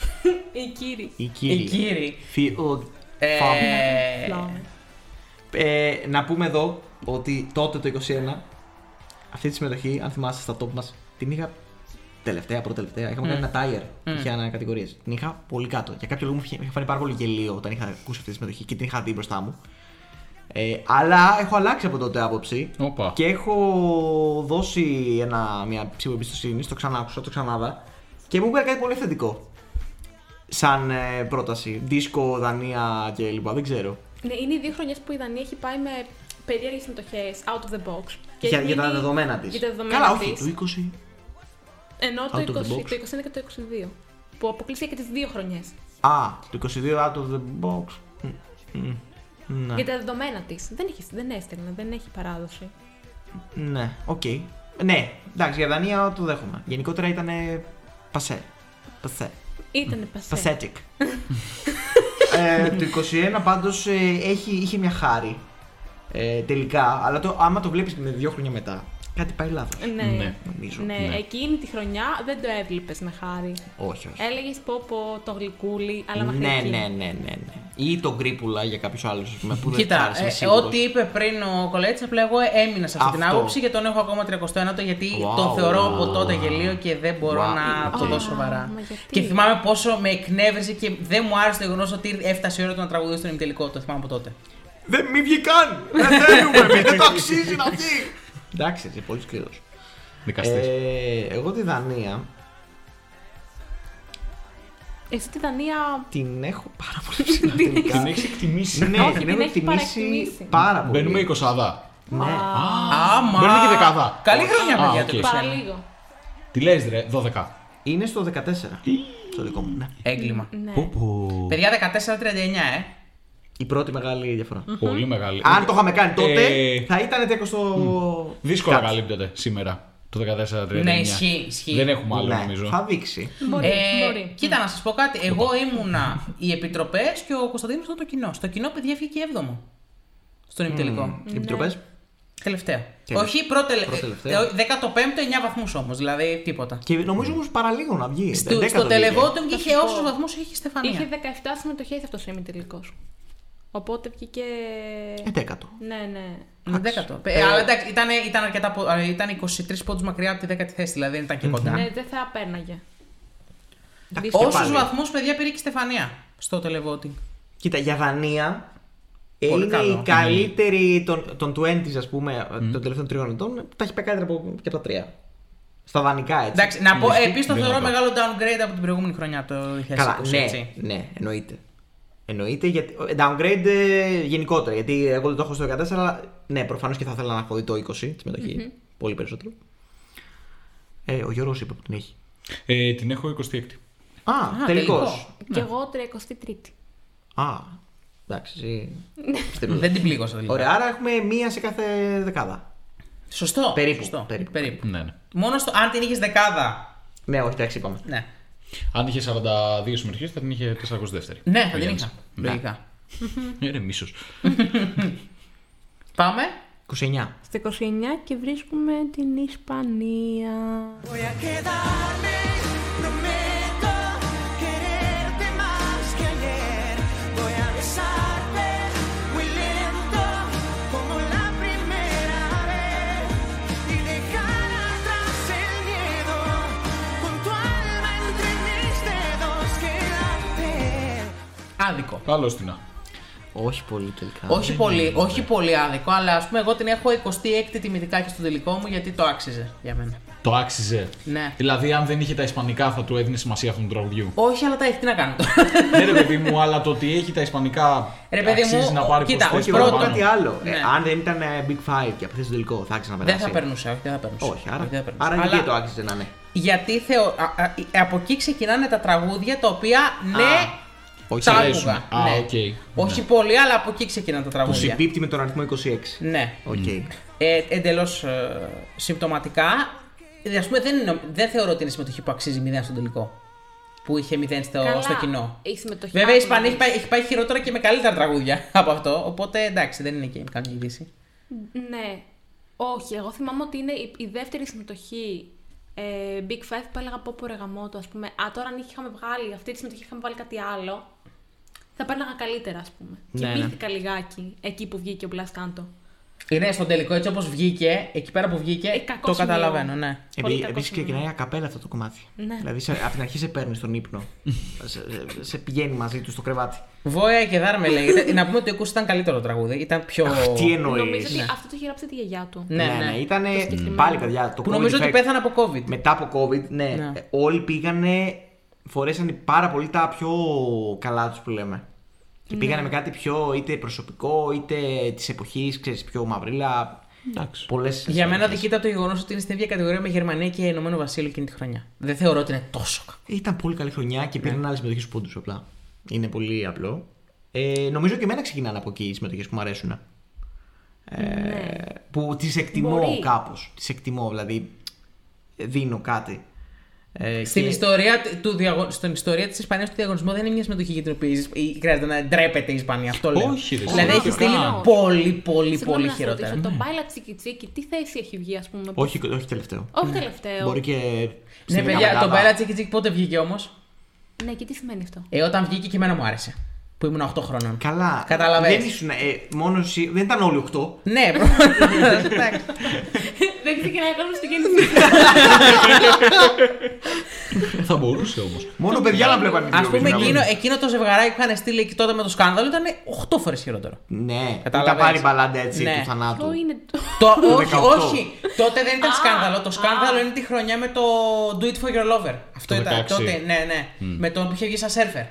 E: Η κύριοι.
C: Η
B: Οι
C: κύριοι.
B: κύριοι.
C: Φιούδ. Eh,
B: Ε,
E: Φλάμε.
C: Ε, να πούμε εδώ ότι τότε το 21 αυτή τη συμμετοχή, αν θυμάσαι στα top μας, την είχα τελευταία, πρώτη-τελευταία. Είχαμε κάνει ένα tire που είχε ανακατηγορίες. Την είχα πολύ κάτω. Για κάποιο λόγο μου είχε μου είχε φανεί πάρα πολύ γελίο όταν είχα ακούσει αυτή τη συμμετοχή και την είχα δει μπροστά μου. Ε, αλλά έχω αλλάξει από τότε άποψη
J: Όπα.
C: και έχω δώσει ένα, μια ψήφο εμπιστοσύνη, το ξανάκουσα, το ξανάδα και μου είπε κάτι πολύ θετικό. Σαν ε, πρόταση. Δίσκο, Δανία κλπ. Δεν ξέρω.
E: Ναι, είναι οι δύο χρονιές που η Δανία έχει πάει με περίεργες συμμετοχές out of the box. Και
C: για,
E: έχει
C: για τα
E: μείνει-
C: δεδομένα της.
E: Για τα δεδομένα
C: Καλά,
E: της.
C: όχι, του 20.
E: Ενώ το,
C: Out of the
E: 20, το
C: box.
E: 21 και το 22. Που αποκλείστηκε και τις δύο χρονιές.
C: Α, το 22 out of the box. Μμ, μμ, Ναι,
E: Για τα δεδομένα της. Δεν, έχει- δεν έστελνε, δεν έχει παράδοση.
C: ναι, οκ. Ναι, εντάξει, για Δανία το δέχομαι. Γενικότερα ήταν πασέ. Πασέ.
E: Ήταν πασέ.
C: Pathetic.
E: [LAUGHS]
C: ε, το 21 πάντως ε, έχει, είχε μια χάρη. Ε, τελικά, αλλά το, άμα το βλέπεις με δύο χρόνια μετά, κάτι πάει λάθος.
J: Ναι.
E: Ναι. Ναι.
C: Νομίζω.
E: εκείνη τη χρονιά δεν το έβλεπες με χάρη.
C: Όχι, όχι.
E: Έλεγες πω πω το γλυκούλι, αλλά μέχρι
C: ναι,
E: εκεί.
C: ναι, ναι, ναι, ναι. Ή τον Γκρίπουλα για κάποιους άλλους με που δεν
B: Κοίτα,
C: άρεσε, είμαι
B: ε,
C: σίγουρος.
B: ό,τι είπε πριν ο Κολέτσα, απλά εγώ έμεινα σε αυτή την
C: Αυτό.
B: άποψη και τον έχω ακόμα 31ο γιατί
C: Wow.
B: τον θεωρώ από τότε γελίο και δεν μπορώ
C: Wow.
B: να το
C: Οκ.
B: δω σοβαρά.
E: Μα γιατί?
B: Και θυμάμαι πόσο με εκνεύριζε και δεν μου άρεσε το γεγονός ότι έφτασε η ώρα του να τραγουδίσει στον ημιτελικό. Το θυμάμαι από τότε.
C: Δεν μη βγει καν! Δεν θέλουμε! μη- Δεν το αξίζει να βγει! Εντάξει, είσαι πολύ σκληρός.
J: Δικαστής.
C: Ε, εγώ τη Δανία
E: Εσύ τη Δανία.
C: την έχω πάρα πολύ ψηλά τελικά.
J: Την έχεις εκτιμήσει.
C: Ναι,
E: Όχι,
C: την
E: την
C: έχω
E: έχεις
C: εκτιμήσει
E: παρακτιμήσει.
C: πάρα πολύ.
J: Μπαίνουμε 20.
C: Ναι.
B: Άμα!
J: Μπαίνουμε και δεκάδα.
B: Καλή χρονιά,
J: Α,
B: παιδιά,
J: οκ.
B: το 21.
E: Παραλίγο.
J: Τι λες ρε, 12.
C: Είναι στο 14. Το δικό μου, ναι.
B: Έγκλημα.
E: Ναι.
J: Πω, πω.
B: Παιδιά 14-39, ε.
C: Η πρώτη μεγάλη διαφορά.
J: Πολύ μεγάλη.
C: Αν το είχαμε κάνει τότε,
J: Ε,
C: θα ήταν τέτοιο στο.
J: Δύσκολα
C: Κάτι.
J: καλύπτεται σήμερα το 14-39.
B: Ναι, ισχύει, ισχύει.
J: Δεν έχουμε άλλο
C: Ναι,
J: νομίζω.
C: Θα δείξει.
E: Μπορεί,
B: Ε,
E: μπορεί.
B: Κοίτα, να σας πω κάτι. Εγώ ήμουνα οι επιτροπές και ο Κωνσταντίνος ήταν το κοινό. Στο κοινό, παιδιά, βγήκε 7ο. Στον ημιτελικό.
C: Οι επιτροπές.
B: Τελευταίο.
C: Τέλος.
B: Όχι, ε, πρώτο,
C: Προτελευταίο.
B: 15ο, 9 βαθμούς όμως. Δηλαδή τίποτα.
C: Και νομίζω όμως παραλίγο να βγει.
B: Στο,
C: Δέκατο
B: στο
C: βγήκε.
B: τελευταίο του
E: Θα
B: είχε
E: σου πω.
B: όσους βαθμούς είχε η Στεφανία.
C: ναι.
E: Είχε 17 συμμετοχέ αυτό ο ημιτελικό. Οπότε βγήκε.
C: Ε, δέκατο.
E: Ναι, ναι.
B: Ναι, δέκατο. Ε, Αλλά εντάξει, ήταν, ήταν, αρκετά, πο- ε, ήταν 23 πόντους μακριά από τη δέκατη θέση, δηλαδή δεν ήταν και κοντά.
E: Ναι, δεν θα πέρναγε.
C: Εντάξει, και
B: Όσους
C: πάλι. Ναι.
B: βαθμούς, παιδιά, πήρε και η Στεφανία στο televoting.
C: Κοίτα, για Δανία ε,
B: Πολύ
C: είναι
B: καλό.
C: η καλύτερη των, των 20s, ας πούμε, των τελευταίων τριών ετών. Τα έχει πάει καλύτερα από, και από τα τρία. Στα δανεικά, έτσι.
B: Εντάξει, να πω, επίσης το
J: δεν
B: θεωρώ
J: θα το-
B: μεγάλο downgrade από την προηγούμενη χρονιά το 2020.
C: Καλά, ναι,
B: έτσι.
C: ναι, εννοείται. Εννοείται, γιατί, ε, downgrade ε, γενικότερα, γιατί εγώ δεν το έχω στο 14, αλλά ναι, προφανώς και θα ήθελα να έχω δει το 20, τη συμμετοχη πολύ περισσότερο. Ε, ο Γιώργος είπε που την έχει.
J: Ε, την έχω 26.
C: Α, τελικός.
B: τελικός.
C: Ναι.
E: Και εγώ 33η.
C: Α, εντάξει,
B: [LAUGHS]
C: εσύ... στην πλούτα.
B: Δεν την πλήγωσα δηλαδή.
C: Ωραία, άρα έχουμε μία σε κάθε δεκάδα.
B: Σωστό.
C: Περίπου,
B: σωστό.
C: περίπου.
J: Ναι, ναι.
B: Μόνο στο, αν την είχες δεκάδα.
C: Ναι, όχι, εντάξει, είπαμε.
B: Ναι.
J: Αν είχε 42 συμμετοχές, θα την είχε 42η.
B: Ναι,
J: Ναι,
B: θα την είχα. Λογικά.
J: Ρε μίσος.
B: Πάμε.
C: 29.
E: Στο 29 και βρίσκουμε την Ισπανία.
G: Voy a quedarme, prometo quererte más que ayer. Voy a besarte muy lento, como la primera vez. Y dejar atrás el miedo, con tu alma entre mis dedos, quédate.
B: Άδικο.
J: Καλώ την. α.
C: Όχι πολύ τελικά. Ναι,
B: Όχι πολύ, όχι πολύ άδικο, αλλά ας πούμε εγώ την έχω 26η τιμητικά και στον τελικό μου γιατί το άξιζε για μένα.
J: Το άξιζε.
B: Ναι.
J: Δηλαδή, αν δεν είχε τα ισπανικά, θα του έδινε σημασία αυτού του
B: [LAUGHS]
J: τραγουδιού.
B: Όχι, αλλά τα έχει, τι να κάνω [LAUGHS] τώρα.
J: ναι, ρε παιδί μου, αλλά το ότι έχει τα ισπανικά.
B: Ρε παιδί μου,
J: αξίζει να πάρει
B: κοίτα,
J: προσθέσεις
C: Και
B: όχι,
J: παραπάνω.
C: εγώ κάτι άλλο.
B: Ναι.
C: Ε, αν δεν ήταν ε, Big Five και απευθεία στο τελικό, θα άξιζε να περάσει.
B: δεν θα περνούσα, όχι, δεν θα περνούσα.
C: Όχι, άρα,
B: Όχι, δεν θα περνούσα.
C: άρα
B: Αλλά
C: και το άξιζε να είναι.
B: Γιατί θεω... α, α, ε, από εκεί ξεκινάνε τα τραγούδια τα οποία ναι,
C: όχι,
B: τα
J: σε
B: άκουγα.
J: αρέσουν. Α,
B: ναι.
J: οκ, ναι.
B: Όχι πολύ, αλλά από εκεί ξεκινάνε τα
C: Που
B: τραγούδια.
C: συμπίπτει με τον αριθμό 26.
B: Ναι.
C: Οκ.
B: Ε, Εντελώ συμπτωματικά. Ε, Ας πούμε, δεν, είναι- δεν θεωρώ ότι είναι συμμετοχή που αξίζει 0 στον τελικό. Που είχε 0 στο,
E: Καλά,
B: στο κοινό.
E: η συμμετοχή
B: Βέβαια, η
E: άκουγα.
B: Ισπανία έχει, πάει- έχει πάει χειρότερα και με καλύτερα τραγούδια [LAUGHS] από αυτό. Οπότε εντάξει, δεν είναι και καμία είδηση.
E: Ναι. Όχι, εγώ θυμάμαι ότι είναι η, η δεύτερη συμμετοχή ε, Big Five που έλεγα πω πω ρε γαμότο, ας πούμε. Α, τώρα αν είχαμε βγάλει αυτή τη συμμετοχή, είχαμε βάλει κάτι άλλο, θα πέρναγα καλύτερα, ας πούμε.
C: Ναι,
E: και
C: ναι.
E: πήθηκα λιγάκι εκεί που βγήκε ο Μπλας Κάντο.
B: Είναι στον τελικό, έτσι όπως βγήκε, εκεί πέρα που βγήκε,
E: Ε, κακό
B: το
E: σημείο.
B: καταλαβαίνω, ναι.
E: Πολύ
C: Επειδή
E: κακός
C: επίσης
E: σημείο.
C: ξεκινάει ακαπέλα αυτό το κομμάτι.
E: Ναι.
C: Δηλαδή σε, από την αρχή σε παίρνει στον ύπνο. σε, σε- σε, πηγαίνει μαζί του στο κρεβάτι.
B: Βόια και δάρμε
E: [LAUGHS]
B: λέγεται. Να πούμε ότι ο Κούς ήταν καλύτερο τραγούδι. Ήταν πιο.
C: Τι
E: Νομίζω
C: εννοεί.
E: ότι αυτό το είχε γράψει τη γιαγιά του.
B: Ναι, ναι.
C: Ήταν
E: συγκεκριμένο.
C: πάλι παιδιά. Το
B: Που
C: COVID
B: νομίζω ότι
C: effect.
B: πέθανε από COVID.
C: Μετά από COVID, ναι,
B: Ναι.
C: ε, όλοι πήγανε, φορέσανε πάρα πολύ τα πιο καλά τους που λέμε. Και
B: Ναι.
C: πήγανε με κάτι πιο είτε προσωπικό, είτε της εποχής, ξέρεις, πιο μαυρίλα.
J: Εντάξει.
C: Πολλές
B: Για μένα δικείται από το γεγονός ότι είναι στην ίδια κατηγορία με Γερμανία και Ηνωμένο Βασίλειο εκείνη τη χρονιά. Δεν θεωρώ ότι είναι τόσο κακό.
C: Ήταν πολύ καλή χρονιά και
B: Ναι.
C: πήραν άλλες συμμετοχές πόντους απλά. Είναι πολύ απλό. Ε, νομίζω και εμένα ξεκινάνε από εκεί οι συμμετοχές που μου αρέσουν.
E: Ναι.
C: Που τις εκτιμώ
E: Μπορεί.
C: κάπως. Τις εκτιμώ, δηλαδή δίνω κάτι. Ε,
B: Στην
C: και-
B: ιστορία, του διαγω... Στον ιστορία της Ισπανίας του διαγωνισμού δεν είναι μιας συμμετοχή για την οποία η- χρειάζεται να ντρέπεται η Ισπανία. Αυτό λέω.
J: Όχι, ρε,
B: Δηλαδή έχει
J: όχι,
B: στείλει
E: όχι.
B: πολύ, πολύ,
E: Συγγνώμη
B: πολύ
E: να σε
B: χειρότερα.
E: ρωτήσω, Το Μπάιλα Τσίκι Τσίκι, τι θέση έχει βγει, ας πούμε.
C: Όχι, όχι τελευταίο.
E: Όχι τελευταίο.
C: Μπορεί και.
B: Ναι,
C: στην
B: παιδιά,
C: δεκαπεντάδα.
B: το Μπάιλα Τσίκι Τσίκι πότε βγήκε όμως.
E: Ναι, και τι σημαίνει αυτό.
B: Ε, όταν βγήκε και εμένα μου άρεσε. Που ήμουν 8 χρόνων.
C: Καλά.
B: Καταλαβαίνεις.
C: Δεν ήσουν. Ε, μόνος εσύ. Δεν ήταν όλοι 8.
B: Ναι, προ... Εντάξει.
E: Δεν ξεκινάει κόσμο [LAUGHS] στην κίνηση.
J: Θα μπορούσε όμως.
C: Μόνο παιδιά να βλέπαν. οι
B: Α
C: δύο
B: πούμε,
C: παιδιά.
B: εκείνο, εκείνο το ζευγαράκι που είχαν στείλει εκεί τότε με το σκάνδαλο ήταν 8 φορές χειρότερο.
C: Ναι, που τα
B: Καταλαβαίνεις.
C: πάρει μπαλάντα έτσι
B: Ναι.
C: του θανάτου.
E: Αυτό είναι το.
B: Το, όχι,
C: 18.
B: όχι. Τότε δεν ήταν
E: Α,
B: σκάνδαλο. Το
E: α.
B: σκάνδαλο είναι τη χρονιά με το Do it for your lover. Αυτό
J: Το
B: ήταν
J: 16.
B: τότε. Ναι, ναι. Με τον που είχε βγει σαν σερφερ.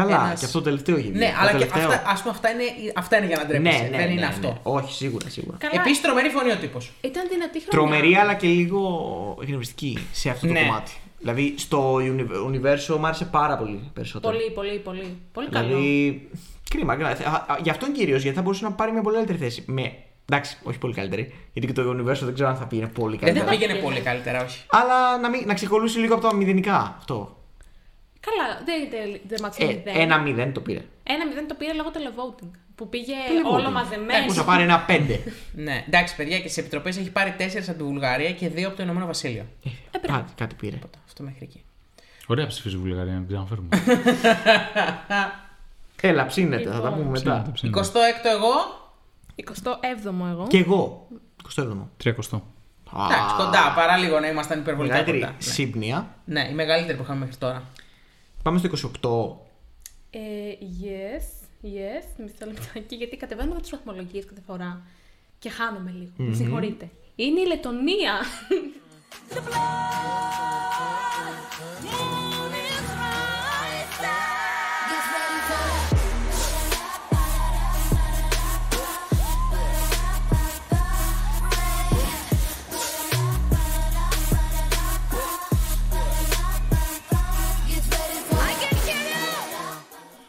C: Καλά,
B: Ένας-
C: και αυτό το τελευταίο γίνει.
B: Ναι,
C: Το
B: αλλά και
C: τελευταίο.
B: αυτά, ας πούμε, αυτά, είναι, αυτά είναι για να
C: Ναι,
B: ντρέπεσαι.
C: ναι,
B: δεν
C: ναι,
B: είναι
C: ναι.
B: αυτό.
C: Όχι, σίγουρα, σίγουρα.
E: Καλά,
B: Επίσης, τρομερή φωνή ο τύπος.
E: ήταν δυνατή χρονιά.
C: Τρομερή, αλλά και λίγο εκνευριστική σε αυτό το
B: Ναι.
C: κομμάτι. Δηλαδή, στο univ- universo μου άρεσε πάρα πολύ περισσότερο.
E: Πολύ, πολύ, πολύ. Πολύ καλό.
C: Δηλαδή. Κρίμα, κρίμα. Α, α, Γι' αυτόν κυρίως, γιατί θα μπορούσε να πάρει μια πολύ καλύτερη θέση. Με. Εντάξει, όχι πολύ καλύτερη. Γιατί και το universo δεν ξέρω αν θα πήγαινε πολύ
B: Ε, Δεν
C: καλύτερα.
B: θα πήγαινε πολύ καλύτερα, όχι.
C: Αλλά να, μην, να ξεκολλούσε λίγο από τα μηδενικά αυτό.
E: Καλά, δεν τερματισμό.
C: Ε, ένα μηδέν το πήρε.
E: Ένα μηδέν το πήρε λόγω televoting. Που πήγε
B: Ε,
C: Televoting.
E: όλο μαζεμένο.
C: Που θα πάρει ένα πέντε.
B: Ναι, εντάξει, παιδιά, και στι επιτροπές έχει πάρει 4 από τη Βουλγαρία και 2 από το Ηνωμένο Βασίλειο.
C: Ε. Κάτι, κάτι πήρε.
B: Αυτό μέχρι
C: Ναι.
B: εκεί.
J: Ωραία ψηφίζει η Βουλγαρία να την ξαναφέρουμε.
C: Έλα, ψήνεται, θα
B: Λοιπόν.
C: τα πούμε μετά.
B: 26ο εγώ.
E: 27ο εγώ.
C: Κι εγώ. 27ο.
J: Τριακοστό.
B: Εντάξει, κοντά, παρά λίγο να ήμασταν υπερβολικά κοντά.
C: Μεγαλύτερη
B: Ναι.
C: σύμπνοια.
B: Ναι, η μεγαλύτερη που είχαμε μέχρι τώρα.
C: Πάμε στο
E: Ε, yes, yes, μισό λεπτάκι, γιατί κατεβαίνουμε με τις βαθμολογίες κάθε φορά και χάνομαι λίγο. Με Συγχωρείτε. Είναι η Λετωνία.
C: [LAUGHS]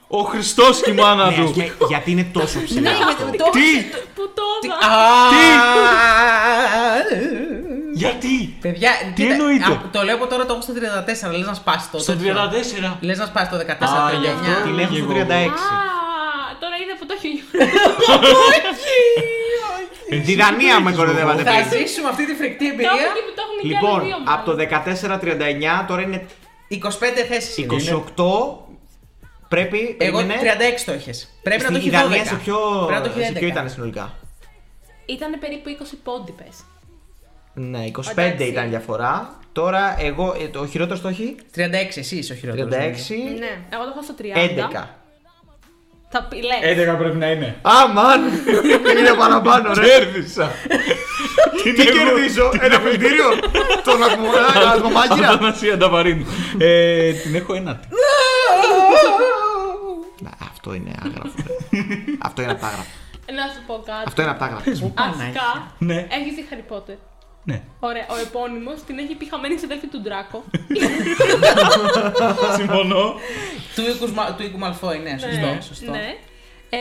D: Ο Χριστός και η μάνα
C: 28.
D: του.
C: Ναι, και- γιατί είναι τόσο ψηλά. αυτό.
E: Ναι, Το-
D: Τι!
E: Που το έβα.
D: Γιατί!
B: Παιδιά, κοίτα,
D: εννοείτε?
B: α, το λέω από τώρα το έχω στο 34, λες να σπάσει το.
J: Στο 34.
B: Λες να σπάσει το 14,
C: Α,
B: το
C: γι'
B: 9.
C: αυτό την έχω στο
J: εγώ.
C: 36.
E: Α, τώρα είδα που το έχει ο Γιώργος.
B: Όχι, όχι.
C: Τη Δανία με κοροϊδεύατε
B: Θα
C: πριν.
B: ζήσουμε αυτή τη φρικτή
E: Το
B: εμπειρία.
E: έχουν και το έχουν και άλλα
C: Λοιπόν,
E: δύο μάλλον.
C: από το 14-39 τώρα είναι
B: 25 θέσει.
C: 28. Πρέπει.
B: Εγώ
C: περίμενε.
B: 36 το είχες. Πρέπει να
C: Στην
B: το έχεις 12.
C: Ιδανία σε ποιο,
B: Πρέπει να το έχεις
C: σε
B: 11.
C: ποιο ήταν συνολικά.
E: Ήταν περίπου 20 πόντι, πες.
C: Ναι, 25
E: Εντάξει.
C: ήταν διαφορά. Τώρα εγώ, ε, το χειρότερο το έχει
B: 36, εσύ είσαι ο χειρότερος.
C: 36,
E: Ναι, εγώ το έχω στο 30.
C: 11.
E: Θα πει, λες.
J: 11 πρέπει να είναι.
C: Αμάν! Είναι παραπάνω, ρε.
D: Κέρδισα.
C: Τι κερδίζω, ένα φιλτήριο, τον ατμομάγειρα.
D: Αθανασία Νταβαρίνου. Ε, την έχω ένατη.
C: Αυτό είναι άγραφο. ρε. Αυτό είναι απτάγραφο.
E: Να σου πω κάτι.
C: Αυτό είναι απτάγραφο.
E: Αρχικά,
J: Ναι.
E: έχεις δει Harry Potter.
J: Ναι.
E: Ωραία, ο επώνυμος την έχει πει χαμένη ξαδέλφη του Ντράκο.
J: Συμφωνώ.
B: Του οίκου Μα- του οίκου Μαλφόη, ναι, σωστό.
E: Ναι,
B: σωστό.
E: ναι. Ε,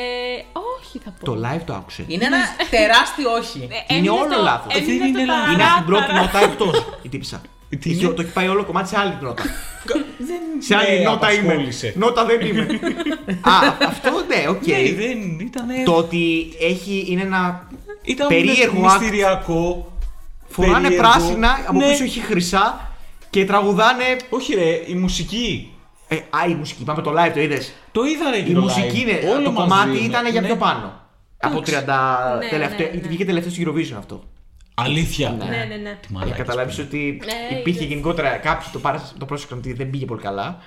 E: όχι, θα πω.
C: Το live το άκουσε.
B: Είναι ένα τεράστιο όχι.
E: Ε,
C: είναι
E: έμεινε
C: όλο
E: στο-
C: λάθος.
E: έμεινε
J: Δεν
E: στο
J: είναι λάθος.
C: Είναι από την πρώτη
E: παράθυρα.
C: νότα εκτός η τύψα.
J: Τι
C: Είχε-
J: είναι?
C: Το έχει πάει όλο κομμάτι σε άλλη νότα. Σε
J: Ναι,
C: άλλη νότα είμαι.
J: απασχόλησε.
C: Νότα δεν είμαι. [LAUGHS] Α, αυτό ναι, οκ.
J: Ναι, δεν ήταν.
C: Το ότι έχει είναι ένα.
J: Ήταν
C: περίεργο act.
J: μυστηριακό.
C: Φοράνε
J: περίεργο.
C: πράσινα, από
J: Ναι.
C: πίσω έχει χρυσά και τραγουδάνε.
J: Όχι, ρε, η μουσική.
C: Ε, α, η μουσική, πάμε το live, το είδες.
J: Το είδα, ρε, και
C: Η
J: Ε, το
C: μουσική
J: live.
C: είναι.
J: Όλο
C: το
J: μαζί
C: κομμάτι
J: είναι.
C: ήταν για
J: Ναι.
C: πιο πάνω. Από 30.
E: Ναι,
C: τελευταίο-
E: ναι, ναι.
C: Βγήκε τελευταίο στο Eurovision αυτό.
J: Αλήθεια.
E: Ναι, ναι, ναι.
J: Τι μαλάκες
C: Για να καταλάβει ότι
E: Ναι,
C: υπήρχε
E: είδες.
C: γενικότερα κάποιοι το, πάρασαν- το πρόσεξαν ότι δεν πήγε πολύ καλά.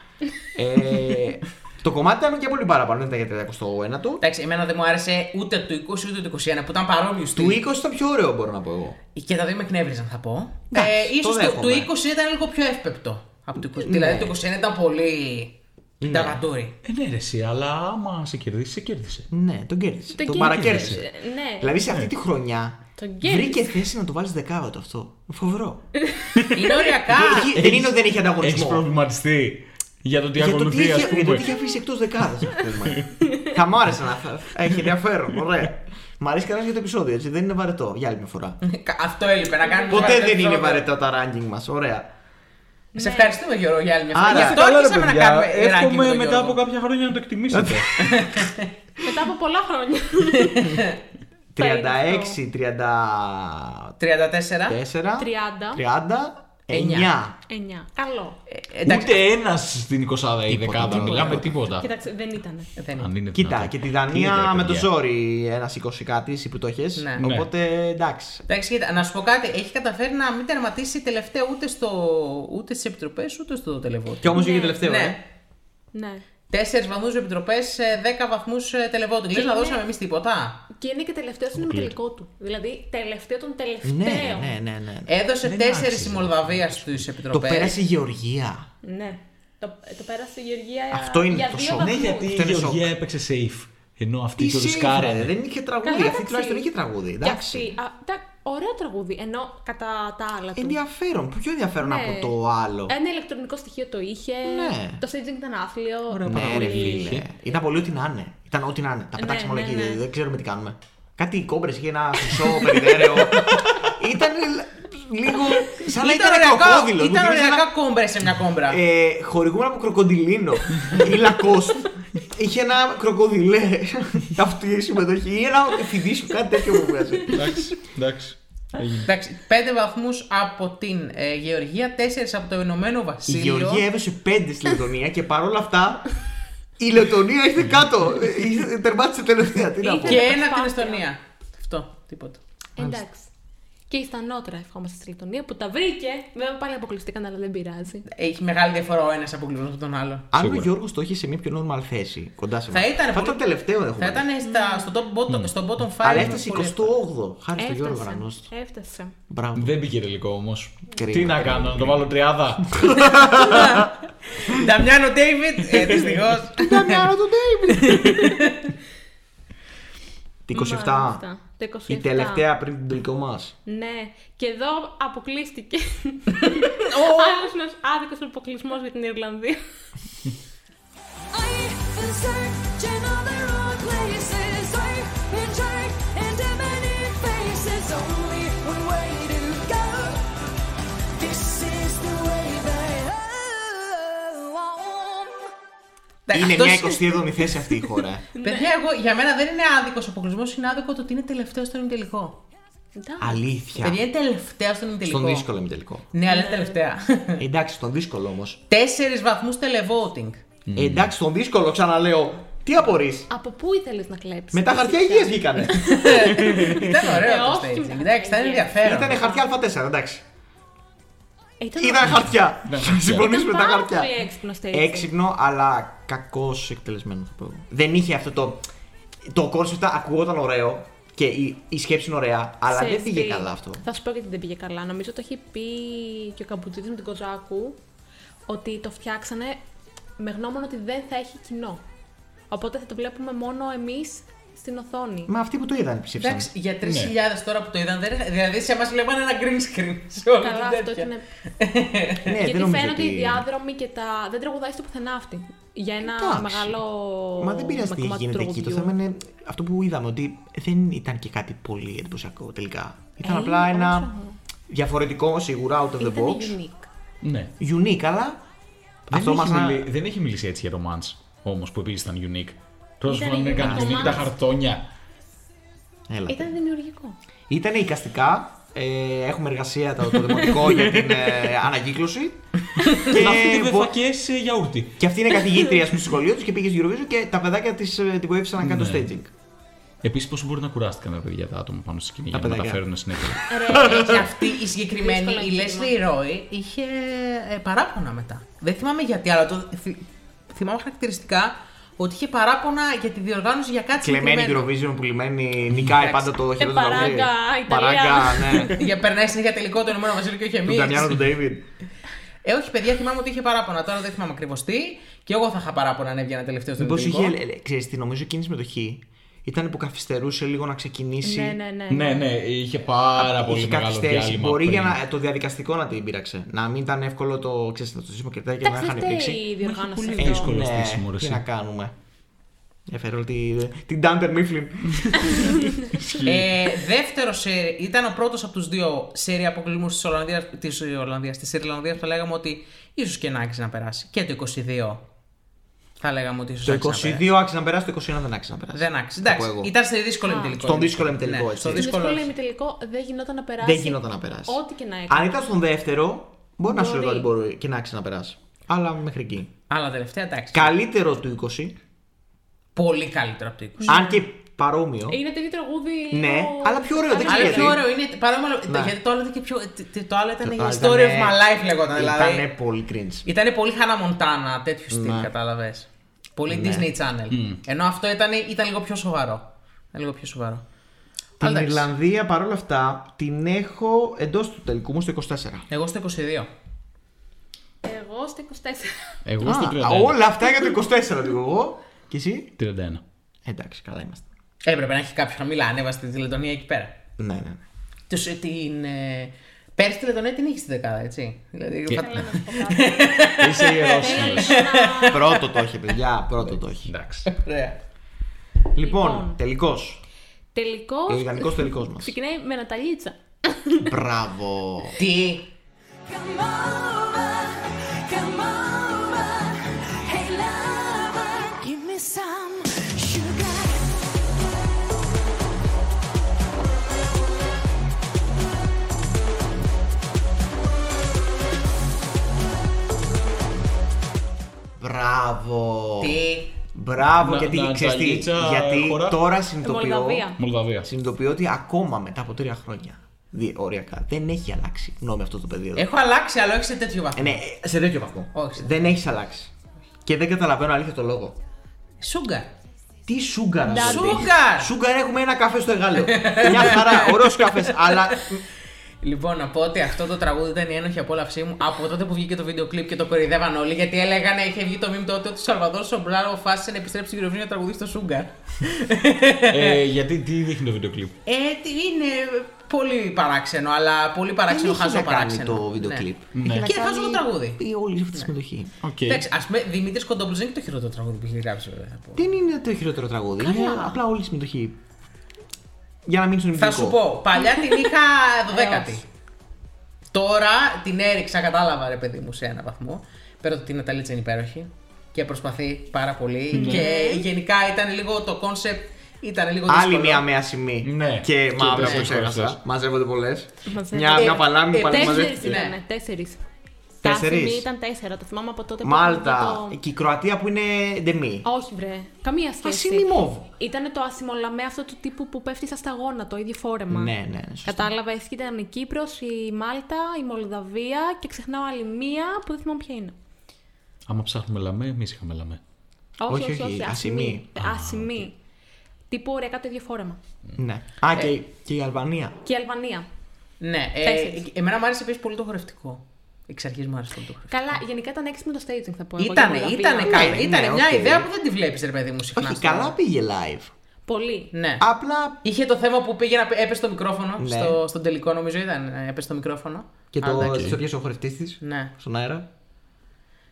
C: ε, το κομμάτι ήταν και πολύ παραπάνω, δεν ήταν για 31ο.
B: Εντάξει, εμένα δεν μου άρεσε ούτε το 20 ούτε το 21 που ήταν παρόμοιος
C: Του 20 ήταν πιο ωραίο, μπορώ να πω εγώ.
B: Και τα δύο με εκνεύριζαν, θα πω.
C: Εντάξει,
B: ε,
C: το
B: ίσως το,
C: δέχομαι.
B: το 20 ήταν λίγο πιο εύπεπτο από το 20. Δηλαδή το 21 ήταν πολύ. Ναι. Ταγαντούρι.
J: Ε, ναι, ρε, εσύ, αλλά άμα σε κερδίσει, σε κέρδισε.
C: Ναι, τον κέρδισε.
E: Το
C: Τον
E: κέρδισε,
C: παρακέρδισε.
E: ναι.
C: Δηλαδή σε αυτή τη χρονιά
E: Τον κέρδισε.
C: βρήκε θέση να το βάλεις δεκάβατο αυτό. Φοβερό.
B: Είναι ωριακά.
C: Έχει- δεν είναι ότι δεν έχει
J: Έχει
C: ανταγωνισμό.
J: προβληματιστεί για το τι
C: Για το τι
J: ακολουθείς,
C: είχε-
J: ας
C: για το τι
J: πούμε.
C: είχε αφήσει εκτός δεκάδας, α πούμε. [LAUGHS] Θα μ' άρεσε να έχει ενδιαφέρον. Ωραία. Μ' αρέσει κανένας για το επεισόδιο, έτσι. Δεν είναι βαρετό για άλλη μια φορά.
B: Κα- Αυτό έλειπε να κάνουμε.
C: Ποτέ
B: βαρετό
C: δεν είναι
B: επεισόδιο.
C: βαρετά τα ranking μας. Ωραία.
B: Σε ευχαριστούμε Γιώργο για άλλη μια φορά.
C: Άρα.
B: Γι' αυτό
J: Καλά, ρε,
B: αρχίσαμε να
J: παιδιά.
B: κάνουμε. ranking με
J: Εύχομαι
B: τον
J: μετά
B: Γιώργο.
J: από κάποια χρόνια να το εκτιμήσετε.
C: Ε,
E: Μετά από πολλά χρόνια.
B: 34.
C: 36, 34, Ε,
E: 30.
C: 39.
E: 9. Καλό.
B: Ε, εντάξει,
J: Ούτε ένας στην 20η ή δεκάδα,
C: τίποτα,
J: μιλάμε τίποτα.
E: Κοίταξε, δεν ήταν.
B: δεν είναι.
J: Αν είναι
C: Κοίτα,
J: δυνατόν.
C: και τη
J: Τι
C: Δανία
J: είναι,
C: με το
J: παιδιά.
C: ζόρι ένας 20 κάτι οι πουτοχέ.
B: Ναι.
J: Ναι.
C: Οπότε εντάξει.
B: Εντάξει, κοίτα, να σου πω κάτι. Έχει καταφέρει να μην τερματίσει τελευταίο ούτε, στο, ούτε στις επιτροπές ούτε στο τελεβότη.
C: Και όμω βγήκε τελευταίο. ε.
B: Ναι.
E: Ναι.
B: Τέσσερις βαθμούς επιτροπές, ε, δέκα βαθμούς τελεβότη. Λες να
E: είναι-
B: δώσαμε εμείς τίποτα.
E: Και είναι και τελευταίο στον ημιτελικό του. Δηλαδή, τελευταίο των τελευταίων.
C: Ναι, ναι, ναι, ναι.
B: Έδωσε
J: Δεν
B: τέσσερις η
J: άξιζε.
B: Μολδαβία στου επιτροπές.
C: Το πέρασε η Γεωργία.
E: Ναι. Το, το πέρασε η Γεωργία. ε,
C: Αυτό είναι
E: για
C: το
E: δύο
C: σοκ.
J: Ναι,
E: βαθμούς.
J: γιατί
C: Αυτό
J: η
C: είναι
J: Γεωργία έπαιξε safe. Ενώ αυτή
C: Τι
J: το
C: σύμφωνε,
J: ρισκάρανε.
C: δεν είχε τραγούδι.
E: Καλά,
C: Αυτή
E: εντάξει.
C: τουλάχιστον είχε τραγούδι.
E: Και
C: Εντάξει.
E: αυτή. α, τα- Ωραίο τραγούδι. Ενώ κατά τα άλλα του.
C: Ενδιαφέρον, πιο ενδιαφέρον
E: Ναι.
C: από το άλλο.
E: Ένα ηλεκτρονικό στοιχείο το είχε.
C: Ναι.
E: Το staging ήταν άθλιο.
C: Ναι, ρε φίλε.
J: είχε.
C: Ήταν πολύ ό,τι να είναι. Ήταν ό,τι να είναι. Τα πετάξαμε όλα
E: ναι,
C: εκεί.
E: ναι.
C: Δεν ξέρουμε τι κάνουμε. Κάτι κόμπρες είχε ένα χρυσό [LAUGHS] περιδέρεο. Ήταν λίγο. σαν να ήταν
B: ωριακά-
C: κροκόδιλο. Μου
B: Ήταν
C: θυμίζεις ένα-
B: ωριακά κόμπρες σε μια κόμπρα.
C: Ε, χορηγούμενο από κροκοντιλίνο ή λακόστ. Είχε ένα κροκοδιλέ [LAUGHS] αυτή η συμμετοχή ή ένα φιδίσιο, κάτι τέτοιο μου βγάζει.
J: Εντάξει, εντάξει.
B: Εντάξει, πέντε βαθμούς από την ε, Γεωργία, τέσσερις από το Ηνωμένο
C: Η
B: Βασίλειο.
C: Γεωργία έδωσε πέντε στη Λετωνία και παρόλα αυτά η Λετωνία ήρθε κάτω. Ήρθε- Τερμάτισε τελευταία. Τι να πω.
B: Και ένα από την
E: Προσπάθεια.
B: Εστονία. Αυτό, τίποτα.
E: Εντάξει. Και η Στανότρα ευχόμαστε στη Λετωνία που τα βρήκε. Βέβαια πάλι αποκλειστήκαν, αλλά δεν πειράζει.
B: Έχει μεγάλη διαφορά ο ένας αποκλεισμός από τον άλλο.
C: Αν ο Γιώργος το είχε σε μια πιο normal θέση κοντά σε
B: Θα
C: εμάς,
B: ήταν
C: Θα
B: πολύ-
C: ήταν τελευταίο
B: Θα
C: έχουμε.
B: ήταν
E: Ναι.
B: στα, στο top bottom, στο bottom 5.
C: Ναι. Αλλά έφτασε
B: πολύ
C: 28 χάρη στον Γιώργο Ρανόστο.
E: Έφτασε. Έφτασε.
C: Μπράβο.
J: Δεν πήγε τελικό όμως.
C: Κρίμα.
J: Τι να κάνω, να το βάλω 30.
B: Νταμιάνο Ντέιβιτ,
C: [LAUGHS]
B: ε, δυστυχώς.
C: Ναι. Τι
E: Μάλιστα.
C: 27.
E: Το 27.
C: Η τελευταία πριν τον τελικό μας.
E: Ναι. Και εδώ
C: [LAUGHS]
E: αποκλείστηκε. Άλλος ένας άδικος αποκλεισμός για την Ιρλανδία.
C: Είναι
B: Ναι, αυτός-
C: μια 27η θέση αυτή η χώρα.
B: Παιδιά, εγώ, για μένα δεν είναι άδικος ο αποκλεισμός, είναι άδικο το ότι είναι τελευταίο στον ημιτελικό. Παιδιά,
C: Αλήθεια.
B: είναι τελευταίο στον ημιτελικό.
C: Στον δύσκολο μη τελικό.
B: Ναι, αλλά είναι
C: [LAUGHS]
B: τελευταία.
C: Εντάξει, στον δύσκολο όμως.
B: Τέσσερις βαθμούς
C: [LAUGHS]
B: televoting.
C: Εντάξει, στον δύσκολο ξαναλέω. Τι απορρεί.
E: Από πού ήθελες να κλέψεις.
C: Με τα χαρτιά υγεία βγήκανε.
B: Ήταν
E: Ε,
B: ωραίο το
E: όχι, ε,
B: staging.
E: μετά.
B: Εντάξει, ήταν ενδιαφέρον.
C: Ήταν χαρτιά Α4, εντάξει.
E: Ε, Ήταν,
C: Ήταν χαρτιά. [LAUGHS] Συμφωνήσουμε τα
E: πάρα
C: χαρτιά.
E: πολύ έξυπνο staging.
C: Έξυπνο, αλλά κακώ εκτελεσμένος θα πω. Δεν είχε αυτό το. Το κόνσεπτ ακούγονταν ωραίο και η, η σκέψη είναι ωραία, αλλά
E: Ξέρεις
C: δεν πήγε
E: τι,
C: καλά αυτό.
E: Θα σου πω γιατί δεν πήγε καλά. Νομίζω το έχει πει και ο Καμπουτζίδης με την Κοζάκου ότι το φτιάξανε με γνώμονα ότι δεν θα έχει κοινό. Οπότε θα το βλέπουμε μόνο εμείς στην οθόνη.
C: Μα αυτοί που το είδαν ψήφισαν.
B: Εντάξει, για 3.000 τώρα που το είδαν, δεν... δηλαδή σε εμάς βλέπανε ένα green screen σε όλη
E: Καλά,
B: την
E: αυτό
B: τέτοια.
E: ήταν.
C: Ναι, δεν
E: γιατί
C: νομίζω
E: φαίνονται
C: ότι-
E: οι διάδρομοι και τα. Δεν τραγουδάει στο πουθενά αυτή. Για ένα
C: Εντάξει.
E: μεγάλο.
C: Μα δεν πειράζει τι
E: κομμάτι του
C: γίνεται εκεί. Το
E: τραγουδιού.
C: θέμα είναι αυτό που είδαμε ότι δεν ήταν και κάτι πολύ εντυπωσιακό τελικά. Ήταν
E: Ε,
C: απλά
E: όχι,
C: ένα
E: όχι.
C: διαφορετικό σίγουρα out of the
E: Ήταν
C: box.
E: unique.
J: Ναι.
C: Unique, αλλά
J: Δεν,
C: αυτό
J: έχει
C: μας να-
J: μιλη- δεν έχει μιλήσει έτσι για το Mans όμως που επίσης ήταν unique. Τώρα σου
E: Ήταν
J: φαίνονται
E: unique
J: κάνει
E: το
J: unique τα
E: Mans.
J: χαρτόνια.
C: Έλα.
E: Ήταν
C: [LAUGHS]
E: δημιουργικό.
C: Ήταν εικαστικά. Ε, έχουμε εργασία το, το δημοτικό για την ε,
J: [LAUGHS]
C: ανακύκλωση.
J: Να
C: και,
J: φτύβε
C: βο-
J: φακέ σε ε, γιαούρτι.
C: και αυτή είναι καθηγήτρια ας πούμε, στο σχολείο του και πήγες στο Eurovision και τα παιδάκια της, ε, τη βοήθησαν να κάνει το
J: Ναι.
C: staging.
J: Επίσης, πόσο μπορεί να κουράστηκαν τα παιδιά τα άτομα πάνω στη σκηνή για να
C: παιδάκια.
J: μεταφέρουν συνέχεια.
E: Ρε,
B: Και αυτή η συγκεκριμένη,
E: Δύσκολο
B: η
E: εγχείρημα.
B: Leslie Roy, είχε ε, παράπονα μετά. Δεν θυμάμαι γιατί, αλλά το θυ- θυμάμαι χαρακτηριστικά ότι είχε παράπονα για τη διοργάνωση για κάτι
C: Κλεμμένη
B: συγκεκριμένο.
C: Eurovision που λιμένει, νικάει πάντα το χειρότερο
E: Ε, παράγκα,
C: τραγούδι.
E: Ιταλίας.
C: Παράγκα,
E: [LAUGHS]
C: ναι.
B: για περνάει συνέχεια τελικό το Ηνωμένο Βασίλειο και όχι
C: Του
B: εμεί.
C: Νταμιάνου του Ντέιβιντ.
B: Ε, όχι, παιδιά, θυμάμαι ότι είχε παράπονα. Τώρα δεν θυμάμαι ακριβώς τι. Και εγώ θα είχα παράπονα αν έβγαινα τελευταίο στον
C: Μήπως
B: τελικό.
C: είχε, ε, ε, ξέρεις τι, νομίζω εκείνη η συμμετοχή ήταν που καθυστερούσε λίγο να ξεκινήσει.
E: Ναι, ναι, ναι.
J: ναι, ναι, είχε πάρα
C: Είχε
J: πολύ μεγάλο
C: καθυστέρηση.
J: διάλειμμα.
C: Μπορεί
J: πριν.
C: για να, ε, το διαδικαστικό να την πείραξε. Να μην ήταν εύκολο το, ξέρεις, να το ζήσουμε και τέτοια και να
E: Εντάξει,
C: είχαν
E: δεν
C: επίξει.
E: φταίει η διοργάνωση.
J: πολύ
E: αυτό.
J: δύσκολο. Δύσκολο στήσιμο, ρε,
C: Ναι, τι
J: εσύ.
C: να κάνουμε. Έφερε όλη την Ντάντερ Μίφλιν.
B: Ε, δεύτερο σερι, ήταν ο πρώτος από τους δύο σερι αποκλεισμού της Ολλανδίας, της Ολλανδίας, της Ιρλανδίας, θα λέγαμε ότι ίσως και να άξιζε να περάσει. Και το 22 θα λέγαμε ότι ίσως
C: Το 22 άξιζε να περάσει, το 21 δεν άξιζε να περάσει.
B: Δεν άξιζε.
C: Θα πω
B: Εντάξει,
C: εγώ.
B: ήταν σε δύσκολο ημιτελικό.
C: Στον δύσκολο ημιτελικό,
B: Ναι,
C: έτσι.
B: στο
E: Στην
B: δύσκολο.
E: δύσκολη ημιτελικό δεν γινόταν να περάσει.
C: Δεν γινόταν να περάσει.
E: Ό,τι και να έκανε.
C: Αν ήταν στον δεύτερο, μπορεί να σου
E: Μπορεί.
C: λέω ότι μπορεί και να άξιζε να περάσει. Αλλά μέχρι εκεί.
B: Αλλά τελευταία εντάξει.
C: Καλύτερο του 20,
B: Πολύ καλύτερο από το 20.
C: αν και παρόμοιο.
E: Είναι το ίδιο τραγούδι.
C: Ναι,
E: ο-
C: αλλά πιο ωραίο, δεν
E: Αλλά
C: ξέρω
B: Αλλά
C: γιατί.
B: πιο ωραίο είναι. Παρόμοιο,
C: Ναι.
B: γιατί το άλλο, ήταν και πιο, τι- το άλλο ήταν η
C: Α,
B: Story of
C: ήτανε-
B: My Life λέγονταν. Δηλαδή.
C: Ήτανε Ναι. πολύ cringe.
B: Ήταν πολύ Χάνα Μοντάνα, τέτοιου στυλ, κατάλαβες. Πολύ
C: Ναι.
B: Disney Channel. Ενώ αυτό ήταν, ήταν λίγο πιο σοβαρό. Ήταν λίγο πιο σοβαρό. Αλλά
C: Την
B: εντάξει,
C: Ιρλανδία παρόλα αυτά την έχω εντός του τελικού μου στο 24.
B: Εγώ στο 22.
E: Εγώ στο 24.
J: Εγώ στο
C: Α,
J: 31.
C: όλα αυτά για το 24 του εγώ. Και εσύ.
J: 31.
C: Εντάξει, καλά είμαστε.
B: Έπρεπε να έχει κάποιο να μιλάει, ανέβασε τη Λετωνία εκεί πέρα.
C: Ναι, ναι. ναι.
B: Τους, ε, την, ε, πέρσι τη Λετωνία την είχε στη δεκάδα, έτσι. Δηλαδή, φα-
J: Είσαι ιερός.
C: ναι.
J: Είσαι.
C: πρώτο το έχει, παιδιά. Πρώτο το έχει.
J: Εντάξει.
B: Ωραία.
C: Λοιπόν, τελικός.
E: Τελικός.
C: Ο ιδανικός τελικός μας.
E: Ξεκινάει με Ναταλίτσα.
C: Μπράβο.
B: Τι.
G: Come over, come over, hey lover, give me some sugar.
C: Μπράβο.
B: Τι.
C: Μπράβο,
J: Να-
C: γιατί
J: να
C: ξέρεις τι,
J: αγκαλίτσα,
C: γιατί
J: χώρα.
B: Ε,
C: τώρα συνειδητοποιώ,
E: Μολδαβία.
J: Μολδαβία.
C: συνειδητοποιώ ότι ακόμα μετά από τρία χρόνια διοριακά δεν έχει αλλάξει γνώμη αυτό το πεδίο.
B: Έχω αλλάξει, αλλά όχι σε τέτοιο
C: Ε,
B: βαθμό.
C: ναι, σε τέτοιο βαθμό.
B: Όχι, σε
C: δεν έχει αλλάξει. Και δεν καταλαβαίνω αλήθεια το λόγο.
B: Σούγκαρ.
C: Τι σούγκαρ να σου
B: Σούγκαρ!
C: πει. Σούγκαρ έχουμε ένα καφέ στο εργαλείο. Μια χαρά, ωραίος καφές. Αλλά
B: Λοιπόν, να πω ότι αυτό το τραγούδι ήταν η ένοχη απόλαυσή μου από τότε που βγήκε το βίντεο κλιπ και το κορυδεύαν όλοι. Γιατί έλεγαν, είχε βγει το μήνυμα τότε ότι ο Σαλβαδόρ Σομπράρο αποφάσισε να επιστρέψει στην Eurovision να τραγουδίσει το Σούγκαρ.
C: [LAUGHS]
J: Ε, γιατί τι δείχνει το βίντεο κλιπ.
B: Ε, τι είναι πολύ παράξενο, αλλά πολύ παράξενο,
C: δεν έχει
B: χάζο
C: να κάνει
B: παράξενο.
C: το βίντεο κλιπ.
J: Ναι.
B: Ναι. Και χάζω το τραγούδι. Ναι.
C: Ή όλη αυτή τη συμμετοχή.
J: Οκ.
B: Εντάξει, ας πούμε, Δημήτρης Κοντόπουλο δεν είναι το χειρότερο τραγούδι που έχει γράψει, βέβαια. Θα, πω.
C: Δεν είναι το χειρότερο τραγούδι. Είναι απλά όλη η συμμετοχή. Για να μην στον
B: θα σου πω, παλιά την
C: [LAUGHS]
B: είχα 12η.
E: όχι.
B: Τώρα την έριξα, κατάλαβα ρε παιδί μου σε ένα βαθμό. Πέρα ότι η Ναταλίτσα είναι υπέροχη. και προσπαθεί πάρα πολύ.
C: Ναι.
B: Και γενικά ήταν λίγο το κόνσεπτ, ήταν λίγο
C: Άλλη
B: δύσκολο.
C: μία μέα σημή
J: Ναι.
C: και
J: Και
C: μαύρα που
J: τέσσερις
C: ξέχασα.
J: χωριστές.
C: Μαζεύονται πολλές.
E: Μαζεύονται.
C: Μια, μια παλάμη
B: ε,
C: που
B: τέσσερις
C: μαζεύτηκε.
B: είναι.
E: Ναι, τέσσερις. Τα
C: Τέσσερις.
E: σημεία ήταν τέσσερα, το θυμάμαι από τότε που
C: Μάλτα
E: είχαμε δει
C: και η Κροατία που είναι ντεμή.
E: το- Όχι, βρε. Καμία σχέση.
C: Ασίμι μόβ.
E: Ήταν το ασημολαμέ αυτό του τύπου που πέφτει στα σταγόνα, το ίδιο φόρεμα.
C: Ναι, ναι, ναι, σωστά.
E: Κατάλαβα, εσύ ήταν η Κύπρος, η Μάλτα, η Μολδαβία και ξεχνάω άλλη μία που δεν θυμάμαι ποια είναι.
J: Άμα ψάχνουμε λαμέ, εμείς είχαμε λαμέ.
E: Όχι, όχι, όχι.
C: όχι,
E: ασημή.
C: ασημή.
E: Ασημή. Τύπου ωριακά το ίδιο φόρεμα.
C: Ναι.
B: Ε.
C: Α, και, και η Αλβανία.
E: Και η Αλβανία.
B: Ναι, ε,
E: Τέσσερις.
B: εμένα μου άρεσε επίσης πολύ το χορευτικό. Εξ αρχής μου άρεσε πολύ το χορευτικό.
E: Καλά, γενικά ήταν έξυπνο το staging θα πω. εγώ,
B: Ήτανε,
E: για Μολδαβία.
B: ήτανε, καλή,
C: ναι,
B: ήτανε μια
C: οκ.
B: ιδέα που δεν τη βλέπεις, ρε παιδί μου, συχνά.
C: Όχι,
B: στο-
C: καλά πήγε live.
E: Πολύ.
B: Ναι.
C: Απλά
B: Είχε το θέμα που πήγε να πει- έπεσε το μικρόφωνο.
C: Ναι.
B: Στο, στον τελικό, νομίζω ήταν. ε, Έπεσε το μικρόφωνο.
C: και
B: Α,
C: το
B: εντάξει.
C: της έπιασε ο χορευτής της
B: Ναι.
C: στον αέρα.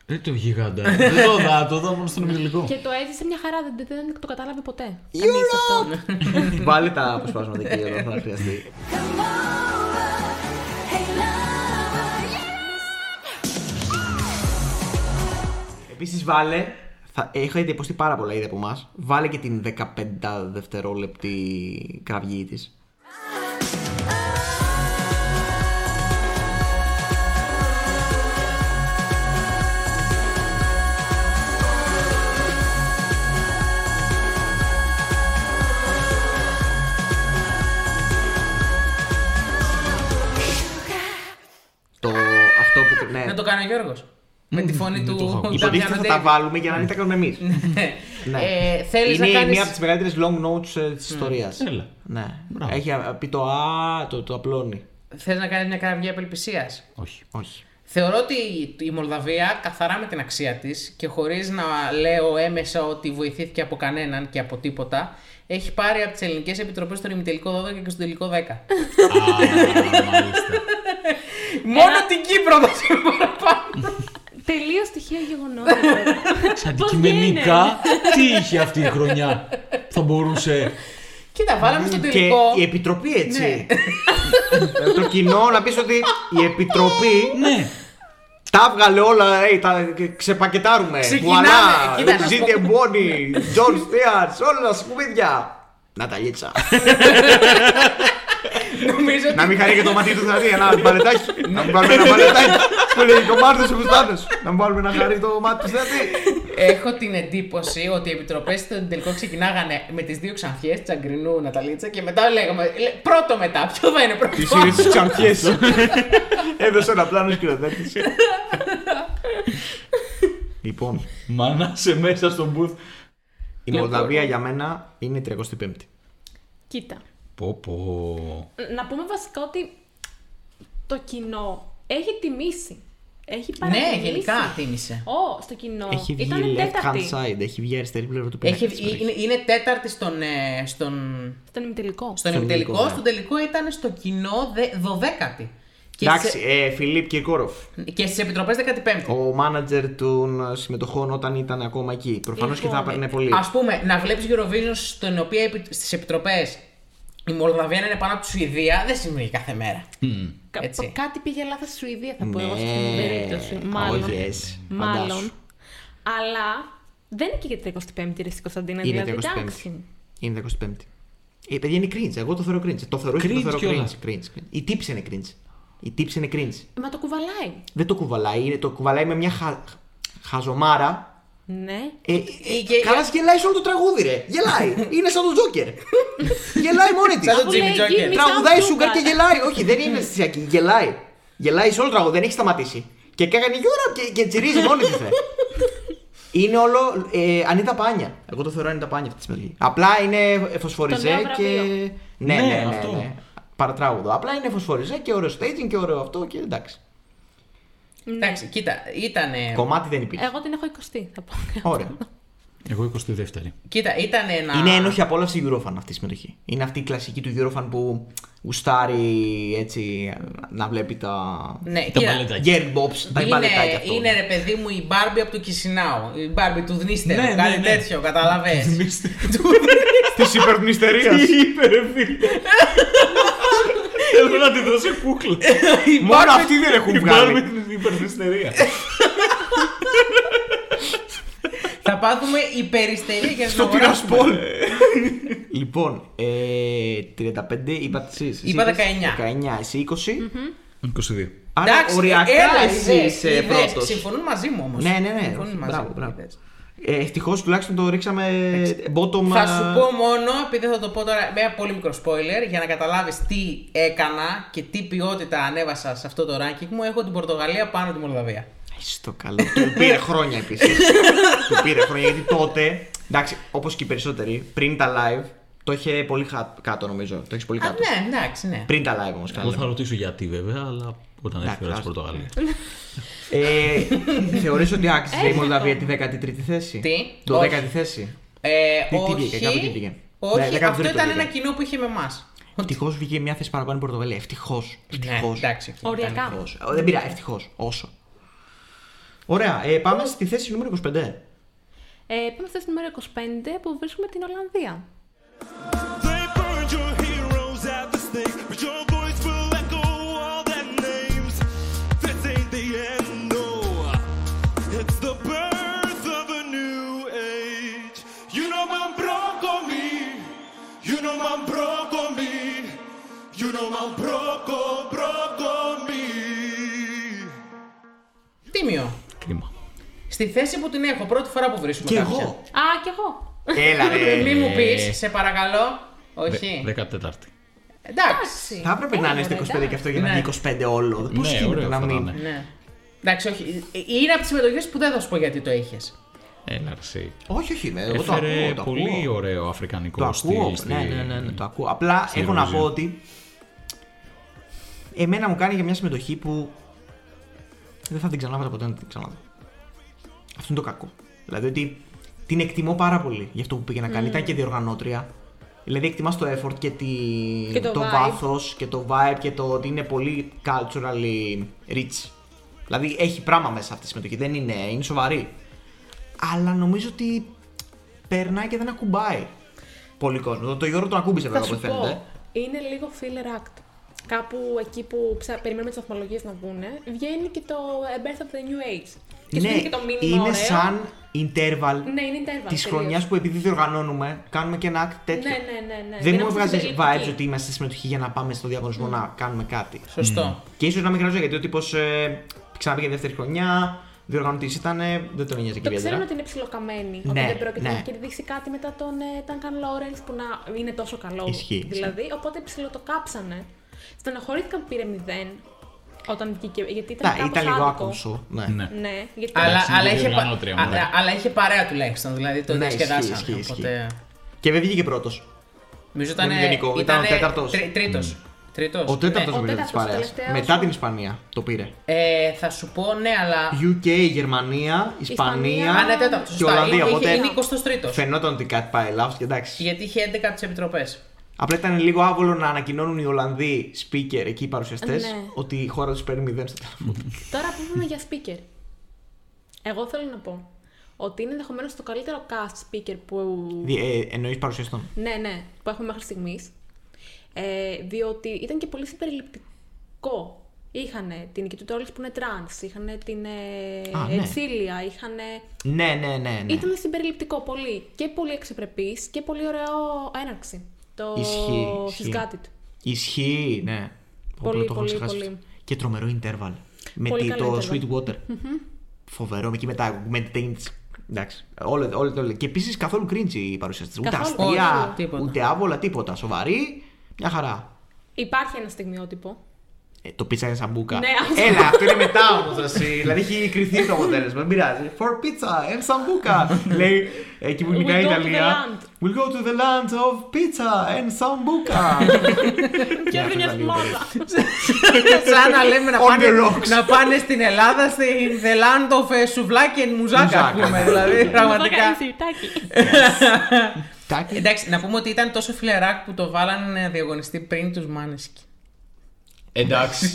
J: Ρε Ε, το γιγάντα. δεν το δα, το δα μόνο στον ημιτελικό.
E: Και το έζησε μια χαρά, δεν, δεν το κατάλαβε ποτέ.
C: Europe!
E: Κανείς αυτό.
C: Βάλε τα αποσπάσματα εκεί εδώ, θα χρειαστεί. Επίσης, βάλε. Θα, ε, είχα εντυπωστεί πάρα πολλά ήδη από εμάς. Βάλε και την 15 δευτερόλεπτη κραυγή της. Το αυτό που. Ναι,
B: Να το κάνει ο Γιώργος. Με τη φωνή του.
J: το έχω ακούσει.
C: υποτίθεται
B: Damiano
C: θα τα
B: David.
C: βάλουμε για να μην τα κάνουμε εμείς.
B: Ναι.
C: Ναι.
B: Ε, Θέλεις
C: είναι
B: να κάνεις.
C: μία από τις μεγαλύτερες long notes ε, της ιστορίας.
J: Έλα.
C: Ναι.
J: Μπράβο.
C: Έχει α, πει το Α, το, το απλώνει.
B: Θες να κάνεις μια κραυγή απελπισίας.
J: Όχι.
C: Όχι.
B: Θεωρώ ότι η- η Μολδαβία καθαρά με την αξία της και χωρίς να λέω έμεσα ότι βοηθήθηκε από κανέναν και από τίποτα, έχει πάρει από τις ελληνικές επιτροπές στον ημιτελικό 12 και στον τελικό 10.
J: Α, μάλιστα.
B: Μόνο την Κύπρο θα σε παραπάνω.
E: Τελείως στοιχείο γεγονό.
J: Αντικειμενικά, τι είχε αυτή η χρονιά που θα μπορούσε.
B: Κοίτα, βάλαμε στο
C: Και
B: τελικό. Ναι.
C: η επιτροπή έτσι. Ε, το κοινό να πεις ότι η επιτροπή
J: Ναι,
C: τα έβγαλε όλα, ε, τα ξεπακετάρουμε.
B: Ξεκινάμε, κοίτα, να σου πω.
C: Ζήτε Μπόνι, Τζον Στέαρτ, όλα τα σκουπίδια. Ναταλίτσα.
B: Νομίζω ότι
C: να μην χαρεί και το μάτι του δηλαδή, ένα μπαλετάκι. να μου βάλουμε
B: Ναι.
C: ένα μπαλετάκι. Που λέει κομμάτι του Να μου βάλουμε να χαρεί το μάτι τους δηλαδή.
B: έχω την εντύπωση ότι οι επιτροπές στον τελικό ξεκινάγανε με τις δύο ξανθιές, Τσαγκρινού, Ναταλίτσα, και μετά λέγαμε λέ, πρώτο μετά. Ποιο θα είναι πρώτο.
C: Τις είδες τις ξανθιές [LAUGHS] Έδωσε ένα πλάνο σκηνοθέτης Λοιπόν,
J: μάνα σε μέσα στον booth.
C: η Μολδαβία για μένα είναι η 35η
E: Κοίτα.
J: Πω πω.
E: Να πούμε βασικά ότι το κοινό έχει τιμήσει. Έχει
B: ναι,
E: παρατηρήσει.
B: γενικά θύμισε.
E: Ω, στο κοινό.
C: Έχει βγει
E: Ήταν
C: left hand
E: τέταρτη.
C: side, έχει βγει αριστερή πλευρά του πίνακα
B: Έχει,
C: της περιοχής.
B: είναι, είναι τέταρτη στον, ε, στον,
E: Ήταν ημιτελικό.
B: στον
C: τελικό,
B: επιτελικό.
C: ναι.
B: Στον τελικό ήταν στο κοινό δε- 12η. Και
C: Εντάξει, ε, Φιλίπ Κυρκόροφ,
B: σε- και στις επιτροπές 15η.
C: ο μάνατζερ των συμμετοχών όταν ήταν ακόμα εκεί. Προφανώς και θα
E: Λοιπόν,
C: έπαιρνε πολύ.
B: Ας πούμε, να βλέπεις Eurovision στην οποία στις επιτροπές η Μολδαβία να είναι πάνω από τη Σουηδία δεν συμβαίνει κάθε μέρα.
E: Κα-
B: έτσι.
E: Κάτι πήγε λάθος στη Σουηδία, θα πω εγώ σε
C: Ναι.
E: αυτή την περίπτωση.
C: Oh,
E: Μάλλον.
C: yes.
E: Μάλλον.
C: Φαντάσου.
E: Αλλά δεν είναι και για την 25η ρε στην Κωνσταντίνα.
C: Είναι
E: δηλαδή,
C: 35η.
E: εντάξει.
C: Είναι 35η. Ε, παιδιά είναι cringe. Εγώ το θεωρώ cringe. Το θεωρώ
J: Cringe
C: cringe. Το θεωρώ
J: κιόλας.
C: cringe, cringe, cringe. Η τύψη είναι cringe. Η τύψη είναι cringe.
E: Μα το κουβαλάει.
C: Δεν το κουβαλάει, είναι, το κουβαλάει με μια χα... χαζομάρα.
E: Ναι.
C: Ε, ε,
B: και-
C: Καλάς γελάει σε όλο το τραγούδι, ρε. Γελάει. είναι σαν τον Τζόκερ. γελάει μόνη της.
B: Σαν τον
E: Που λέει,
B: Jimmy Joker.
E: «Give me
C: Τραγουδάει
E: some
C: σούγκαρ
E: sugar».
C: και γελάει. Όχι, δεν είναι αισθησιακή. Γελάει. Γελάει σε όλο το τραγούδι, δεν έχει σταματήσει. Και έκανε Europe και, και τσιρίζει μόνη της, ρε. Είναι όλο ε, Ανίτα Πάνια. Εγώ το θεωρώ Ανίτα Πάνια αυτή τη συμμετοχή. Απλά είναι φωσφοριζέ
E: Το νέο
C: και.
E: βραβείο.
C: Ναι, ναι,
J: Ναι,
C: ναι.
J: αυτό.
C: ναι. Παρατράγουδο. Απλά είναι φωσφοριζέ και ωραίο staging και ωραίο αυτό και εντάξει.
B: Εντάξει, κοίτα, ήτανε,
C: Κομμάτι δεν υπήρχε.
E: Ναι. Εγώ την έχω 20, θα πω.
C: Ωραία.
J: Εγώ 22η.
B: κοίτα, ήτανε ένα.
C: Είναι ένοχη απόλαυση Eurofan αυτή η συμμετοχή. Είναι αυτή η κλασική του Eurofan που γουστάρει έτσι να βλέπει τα.
B: Ναι,
J: Τα
B: κοίτα,
J: μπαλετάκια.
C: Girl bops, τα
B: είναι,
C: μπαλετάκια αυτό.
B: είναι ρε παιδί μου η Μπάρμπι από το Κισινάου. Η Μπάρμπι του Δνίστερου.
J: Ναι, ναι,
B: κάτι
J: ναι.
B: τέτοιο, καταλαβες. [LAUGHS]
C: Της υπερνηστερίας.
J: Υπέρ, φίλε. Θέλω να τη δώσω κούκλα. [LAUGHS]
C: Μόνο αυτοί δεν έχουν βγάλει.
J: την υπερθυστερία.
B: θα πάθουμε υπεριστερία
C: [LAUGHS]
B: και
D: Στο
B: δεν θα αγοράσουμε.
D: πειρασπόλ.
C: Ε, Λοιπόν, ε, 35 είπατε εσείς. εσύ.
B: Είπα
C: είπες
B: 19.
C: 19, εσύ 20.
J: 22.
C: Άρα
B: Εντάξει,
C: οριακά
B: έλα,
C: εσύ
B: είδες,
C: είσαι
B: είδες.
C: πρώτος.
B: Συμφωνούν μαζί μου όμως.
C: Ναι, ναι, ναι.
B: Συμφωνούν μαζί
C: Μπράβο,
B: μου.
C: μπράβο.
B: είδες.
C: Ε, Ευτυχώς τουλάχιστον το ρίξαμε bottom. ε,
B: Θα
C: α,
B: σου πω μόνο, επειδή θα το πω τώρα με ένα πολύ μικρό spoiler, για να καταλάβεις τι έκανα και τι ποιότητα ανέβασα σε αυτό το ranking μου, έχω την Πορτογαλία πάνω από τη Μολδαβία.
C: Στο καλό. Του πήρε χρόνια επίσης.
B: [LAUGHS]
C: του πήρε χρόνια γιατί τότε. Εντάξει, όπως και οι περισσότεροι, πριν τα live το είχε πολύ χα- κάτω νομίζω. Το έχεις πολύ
B: Α,
C: κάτω.
B: ναι, εντάξει, ναι.
C: Πριν τα live όμως
J: Εγώ θα
C: κάτω.
J: ρωτήσω γιατί βέβαια, αλλά όταν έρθει η ώρα τη
C: Εντάξει,
J: Πορτογαλίας.
C: Ε, Θεωρείς ότι άξιζε η Μολδαβία τη 13η θέση.
B: Τι?
C: 12η
B: Όχι.
C: θέση.
B: Ε,
C: Τι- τι
B: όχι,
C: βγήκε, κάπου τι βγήκε. Ναι,
B: όχι
C: 13
B: αυτό
C: το
B: ήταν
C: βγήκε.
B: ένα κοινό που είχε με εμάς.
C: Ευτυχώς βγήκε μια θέση παραπάνω η Πορτογαλία. Ευτυχώς.
B: Ναι, εντάξει.
E: Οριακά.
C: Ε, Δεν πειράζει, ευτυχώς. Όσο. Ωραία, ε, πάμε στη θέση νούμερο 25.
E: Ε, πάμε στη θέση νούμερο 25 που βρίσκουμε την Ολλανδία.
G: They burned your heroes at the stake, but your voice will echo all their names. This ain't the end, no. It's the birth of a new age. You know man broke on me. You know man broke on me. You know man broke on, broke on me.
B: Τίμιο.
J: Κρίμα.
B: Στη θέση που την έχω, πρώτη φορά που βρίσκουμε
C: Και
B: κάποια.
C: εγώ.
E: Α, κι εγώ.
C: Έλα, ρε.
B: [LAUGHS] Μη μου πεις, σε παρακαλώ. Όχι.
J: 14η.
B: Εντάξει.
C: Θα έπρεπε να είναι στο 25 και αυτό για να
B: Ναι.
C: είναι 25 όλο. Πώ
J: Ναι,
C: γίνεται
J: ωραίο
C: να
J: θα
C: μην.
J: ήταν.
B: Ναι. Εντάξει, όχι. Ε, Είναι από τις συμμετοχές που δεν θα σου πω γιατί το είχες.
J: Έλα, ρε, εσύ.
C: Όχι, όχι, ναι, εγώ το ακούω.
J: Έφερε
C: Το
J: πολύ
C: ακούω.
J: ωραίο
C: Το
J: αφρικανικό
C: ακούω.
J: στυλ. στη-
C: Ναι, ναι, ναι, ναι, το ακούω. Απλά
J: στη
C: έχω να
J: Ρωσία.
C: πω ότι. Εμένα μου κάνει για μια συμμετοχή που. Δεν θα την ξανάβαλα ποτέ να την ξαναδώ. Αυτό είναι το κακό. Δηλαδή ότι την εκτιμώ πάρα πολύ για αυτό που πήγε να
E: Mm.
C: κάνει. Ήταν και διοργανώτρια. Δηλαδή εκτιμά το effort και, τη...
E: Και το vibe.
C: βάθος και το vibe και το ότι είναι πολύ culturally rich. Δηλαδή έχει πράγμα μέσα αυτή η συμμετοχή. Δεν είναι, είναι σοβαρή. Αλλά νομίζω ότι περνάει και δεν ακουμπάει πολύ κόσμο. Το, το Γιώργο τον ακούμπησε
E: Θα
C: βέβαια από
E: σου
C: ό,τι φαίνεται.
E: πω, είναι λίγο filler act. Κάπου εκεί που ψα... περιμένουμε τις βαθμολογίες να βγουν, βγαίνει και το A Birth of the New Age. Και σου δίνει και το μήνυμα
C: Ναι, είναι
E: ωραίο.
C: σαν interval
E: Ναι, είναι
C: της
E: interval. τελείως.
C: χρονιάς που επειδή διοργανώνουμε, κάνουμε και ένα act τέτοιο.
E: Ναι, ναι, ναι. ναι.
C: Δεν μου
E: είμαστε
C: έβγαζε
E: συμπεριληπτικοί.
C: vibes ότι είμαστε στη συμμετοχή για να πάμε στο διαγωνισμό να κάνουμε κάτι.
B: Σωστό.
C: Και ίσως να μην χρειαζόταν γιατί ο τύπος ε, ξαναπήγε δεύτερη χρονιά, διοργανωτή ήταν, ε, δεν τον νοιάζει και
E: Το ξέρουν
C: ιδιαίτερα.
E: ότι είναι ψιλοκαμένη. ότι
C: Ναι,
E: δεν πρόκειται
C: ναι.
E: να κερδίσει κάτι μετά τον ε, Duncan Lawrence που να είναι τόσο καλό.
C: Ισχύει,
E: δηλαδή, οπότε ψιλοκάψανε. Στεναχωρήθηκαν που πήρε 0 όταν βγήκε. Γιατί ήταν,
C: Τα,
E: κάπως
C: ήταν λίγο
E: άδικο.
C: άκομψο. Ναι.
J: Ναι.
E: Ναι, γιατί
B: Αλλά,
J: Εντάξει, είναι
B: αλλά, είχε, πα-
J: διοργανώτρια μου,
B: α-
J: ναι.
B: α- αλλά είχε παρέα τουλάχιστον, δηλαδή το
C: Ναι,
B: διασκεδάσαμε.
C: ισχύει, ισχύει,
B: Οπότε.
C: Και δεν βγήκε πρώτος.
B: Νομίζω ήταν.
C: Δεν είναι γενικό, ήταν ο τέταρτος.
B: Τρίτο. Τρίτος.
C: Ο τέταρτος ναι,
E: ο
C: τη
E: τέταρτος, ο
C: παρέας.
E: τελευταίος.
C: Μετά την Ισπανία το πήρε.
B: Ε, θα σου πω ναι, αλλά.
C: UK, Γερμανία, Ισπανία.
E: Ισπανία.
B: Α, ναι, τέταρτος.
C: Και Ολλανδία. Οπότε
B: Είναι 23ο.
C: φαινόταν ότι κάτι πάει λάθος και εντάξει.
B: Γιατί είχε 11 από τις επιτροπές.
C: Απλά ήταν λίγο άβολο να ανακοινώνουν οι Ολλανδοί speaker εκεί οι παρουσιαστές
E: Ναι.
C: ότι η χώρα τους παίρνει 0 στο τέλο.
E: Τώρα που είπαμε για speaker. Εγώ θέλω να πω ότι είναι ενδεχομένως το καλύτερο cast speaker που.
C: Εννοεί Ε, παρουσιαστών.
E: Ναι, ναι, που έχουμε μέχρι στιγμής. Ε, διότι ήταν και πολύ συμπεριληπτικό. Είχαν την Νικητού Τόρλη που είναι τραν, είχαν την
C: Α,
E: ε,
C: ναι.
E: Ετσίλια, είχαν.
C: Ναι, ναι, ναι. ναι.
E: Ήταν συμπεριληπτικό πολύ. Και πολύ εξυπρεπή και πολύ ωραίο έναρξη. Το
C: Ισχύει, ισχύει.
E: She's Got It.
C: Ισχύει, ναι.
E: Πολύ,
C: Όπλο, το έχω
E: πολύ,
C: ξεχάσει
E: πολύ.
C: αυτό. Και τρομερό interval. Με
E: Πολύ
C: τι-
E: καλό
C: το
E: interval.
C: Sweetwater. Φοβερό, εκεί με τα augmented Εντάξει. Όλο, όλο, όλο. Και επίσης καθόλου cringe η παρουσιαστή. Ούτε
E: Καθόλου.
C: αστεία,
B: Όχι, τίποτα.
C: ούτε άβολα, τίποτα. Σοβαρή. Μια χαρά.
E: Υπάρχει ένα στιγμιότυπο.
C: Ε, το πίτσα σαμπούκα.
E: Ναι, αυτό.
C: Έλα, αυτό είναι μετά όμως. δηλαδή έχει κρυθεί το αποτέλεσμα. Δεν πειράζει. For pizza and sambuca. Λέει εκεί που
E: We'll
C: μιλάει η
E: go to the
C: Ιταλία.
E: land.
C: We'll go to the land of pizza and
E: [LAUGHS]
C: sambuca.
E: Και
C: αυτό
E: έβγαινε μια
C: ήταν λίγο
E: φλόγα.
B: [LAUGHS] Σαν να λέμε να
C: On
B: πάνε,
C: the rocks.
B: να πάνε στην Ελλάδα, στην The Land of ε, Σουβλάκι and Μουζάκα, ας
C: Μουζάκα,
B: πούμε.
C: ναι.
B: δηλαδή, πραγματικά.
E: Πραγματικά.
C: Τάκι.
B: Εντάξει, να πούμε ότι ήταν τόσο φιλεράκ που το βάλανε να διαγωνιστεί πριν τους Μάνεσκι.
C: [LAUGHS]
J: Εντάξει.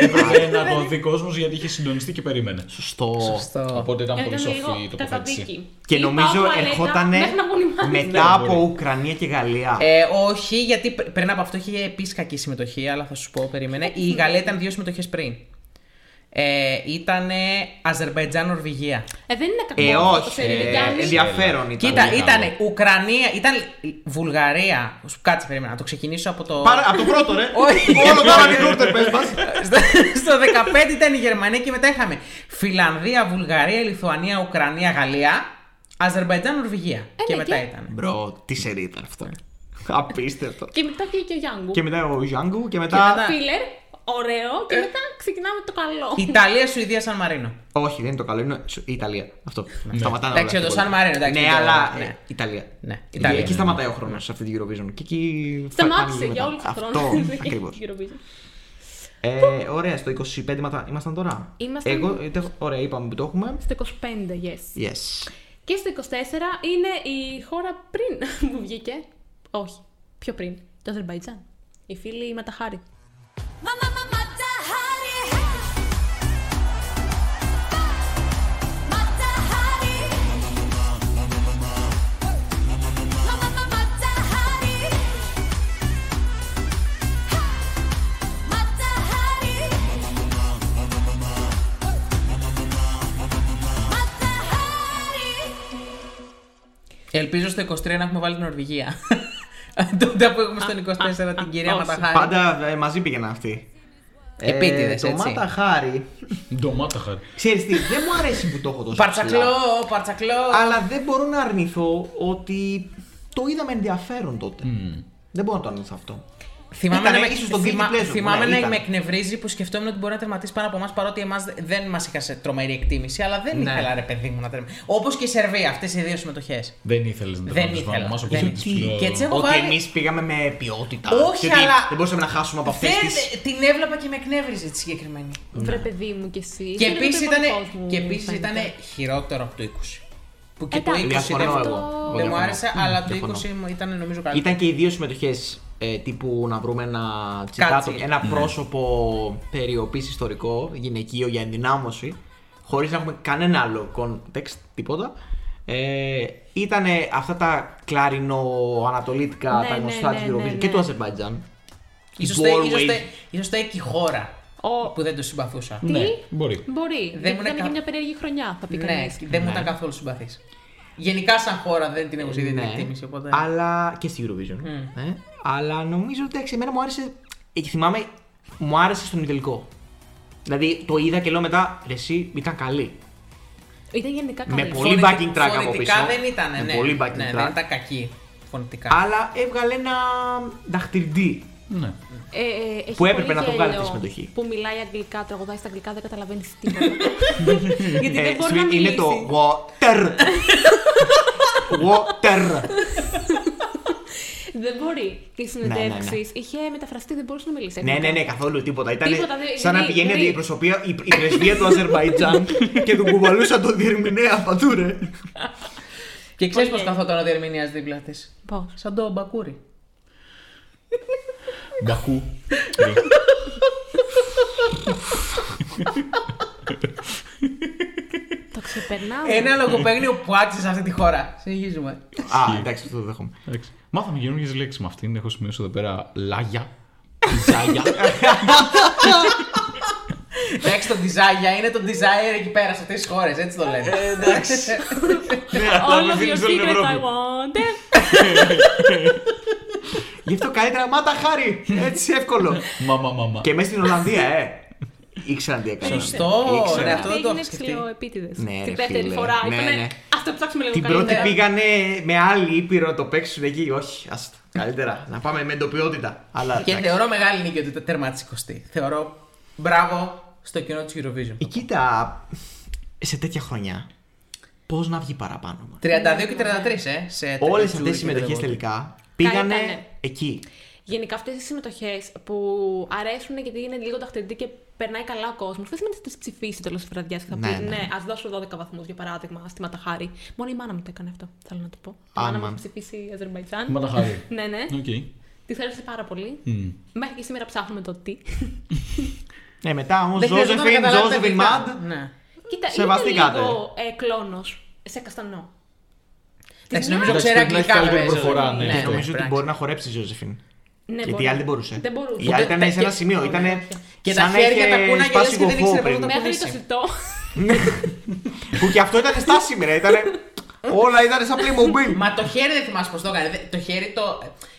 J: Έπρεπε να τον δει κόσμος γιατί είχε συντονιστεί και περίμενε.
C: Σωστό. Ε,
B: Στο.
J: Οπότε ήταν πολύ
E: Ήταν
J: σοφή η
E: λίγο
J: τοποθέτηση.
E: καθαδίκη.
C: Και
E: Η
C: νομίζω
E: Παπα Αλέτα
C: ερχόταν
E: μέχρι να βγουν οι μάνες.
C: μετά
J: Ναι,
C: από
J: μπορεί.
C: Ουκρανία και Γαλλία.
B: Ε, όχι, γιατί πρι- πριν από αυτό είχε επίσης κακή συμμετοχή, αλλά θα σου πω, περίμενε. Η Γαλλία ήταν δύο συμμετοχές πριν. Ε, ήταν Αζερβαϊτζάν-Νορβηγία.
E: Ε, δεν είναι κακό
C: Ε,
E: αυτό το
C: όχι.
E: σερί,
C: ε,
E: δεν κάνει.
C: ενδιαφέρον ήταν.
B: Κοίτα,
C: λίγο.
B: ήταν Ουκρανία, ήταν Βουλγαρία. Σου- Κάτσε, περίμενα, να το ξεκινήσω από το.
C: Πάρα, από το πρώτο, ρε.
B: Όχι.
C: Όλο πάρα την ούρτερ, πες μας.
B: Στο- Στο 15 ήταν η Γερμανία και μετά είχαμε Φιλανδία, Βουλγαρία, Λιθουανία, Ουκρανία, Γαλλία, Αζερβαϊτζάν, Νορβηγία. Και
E: ναι,
B: μετά
E: και-
B: ήταν.
C: Μπρο, τι σερί ήταν αυτό. Απίστευτο.
E: Και μετά βγήκε ο Γιάνγκου.
C: Και μετά ο Γιάνγκου και
B: Και
C: μετά.
B: μετά-
E: Φίλερ, ωραίο. Και μετά ξεκινάμε το καλό.
B: Ιταλία, Σουηδία, Σαν Μαρίνο.
C: Όχι, δεν είναι το καλό, είναι η Ιταλία. Αυτό. Σταματάνε
B: Εντάξει,
C: όλα
B: το
C: αυτά
B: San
C: τα
B: Marino,
C: υπόλοιπα.
B: εντάξει,
C: Ναι,
B: το-
C: αλλά.
B: ναι.
C: ε, Ιταλία.
B: Ναι,
C: Ε,
B: Ιταλία.
C: Εκεί σταματάει ο χρόνος σε αυτή την Eurovision. Και εκεί.
E: Σταμάτησε
C: φακάνει μετά.
E: για όλο τον χρόνο.
C: Αυτό [LAUGHS]
E: [LAUGHS] Δεν είχε
C: ακριβώ.
E: την Eurovision.
C: Ε, ωραία, στο 25 ματα- ήμασταν τώρα.
E: Ήμασταν-
C: Εγώ, ε, τε- ωραία, είπαμε που το έχουμε.
E: Στο 25, yes.
C: Yes.
E: Και στο 24 είναι η χώρα πριν [LAUGHS] που βγήκε. Όχι, πιο πριν. Το Αζερβαϊτζάν. Οι φίλοι Ματαχάρη.
B: Ελπίζω στο 23 να έχουμε βάλει την Νορβηγία. [LAUGHS] Τότε που έχουμε στον 24 την κυρία
E: όχι.
B: Ματαχάρη.
C: Πάντα ε, μαζί πήγαιναν αυτοί.
B: Επίτηδες,
C: Το
B: έτσι.
C: Μάτα Χάρη.
J: Ντομάτα χάρη.
C: Ξέρεις τι, δεν μου αρέσει που το έχω τόσο
B: Παρτσακλό,
C: ψηλά.
B: παρτσακλό.
C: Αλλά δεν μπορώ να αρνηθώ ότι το είδαμε ενδιαφέρον τότε. Δεν μπορώ να το αρνηθώ αυτό.
B: Θυμάμαι
C: Ήτανε
B: να, με,
C: ίσως το guilty
B: θυμά-
C: pleasure μου,
B: θυμάμαι
C: ναι,
B: να
C: ήταν.
B: με εκνευρίζει που σκεφτόμουν ότι μπορεί να τερματίσει πάνω από εμάς παρότι εμάς δεν μας είχα σε τρομερή εκτίμηση. Αλλά δεν
C: Ναι.
B: ήθελα ρε παιδί μου να τερματίσει. Όπως και η Σερβία, αυτές οι δύο συμμετοχές.
J: Δεν ήθελες να
B: Δεν
J: τερματίσεις
B: ήθελα.
J: πάνω μας, οπότε
B: Δεν-
J: τις ψηλό-
B: Και έτσι έχω
C: Ότι
B: βάλει.
C: εμείς πήγαμε με ποιότητα.
B: Όχι,
C: και ότι
B: αλλά-
C: Δεν μπορούσαμε να χάσουμε από αυτές
B: Δεν,
C: τις.
B: την έβλεπα και με εκνεύριζε τη συγκεκριμένη.
E: Βρε παιδί μου κι
B: Και
E: εσύ. Είσαι λίγο
B: επίσης
E: πιο
B: ήταν,
E: πανικός μου,
B: και επίσης
E: φαίνεται.
B: ήταν χειρότερο από το 20. Που και το
E: Εντάξει.
B: 20 δεν
C: Διαφωνώ
B: μου-
C: εγώ. Εγώ
B: δεν μου
C: διαφωνώ.
B: άρεσε, αλλά το
C: Διαφωνώ.
B: 20 μου ήταν νομίζω καλύτερο.
C: Ήταν και οι δύο συμμετοχές τύπου να βρούμε ένα τσιτάτο,
B: Κάτσι.
C: ένα πρόσωπο περιοπής ιστορικό, γυναικείο για ενδυνάμωση, χωρίς να έχουμε κανένα άλλο context, τίποτα. Ε, ήταν αυτά τα κλαρινο-ανατολίτικα,
E: Ναι,
C: τα
E: ναι,
C: γνωστά
E: ναι,
C: της
E: ναι,
C: Eurovision
E: ναι.
C: και του Αζερβαϊτζάν.
B: Ίσως,
C: Ball
B: θε- ίσως,
C: wave.
B: θε- ίσως θα η χώρα
E: Ο-
B: που δεν το συμπαθούσα.
E: Τι?
J: Ναι, Μπορεί.
E: Μπορεί. Δεν
B: μου
E: ήταν
B: είναι
E: και
B: κα-
E: μια περίεργη χρονιά, θα πει
B: Ναι,
E: κανείς.
B: δεν μου ήταν καθόλου συμπαθής. Γενικά, σαν χώρα δεν την έχω ζήσει την
C: Ναι,
B: εκτίμηση. Οπότε...
C: Αλλά και στη Eurovision. ναι. Αλλά νομίζω ότι εντάξει, εμένα μου άρεσε. ε, Θυμάμαι, μου άρεσε στον Ιταλικό. Δηλαδή το είδα και λέω μετά, «Ρε εσύ ήταν καλή.
E: Ήταν γενικά
C: Με
E: καλή.
C: πολύ- backing track από
B: Φωνητικά
C: πίσω.
B: δεν ήταν.
C: Με
B: Ναι,
C: πολύ backing
B: ναι,
C: track.
B: δεν ήταν κακή
E: Ε.
B: φωνητικά.
C: Αλλά έβγαλε ένα δαχτυλντή.
J: Ναι.
E: Ε, ε, έχει
C: Που έπρεπε
E: πολύ
C: να το βγάλει
E: γέλιο
C: τη συμμετοχή.
E: Που μιλάει αγγλικά, τραγουδάει στα αγγλικά, δεν καταλαβαίνεις
C: [LAUGHS]
E: τίποτα. Γιατί
C: Ε,
E: δεν μπορεί να
C: Sweet,
E: μιλήσει.
C: είναι το water.
E: [LAUGHS]
C: water.
E: Δεν μπορεί. Τι συνεντεύξεις είχε μεταφραστεί, δεν μπορούσε να μιλήσει.
C: ναι, ναι,
E: αγγλικά.
C: ναι, καθόλου τίποτα. Ήταν
E: Τίποτα, δεν-
C: σαν να
E: γρή-
C: πηγαίνει
E: γρή.
C: η, προσωπία, η, η πρεσβεία του
E: [LAUGHS]
C: Αζερβαϊτζάν και του κουβαλούσαν τον διερμηνέα παντού, ρε.
B: Και ξέρεις πώ
E: Οκ.
B: καθόταν ο διερμηνία δίπλα της.
E: Πώς.
B: Σαν το μπακούρι.
J: Μπακού.
E: Το ξεπερνάμε.
B: Ένα λογοπαίγνιο που άξιζε σε αυτή τη χώρα. Συνεχίζουμε.
C: Α, εντάξει, αυτό το δέχομαι.
J: Εντάξει. Μάθαμε καινούργιες λέξεις με αυτήν. Έχω σημειώσει εδώ πέρα λάγια. Πιζάγια.
B: Εντάξει, το desire είναι το desire εκεί πέρα σε αυτές τις χώρες. Έτσι το λένε.
C: Ε,
B: Εντάξει. [LAUGHS]
E: All of your secrets I want.
C: Γι' αυτό καλύτερα μάτα χάρη. Έτσι εύκολο.
J: Μαμά, μαμά.
C: και μέσα στην Ολλανδία, ε. Ήξεραν τι έκαναν.
B: Σωστό,
C: Ήξεραν.
B: ναι, αυτό δεν το έχω
E: Έγινε
B: σκεφτεί.
E: ψηλό επίτηδε.
C: Ναι, ρε,
E: Την δεύτερη
C: φίλε.
E: φορά.
C: Ναι,
E: Είπανε,
C: ναι.
E: ας το ψάξουμε λίγο
C: Την πρώτη
E: καλύτερα.
C: πήγανε με άλλη ήπειρο να το παίξουν εκεί. Όχι, άστα. Καλύτερα να πάμε με εντοπιότητα. Αλλά
B: Και
C: εντάξει.
B: θεωρώ μεγάλη νίκη ότι το τερμάτισε 20. Θεωρώ μπράβο στο κοινό της Eurovision.
C: Ε, Κοίτα, σε τέτοια χρονιά, πώς να βγει παραπάνω.
B: 32 και 33, ε. σε
C: Όλες
B: Τζούρι
C: αυτές οι
B: και
C: συμμετοχές
B: Vote.
C: τελικά πήγανε
E: ήτανε.
C: εκεί.
E: Γενικά αυτές οι συμμετοχές που αρέσουν γιατί είναι λίγο ταχτεντή και περνάει καλά ο κόσμος. Δεν σημαίνει ότι τις ψηφίσει τέλος της βραδιάς και θα
C: Ναι,
E: πει
C: ναι.
E: Ναι, ας δώσω 12 βαθμούς για παράδειγμα στη Ματαχάρη. Μόνο η μάνα μου το έκανε αυτό, θέλω να το πω. Η
C: Α,
E: μάνα μου
C: μάνα.
E: έχει ψηφίσει Αζερβαϊτζάν.
J: Ματαχάρη.
E: [LAUGHS] Ναι, ναι.
J: Οκ.
E: Της άρεσε πάρα πολύ.
J: Μμ.
E: Μέχρι και σήμερα ψάχνουμε το
C: [LAUGHS]
E: τι.
C: Ναι, μετά όμως
B: Δεν χρειαζόταν να
C: Ζώζεφιν,
B: καταλάβετε
C: Ζώζεφιν
B: αγγλικά.
C: Μαντ.
B: Ναι.
E: Κοίτα,
C: Σεβαστήκατε.
E: είναι λίγο ε, κλόνος σε καστανό.
B: Εντάξει,
E: Ναι.
B: νομίζω
J: Εντάξει,
B: ξέρει
J: πρέπει να έχει
B: αγγλικά.
J: καλύτερη
B: βέβαια,
J: προφορά,
B: Ζωζεφίν.
J: ναι,
B: Ναι,
J: αυτό.
C: Ε, Νομίζω ότι
B: εντάξει.
C: μπορεί να χορέψει η Ζώζεφιν.
E: Ναι,
C: Γιατί
E: μπορεί.
C: η άλλη δεν μπορούσε.
E: Δεν μπορούσε.
C: Η άλλη
B: Ούτε-
C: ήταν σε ένα
B: και-
C: σημείο.
E: Όχι,
C: Ήταν
E: όχι.
B: Και
C: Σαν
B: τα χέρια
C: είχε
B: τα πούνα και λες
C: σπάσει
B: και δεν
C: γοφό
B: ήξερε
C: πριν.
B: πώς να τα
E: Μέχρι το
B: κουνήσει.
E: σιτό.
C: που και αυτό ήταν στα σήμερα. Ήταν.
B: [LAUGHS]
C: Όλα ήταν σαν Playmobil.
B: Μα το χέρι δεν θυμάσαι πώς το έκανε. Δε- Το χέρι το.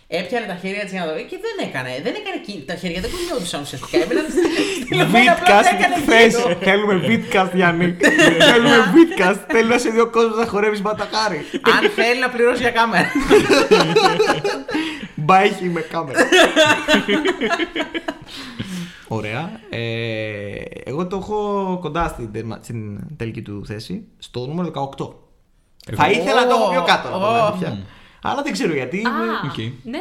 B: Έπιανε τα χέρια της για να το δει και δεν έκανε. Δεν έκανε κι- Τα χέρια δεν κουνιόντουσαν ουσιαστικά. Έμειναν στην [LAUGHS] τηλεφωνία, απλά δεν έκανε
C: Βίτκαστ
B: γύρω.
C: χθε. Θέλουμε Βίτκαστ,
B: [LAUGHS]
C: Γιάννη. Θέλουμε Βίτκαστ. Θέλω να σε δύο κόσμος να χορεύεις μπαταχάρι.
B: Αν θέλει να πληρώσει για κάμερα.
C: Μπάχι με κάμερα. [LAUGHS] Ωραία. Ε, εγώ το έχω κοντά στην, τερμα- στην τελική του θέση, στο νούμερο 18. Θα ήθελα να το έχω πιο κάτω. να πω την
B: Ω,
C: αλήθεια. Αλλά δεν ξέρω γιατί.
E: Α,
J: Οκ.
E: ναι.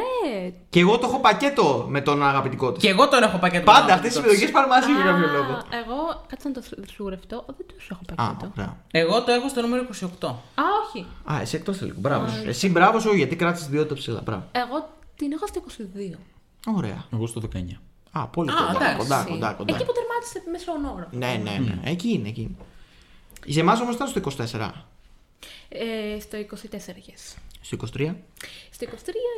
C: Και εγώ το έχω πακέτο με τον αγαπητικό της.
B: Και εγώ τον έχω πακέτο.
C: Πάντα αυτές οι επιλογές πάνε μαζί για κάποιο
E: Α,
C: λόγο.
E: Εγώ κάτσε να το θλου- θλουρευτώ. Δεν τους έχω
C: Α,
E: πακέτο.
C: ωραία.
B: Εγώ το έχω στο νούμερο 28.
E: Α, όχι.
C: Α, εσύ εκτός τελικού. Μπράβο. σου. Εσύ μπράβο σου, γιατί κράτησες δύο το ψηλά. Μπράβο.
E: Εγώ την έχω στο 22.
C: Ωραία.
J: Εγώ στο 19.
C: Α, πολύ
B: Α,
C: κοντά,
B: εντάξει.
C: κοντά, κοντά, κοντά.
E: Εκεί που τερμάτισε μέσω όρο.
C: Ναι, ναι, ναι. Εκεί είναι, εκεί είναι. Για εμάς όμως ήταν στο 24.
E: Ε, στο 24, yes.
C: Στο 23.
E: Στο 23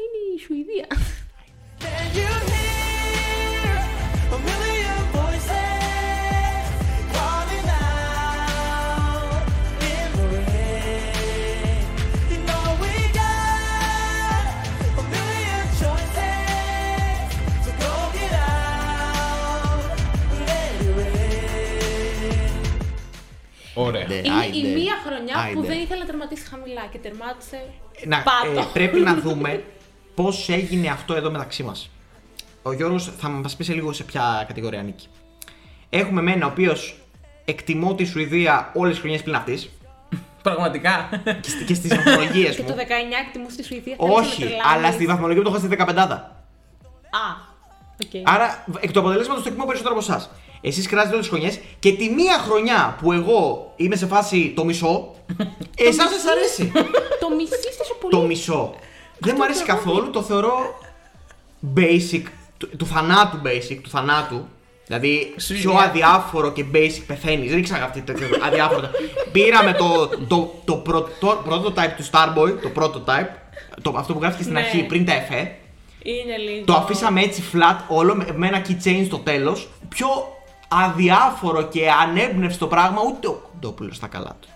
E: είναι η Σουηδία.
G: Can you hear a million voices calling out in the rain? You know we got a million choices, so go get out, let it rain.
D: Ωραία.
C: Ναι,
E: είναι
C: άιντε.
E: η μία χρονιά που
C: Άιντε.
E: δεν ήθελε να τερματίσει χαμηλά και τερμάτισε.
C: Να,
E: πάτο.
C: ε, πρέπει να δούμε πώς έγινε αυτό εδώ μεταξύ μας. Ο Γιώργος θα μας πει σε λίγο σε ποια κατηγορία ανήκει. Έχουμε μένα ο οποίος εκτιμώ τη Σουηδία όλες τις χρονιές πλην αυτής
B: Πραγματικά.
C: [LAUGHS] και στι βαθμολογίες
E: Και
C: μου.
E: το 19 εκτιμούσε στη Σουηδία. θέλεις να
C: Ε. Όχι,
E: με
C: αλλά
E: τρελάνεις.
C: στη βαθμολογία μου το έχω στη 15.
E: Α, οκ.
C: Άρα εκ του αποτελέσματος το εκτιμώ περισσότερο από εσάς. Εσείς κράζετε όλες τις χρονιές και τη μία χρονιά που εγώ είμαι σε φάση το μισό, εσά σας αρέσει.
E: Το μισή τόσο πολύ.
C: το μισό. Δεν μου αρέσει
E: τραγούδι.
C: καθόλου, το θεωρώ basic, του, του θανάτου basic, του θανάτου. Δηλαδή, πιο
B: Σουηδία.
C: αδιάφορο και basic πεθαίνεις. Δεν ήξερα αυτή τέτοιο αδιάφορο. Πήραμε το, το, το, πρω- το prototype του Starboy, το prototype, το, αυτό που γράφτηκε στην
E: Ναι.
C: αρχή πριν τα εφέ.
E: Είναι λίγο.
C: Το αφήσαμε έτσι flat όλο με- με ένα keychain στο τέλος. Πιο αδιάφορο και ανέμπνευστο πράγμα, ούτε ο Κοντόπουλος στα καλά του.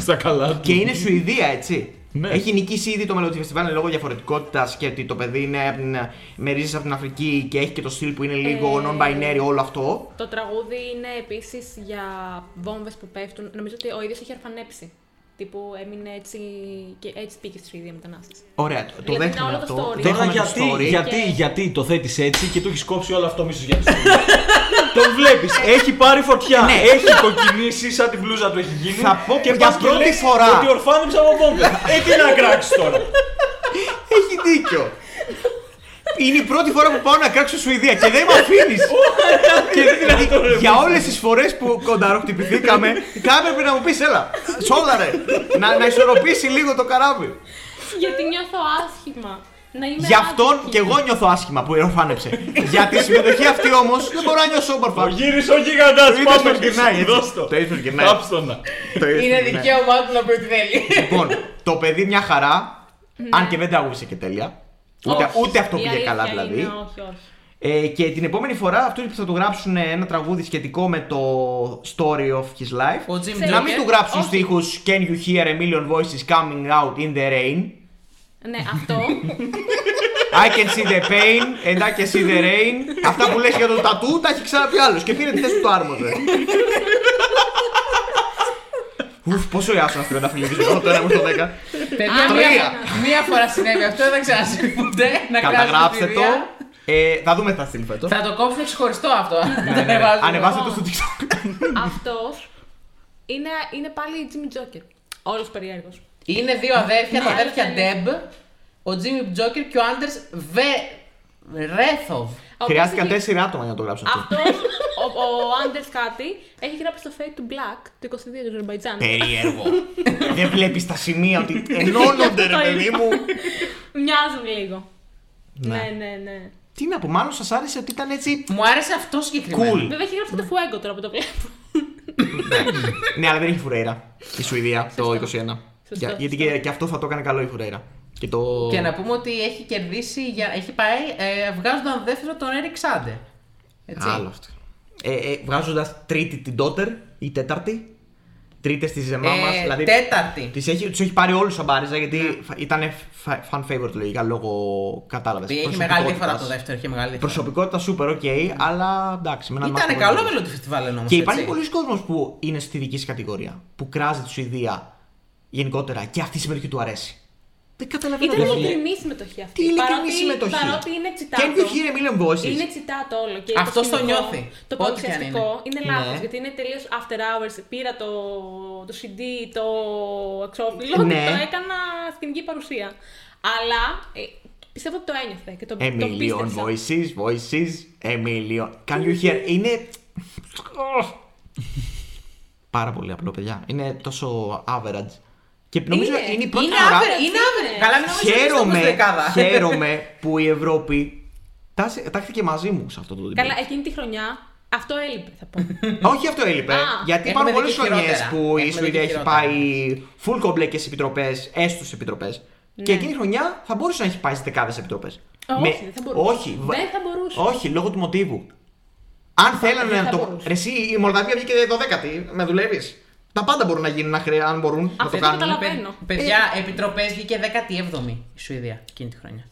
J: Στα καλά του.
C: Και είναι Σουηδία, έτσι.
J: Ναι.
C: Έχει νικήσει ήδη το μελλοντικό φεστιβάλ λόγω διαφορετικότητας και ότι το παιδί είναι από την- με ρίζες από την Αφρική και έχει και το στυλ που είναι λίγο
E: Ε.
C: non-binary όλο αυτό.
E: Το τραγούδι είναι επίσης για βόμβες που πέφτουν. Νομίζω ότι ο ίδιος έχει αρφανέψει. Τύπου έμεινε έτσι και έτσι πήγε στη Σουηδία
C: [LAUGHS]
E: μετανάστε.
C: Ωραία, το- το
E: είναι
C: δέχομαι
E: όλο το
C: αυτό.
J: Τώρα
E: story.
C: Δέχομαι το
J: γιατί,
C: story.
J: γιατί,
E: Και-
J: γιατί το θέτεις έτσι και του έχεις κόψει όλο αυτό μίσο για τη
C: [LAUGHS]
J: στιγμή. Τον βλέπεις, έχει πάρει φωτιά.
C: Ε, Ναι.
J: Έχει κοκκινήσει, σαν την μπλούζα του έχει γίνει.
C: Θα πω
J: και
C: για
J: πας
C: πρώτη
J: λες
C: φορά.
J: Ότι ορφάνεψα από βόμβες. Ε, τι να κράξεις τώρα.
C: Έχει δίκιο. Είναι η πρώτη φορά που πάω να κράξω Σουηδία και δεν με αφήνεις.
J: και δεν δυνατόν, ρε.
C: Για όλες τις φορές που κονταροχτυπηθήκαμε, θα έπρεπε να μου πεις, έλα, σόλαρε. να, να ισορροπήσει λίγο το καράβι.
E: Γιατί νιώθω άσχημα. Να είμαι
C: Γι' αυτόν
E: άδικη.
C: και εγώ νιώθω άσχημα που εροφάνεψε. Για τη συμμετοχή αυτή όμως δεν μπορώ να νιώσω
J: Ο
C: όμορφα.
J: γύρισε ο γίγαντα.
C: Το είδες πως
J: Πάμε
C: γυρνάει,
J: γυρνάει.
C: έτσι.
J: Δώσ' το.
C: Το είδες πως γυρνάει.
J: Κάψ' το να.
C: Το ίδιο
B: Είναι
C: ναι.
B: δικαίωμά του να πει ό,τι θέλει.
C: Λοιπόν, το παιδί μια χαρά, αν και δεν τραγούδισε και τέλεια. Ούτε,
E: Ναι. Όχι.
C: ούτε αυτό
E: Η
C: πήγε
E: αλήθεια
C: καλά δηλαδή.
E: Είναι, όχι, όχι.
C: Ε, και την επόμενη φορά αυτοί που θα του γράψουν ένα τραγούδι σχετικό με το story of his life.
B: Ο Jim
C: να μην
B: Joker.
C: του γράψουν
E: Όχι.
C: στίχους Can you hear a million voices coming out in the rain?
E: Ναι,
C: [LAUGHS]
E: αυτό.
C: I can see the pain and I can see the rain. Αυτά που λες για το τατού τα έχει ξαναπεί άλλος και πήρε τη θέση του άρμοδε. Ουφ, πόσο ιάσο αυτή τα φιλική εγώ τώρα είμαι στο 10.
B: Παιδιά,
C: Τρία.
B: μία, μία φορά συνέβη αυτό, δεν ξανασυμβεί ποτέ. Να
C: Καταγράψτε
B: κράζουμε τη
C: το.
B: βία.
C: Ε, θα δούμε τι θα στείλει φέτος.
B: Θα το κόψουμε ξεχωριστό αυτό.
C: Ναι, ναι, ναι.
B: [LAUGHS]
C: Ανεβάστε το στο
E: Λοιπόν.
C: TikTok.
E: αυτός είναι, είναι πάλι η Jimmy Joker. Όλος περίεργος.
B: Είναι δύο αδέρφια, τα αδέρφια
E: αλλά
B: Ντεμπ, ο Τζίμι Τζόκερ και ο Άντερ Βε. Ρέθοβ.
C: Χρειάστηκαν τέσσερα άτομα για να το γράψω αυτό.
E: Αυτό ο, ο Άντερ κάτι έχει γράψει το Fate to Black το 22 του Αζερμπαϊτζάν.
C: Περίεργο. Δεν βλέπεις τα σημεία ότι ενώνονται, ρε
E: Το
C: παιδί
E: είπα.
C: μου.
E: Μοιάζουν λίγο.
C: Ναι.
E: Ναι, ναι, ναι.
C: Τι να πω, μάλλον σας άρεσε ότι ήταν έτσι.
B: Μου άρεσε αυτό συγκεκριμένα.
C: Cool.
E: Βέβαια έχει γράψει και το Fuego τώρα που το βλέπω.
C: Ναι, αλλά δεν έχει φουρέιρα η Σουηδία το 21. Για- Γιατί και, και αυτό θα το έκανε καλό η φουρέιρα. Και το.
B: Και να πούμε ότι έχει κερδίσει, για- έχει πάει, ε, βγάζονταν δεύτερο τον Έρικ Σάντε. Έτσι.
C: Άλλο αυτό. Ε, ε, Βγάζοντας τρίτη την Daughter ή τέταρτη. Τρίτες της ζεμά
B: Ε,
C: μας. Δηλαδή,
B: τέταρτη. Ναι.
C: Τις έχει, τους έχει πάρει όλους σαν μπάριζα γιατί ήταν fan favorite λογικά λόγω κατάλαβες.
B: Έχει μεγάλη διαφορά το δεύτερο, έχει μεγάλη διαφορά.
C: Προσωπικότητα super ok, αλλά εντάξει. με έναν
B: Ήταν
C: μάρκο
B: καλό
C: πολύ.
B: μελό του φεστιβάλ όμω.
C: Και υπάρχει πολλοί κόσμος που είναι στη δική σου κατηγορία. Που κράζει τη Σουηδία γενικότερα και αυτή η συμμετοχή του αρέσει. Δεν καταλαβαίνω
E: Ήταν
C: ρε φίλε.
E: ειλικρινή η συμμετοχή αυτή.
C: Τι ειλικρινή
E: Παρότι-
C: συμμετοχή.
E: Παρότι είναι τσιτάτο.
C: Και MVP ρε Million Voices.
E: Είναι τσιτάτο όλο. Και
B: Αυτός το
E: σκηνικό,
B: νιώθει. Ό,τι και
E: Το
B: αν είναι.
E: παρουσιαστικό είναι λάθος.
C: Ναι.
E: Γιατί είναι τελείως after hours. Πήρα το, το CD, το εξώφυλλο
C: Ναι.
E: και το έκανα σκηνική παρουσία. Αλλά ε, πιστεύω ότι το ένιωθε και το,
C: A
E: το
C: million
E: πίστεψα.
C: voices, voices, a million. Can you hear? Είναι. Πάρα πολύ απλό, παιδιά. Είναι τόσο average. Και νομίζω είναι, η πρώτη
B: είναι
C: φορά.
B: average, είναι average. Καλά, νομίζω ότι είστε όπως
C: Χαίρομαι,
B: δεκάδα.
C: χαίρομαι που η Ευρώπη τάσε- τάχθηκε μαζί μου σε αυτό το debate.
E: Καλά, εκείνη τη χρονιά αυτό έλειπε, θα πω.
C: Όχι, αυτό έλειπε.
E: Α,
C: γιατί
B: έχουμε
C: υπάρχουν
B: δει
C: πολλέ
B: και
C: χρονιές
B: χειρότερα.
C: που η
B: Έχουμε
C: Σουηδία
B: δει και
C: έχει
B: χειρότερα.
C: πάει full κομπλέ και επιτροπές, έστω σε επιτροπές. Και εκείνη η χρονιά θα μπορούσε να έχει πάει στι δεκάδες επιτροπές.
E: Ναι. Όχι, δεν θα μπορούσε.
C: Όχι,
E: Δεν θα μπορούσε.
C: Όχι, λόγω του μοτίβου. Αν θέλανε
E: δεν
C: να
E: θα
C: το.
E: μπορούσε.
C: Ρε, Εσύ η Μολδαβία βγήκε 12η, με δουλεύεις. Τα πάντα μπορούν να γίνουν αν χρεια- αν μπορούν να
E: Αυτό
C: το
E: το
C: κάνουν.
E: καταλαβαίνω. Παίρνω.
B: Παιδιά, επιτροπές βγήκε 17η η Σουηδία εκείνη τη χρονιά.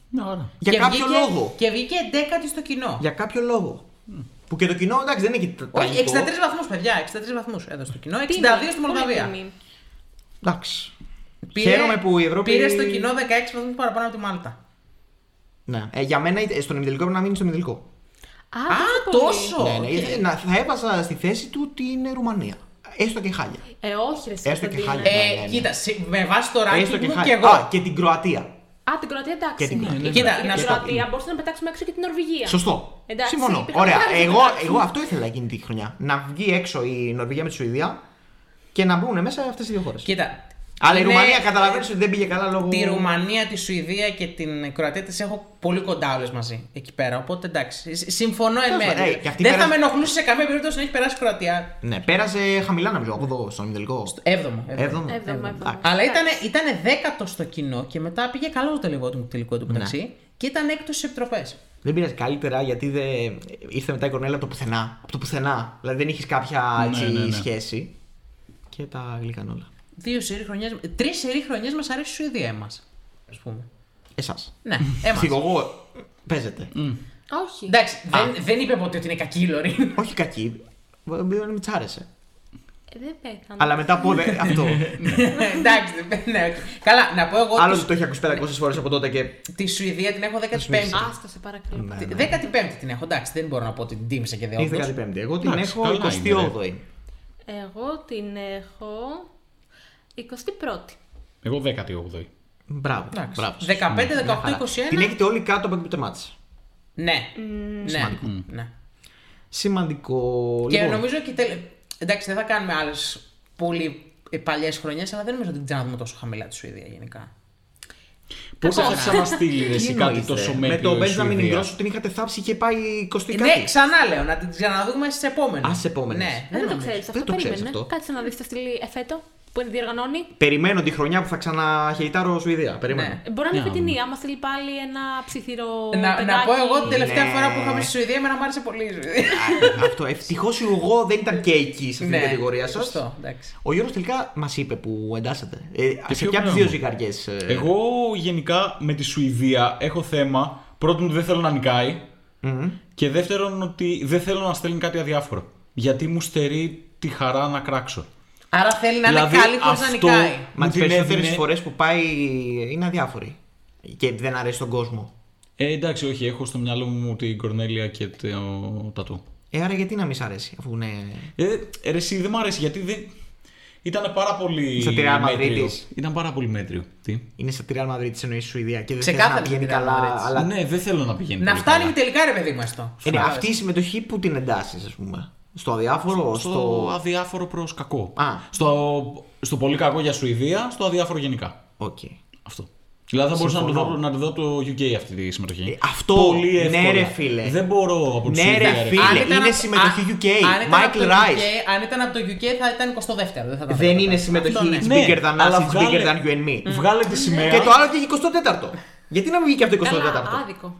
C: Για
B: Και
C: κάποιο
B: βγήκε-
C: λόγο.
B: Και βγήκε 10η στο κοινό.
C: Για κάποιο λόγο. Που και το κοινό εντάξει δεν είναι και.
B: Όχι, 63
C: τραγικό.
B: βαθμούς, παιδιά. 63 βαθμού έδωσε το κοινό. 62
E: Τιμή,
B: στη
E: πολύ
B: Μολδαβία.
E: τιμή.
C: Εντάξει. Χαίρομαι που η Ευρώπη-
B: Πήρε στο κοινό 16 βαθμού παραπάνω από τη Μάλτα.
C: Ναι. Ε, για μένα ε, στον ημιτελικό πρέπει να μείνει στον ημιτελικό.
E: Α,
B: Α,
E: πολύ.
B: τόσο!
C: Ναι, ναι, ε, να- θα έβαζα στη θέση του την Ρουμανία. Έστω και χάλια.
E: Ε, όχι, ρε,
C: Έστω και
E: Κωνσταντίνε.
C: χάλια.
B: Ε,
C: Ναι, ναι, ναι.
B: Κοίτα, συ- με βάση το ranking
C: Έστω
B: μου
C: χάλια.
B: και εγώ. Ναι.
C: Α, και την Κροατία.
E: Α, την Κροατία εντάξει.
C: Και την Κροατία.
B: Κοίτα,
E: Για
B: να
E: την
B: σου
E: Κροατία μπορούσαμε να πετάξουμε έξω και την Νορβηγία.
C: Σωστό.
E: Εντάξει,
B: [LAUGHS]
C: Συμφωνώ.
E: υπήρχαν
C: Ωραία.
E: πράγματα
C: Εγώ,
E: να αλλάξουν.
C: εγώ αυτό ήθελα εκείνη τη χρονιά. Να βγει έξω η Νορβηγία με τη Σουηδία και να μπουν μέσα αυτές οι δύο χώρες.
B: Κοίτα.
C: Αλλά η
B: είναι-
C: Ρουμανία καταλαβαίνεις ότι δεν πήγε καλά λόγω.
B: ναι. Τη Ρουμανία, τη Σουηδία και την Κροατία τι έχω πολύ κοντά όλες μαζί εκεί πέρα. Οπότε εντάξει. συ- Συμφωνώ εν
C: Τέλος
B: μέρει.
C: πάντων, ε, και αυτή
B: Δεν θα
C: πέρασε-
B: με ενοχλούσε σε καμία περίπτωση να έχει περάσει η Κροατία.
C: Ναι, πέρασε χαμηλά νομίζω από εδώ στον ημιτελικό.
B: Έβδομο. έβδομο.
C: Έβδομο.
E: Έβδομο,
C: Έβδομο.
E: έβδομο.
B: Αλλά ήταν,
E: Εντάξει.
B: ήταν δέκατο στο κοινό και μετά πήγε καλό το τελικό του τελικό του μεταξύ
C: Ναι.
B: και ήταν έκτος στις επιτροπές.
C: Δεν πήρε καλύτερα γιατί δεν... ήρθε μετά η Κορνέλα από το πουθενά. Από το πουθενά. Δηλαδή δεν είχες κάποια έτσι,
J: ναι, ναι.
C: σχέση. Και τα γλύκαν όλα.
B: Δύο σερή χρονιές, τρεις σερή χρονιές μας αρέσει η Σουηδία εμάς, ας πούμε.
C: Εσάς.
B: Ναι, [LAUGHS] εμάς.
C: Ψυχογό. Παίζεται.
E: Όχι.
B: Εντάξει, δεν, δεν είπε ποτέ ότι είναι κακή η
C: [LAUGHS]
B: Λωρίν.
C: Όχι κακή. Δεν με τσάρεσε.
E: Ε, Δεν πέθανε.
C: Αλλά μετά από. δε- Αυτό.
B: Εντάξει, ναι, οκ. Καλά, να πω εγώ
C: Άλλο
B: τη-
C: ότι το έχει ακούσει 500 φορές από τότε και.
B: τη Σουηδία την έχω 15η.
E: Άστα, σε παρακαλώ.
C: Ναι, ναι.
B: 15η την έχω, εντάξει, δεν μπορώ να πω ότι την τίμησα και
C: Ήρθε
B: δεόντως.
C: 15η. Εγώ την
J: Εντάξει,
C: έχω
J: καλά είναι,
C: 28η.
E: Εγώ την έχω 21η.
J: Εγώ 18η.
C: Μπράβο.
B: Εντάξει.
C: μπράβο.
B: 15, 18,
C: Μια χαρά.
B: 21.
C: Την έχετε όλοι κάτω από την πιτεμάτιση.
B: Ναι, ναι, ναι.
C: Σημαντικό.
B: Και
C: λοιπόν,
B: νομίζω και τελε... Εντάξει, δεν θα κάνουμε άλλες πολύ παλιές χρονιές, αλλά δεν νομίζω ότι την ξαναδούμε τόσο χαμηλά τη Σουηδία γενικά.
J: Πώς
B: Καλά.
J: έφτασε να μα στείλει ρε,
C: τι
J: εσύ κάτι
C: εννοείστε?
J: τόσο
C: Με
J: μέτριο.
C: το
J: η
C: Benjamin
J: Σουηδία.
C: Ingrosso την είχατε θάψει και πάει 20 κάτι.
B: Ναι, ξανά λέω, να την ξαναδούμε στις επόμενες.
C: Ας, στις επόμενες.
B: Ναι,
E: Ε, Δεν το
B: νομίζω.
E: ξέρεις αυτό.
C: Ε, Δεν το ξέρεις
E: Περίμενε.
C: αυτό.
E: Κάτσε να δεις τα στυλή εφέτο που διοργανώνει.
C: Περιμένω τη χρονιά που θα ξαναχαιτάρω Σουηδία. Περιμένω.
B: Ναι.
E: Ε, Μπορεί να είναι
J: Ναι.
E: φετινή, άμα στείλει πάλι ένα ψιθυρό.
B: Να, να
E: παιδάκι.
B: πω εγώ την τελευταία
C: Ναι.
B: φορά που είχαμε στη Σουηδία με να μ' άρεσε πολύ η Σουηδία. Ναι.
C: Α, Αυτό. Ευτυχώς εγώ δεν ήταν και εκεί σε αυτή την κατηγορία σας.
B: Σωστό, εντάξει.
C: Ο Γιώργος τελικά μας είπε που εντάσσεται.
J: ποιο
C: Ε, σε ποια από τι
J: πράγμα?
C: δύο ε, ζυγαριές.
J: Ε. Εγώ γενικά με τη Σουηδία έχω θέμα. Πρώτον, δεν θέλω να νικάει. Και δεύτερον, ότι δεν θέλω να στέλνει κάτι αδιάφορο. Γιατί μου στερεί τη χαρά να κράξω.
B: Άρα θέλει να είναι
J: Δηλαδή,
B: καλή χωρίς να
J: αυτό-
B: νικάει.
C: Μα
J: Μου
C: τι
J: την
C: περισσότερε
J: έδινε-
C: φορές που πάει είναι αδιάφοροι. Και δεν αρέσει τον κόσμο.
J: Ε, εντάξει, όχι, έχω στο μυαλό μου την Κορνέλια και το τατού.
C: Ε, άρα γιατί να μην σ' αρέσει, αφού είναι.
J: Ε, ρε, εσύ δεν μου αρέσει γιατί δεν. Ήταν πάρα πολύ.
C: Σατυρά
J: μέτριο.
C: Μαδρίτης.
J: Ήταν πάρα πολύ μέτριο. Τι.
C: Είναι σε τη Real Madrid της εννοείς Σουηδία και δεν θες
B: Ξεκάθαρα
C: να πηγαίνει
B: τη Real Madrid.
C: καλά. Αλλά...
J: Ναι, δεν θέλω να πηγαίνει.
B: Να
J: πολύ
B: φτάνει
J: καλά.
B: τελικά ρε παιδί μα το.
C: Ε, ναι, αυτή η συμμετοχή που την εντάσσεις, ας πούμε. Στο αδιάφορο, στο.
J: Στο αδιάφορο προς κακό.
C: Α.
J: Στο, στο πολύ κακό για Σουηδία, στο αδιάφορο γενικά.
C: Οκ. Ε,
J: Αυτό. Δηλαδή θα μπορούσα να το,
C: Συμφωνώ.
J: δω, να το δω το UK αυτή τη συμμετοχή.
C: Ε, αυτό, ναι, ρε, φίλε.
J: Δεν μπορώ από τη
C: Ναι,
J: Σουηδία,
C: ρε,
J: ρε,
C: φίλε.
B: Αν ήταν
C: είναι
B: απ-
C: συμμετοχή
B: αν-
C: UK.
B: αν ήταν
C: Michael
B: από το
C: Rice.
B: UK, αν ήταν από το UK θα ήταν 22ο. Δεν θα τα
C: Δεν
B: βλέπα.
C: είναι
B: Αυτό,
C: συμμετοχή
B: ναι.
C: it's
J: Ναι,
C: bigger than us,
J: αλλά
C: it's
J: βγάλε-
C: bigger than you and me.
J: Βγάλε τη σημαία.
C: Και το άλλο και 24ο. Γιατί να μην βγει και από το 24ο.
E: Καλά, άδικο.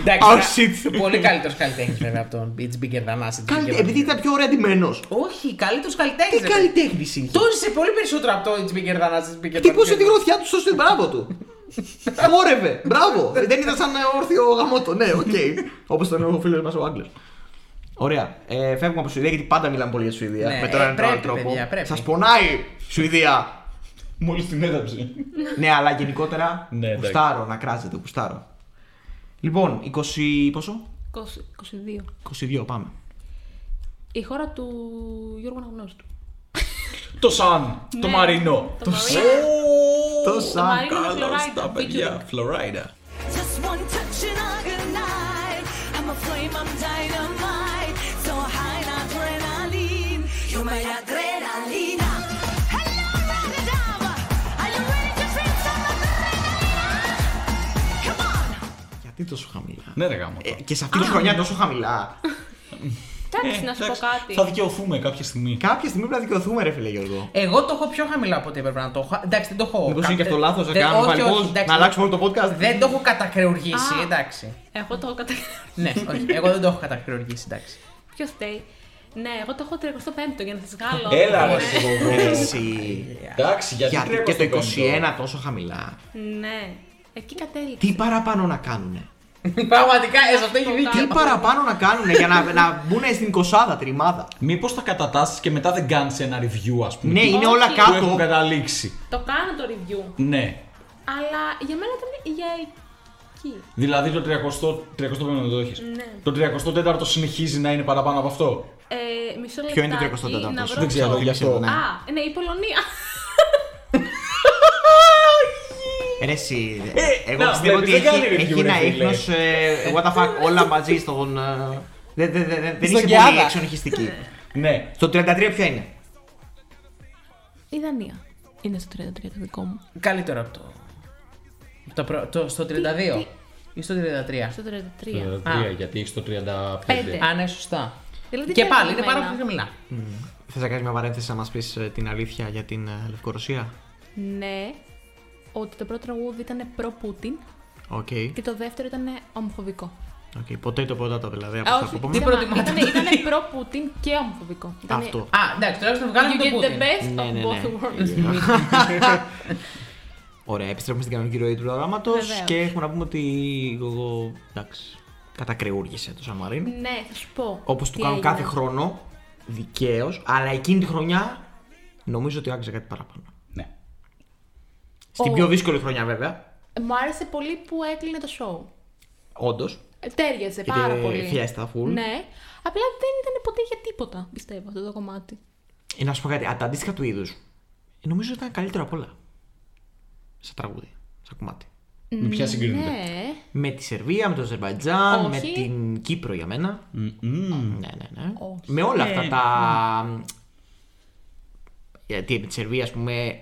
B: Εντάξει,
C: Our
B: ένα-
C: Oh, shit.
B: Πολύ καλύτερος καλλιτέhnη βέβαια από τον It's Bigger Than Us. It's Bigger
C: Καλυ-
B: Than
C: Επειδή
B: You.
C: ήταν πιο ωραία Ε, ντυμένος.
B: Όχι, καλύτερος καλλιτέχνης.
C: Τι καλλιτέχνης είναι.
B: Τόνισε πολύ περισσότερο από το It's Bigger Than Us. It's Bigger Than
C: Χτυπούσε
B: You.
C: τη γροθιά του στο στυλ, μπράβο
B: [LAUGHS]
C: του. Αγόρευε, μπράβο. Δεν ήταν σαν όρθιο γαμότο, ναι, οκ. Όπως τον ο φίλος μας ο Άγγλος. Ωραία. Ε, φεύγουμε από Σουηδία γιατί πάντα μιλάμε πολύ για τη Σουηδία.
B: Ναι,
C: με τον
B: ε,
C: έναν ή τον άλλο
B: πρέπει,
C: τρόπο.
B: παιδιά, πρέπει.
C: Σας πονάει Σουηδία.
D: Μόλις την έδαψε.
C: ναι, αλλά γενικότερα.
D: Ναι, εντάξει.
C: κουστάρω να κράζετε, κουστάρω. Λοιπόν, 20. πόσο?
E: 22.
C: 22, πάμε.
E: Η χώρα του Γιώργου Αναγνώστου.
D: το Σαν, το
E: Ναι.
D: Μαρινό.
E: Το Μαρινό.
C: Το
E: Το
C: σαν.
E: Μαρίνο με Φλωράιντα. Βίκυ.
D: Φλωράιντα.
K: Just one touch and I ignite. I'm a flame, I'm dynamite. So high in adrenaline. You're my adrenalina. Hello, Ragadama. Are you ready to drink some adrenalina? Come on.
C: Γιατί τόσο χαμηλά.
D: Ναι, ρε γάμο. το.
C: Ε, και σε αυτή τη χρονιά τόσο χαμηλά. Ε,
E: Εντάξει, να σου πω
D: εντάξει,
E: κάτι.
D: Θα δικαιωθούμε κάποια στιγμή.
C: Κάποια στιγμή πρέπει να δικαιωθούμε, ρε φίλε Γιώργο.
B: Εγώ το έχω πιο χαμηλά από ό,τι έπρεπε να το έχω. Εντάξει, δεν το έχω.
C: Μήπως
B: κα-
C: είναι και αυτό λάθος να
B: δεν-
C: κάνουμε
B: όχι,
C: πάλι
B: όχι,
C: pause,
B: εντάξει,
C: να αλλάξουμε όλο το podcast.
B: Δεν το έχω κατακρεουργήσει,
E: Α.
B: εντάξει.
E: Εγώ το έχω κατα...
B: ναι, όχι. Εγώ δεν το έχω κατακρεουργήσει, εντάξει. [LAUGHS]
E: Ποιος θέλει. Ναι, εγώ το έχω 35 για να σας βγάλω.
D: Έλα,
E: Ναι.
D: ρε Γιώργο.
C: Ε, Εσύ.
D: Εντάξει,
C: Γιατί και το 21 τόσο χαμηλά.
E: Ναι. Εκεί κατέληξε.
C: Τι παραπάνω να κάνουνε.
B: Πραγματικά, ε, σε αυτό έχει δίκιο.
C: Τι παραπάνω να κάνουνε για να, να μπουν στην 20 τριμάδα.
D: Μήπως τα κατατάσσει και μετά δεν κάνεις ένα review, ας πούμε.
C: Ναι,
D: τι-
C: είναι όλα
E: Όχι.
D: Που έχουν
C: κάτω.
D: καταλήξει.
E: Το κάνω το review.
D: Ναι.
E: Αλλά για μένα ήταν για εκεί.
D: Δηλαδή το 30, 35 δεν το έχεις.
E: Ναι.
D: Το 34ο συνεχίζει να είναι παραπάνω από αυτό.
E: Ε, μισό λεπτό.
C: Ποιο είναι το 34ο,
E: Να βρω
D: Δεν ξέρω,
E: ποιο.
D: γι' αυτό.
C: Ναι.
E: Α, ναι, η Πολωνία.
C: Ρε εσύ,
D: Ε,
C: εγώ
D: να,
C: πιστεύω
D: βλέπεις,
C: ότι
D: δεν
C: έχει,
D: κάνει
C: έχει
D: review, ρε
C: ένα
D: φίλε.
C: ίχνος ε, what the fuck όλα μαζί στον... ε, δεν- δεν- δεν- Δεν
B: Στον
C: είσαι πολύ
B: Κιάδα.
C: εξονυχιστική.
D: Ναι.
C: Στο 33 ποια είναι.
E: Η Δανία. Είναι στο 33 το δικό μου.
B: Καλύτερο από το. το, προ- το στο 32 ή στο 33.
E: Στο 33.
D: Το 33, Ε, γιατί έχει το 35.
E: Πέντε.
B: Α, ναι, σωστά.
E: Δηλαδή,
B: και
E: τι
B: πάλι
E: άλλο
B: είναι
E: εμένα.
B: πάρα πολύ χαμηλά.
C: Θες να κάνεις μια παρένθεση να μας πεις ε, την αλήθεια για την ε, Λευκορωσία.
E: Ναι, ότι το πρώτο τραγούδι ήταν προ-Πούτιν
C: Οκ.
E: και το δεύτερο ήταν ομοφοβικό.
C: Οκ. Ποτέ το ποδάτο δηλαδή από
E: Α,
C: αυτά που πούμε.
E: τι
B: προτιμάτε?
E: Ήταν, ήταν προ-Πούτιν και ομοφοβικό. Ήτανε-
C: Αυτό.
B: Α, εντάξει, τουλάχιστον βγάλαμε
E: You
B: τον
E: get the
B: Πούτιν.
E: best
C: Ναι, ναι,
E: of
C: ναι.
E: both worlds.
C: Ωραία, επιστρέφουμε στην κανονική ροή του προγράμματος
E: Βεβαίως.
C: και έχουμε να πούμε ότι εγώ. εντάξει. Κατακρεούργησε το Σαμαρίν.
E: [LAUGHS] Ναι, θα σου πω.
C: Όπως
E: τι
C: του κάνουν
E: έγινε.
C: κάθε χρόνο. Δικαίως, αλλά εκείνη τη χρονιά νομίζω ότι άξιζε κάτι παραπάνω.
D: Ναι.
C: Στην
E: Ο-
C: πιο δύσκολη χρονιά βέβαια.
E: Μου άρεσε πολύ που έκλεινε το show.
C: Όντως.
E: Ε, Τέριαζε
C: Ήταν
E: πάρα πολύ.
C: fiesta full.
E: Ναι. Απλά δεν ήταν ποτέ για τίποτα, πιστεύω, αυτό το κομμάτι.
C: Ε, Να σου πω κάτι, α, τα αντίστοιχα του είδους. Νομίζω ότι ήταν καλύτερα απ' όλα. Σε τραγούδι, σε κομμάτι.
D: Με ποια συγκρίνεται.
E: Ναι.
C: Με τη Σερβία, με το Αζερβαϊτζάν,
E: Όχι.
C: με την Κύπρο για μένα.
D: Μμμ.
C: Ναι, ναι, ναι.
E: Όχι.
C: Με όλα αυτά τα. Γιατί με τη Σερβία, ας πούμε.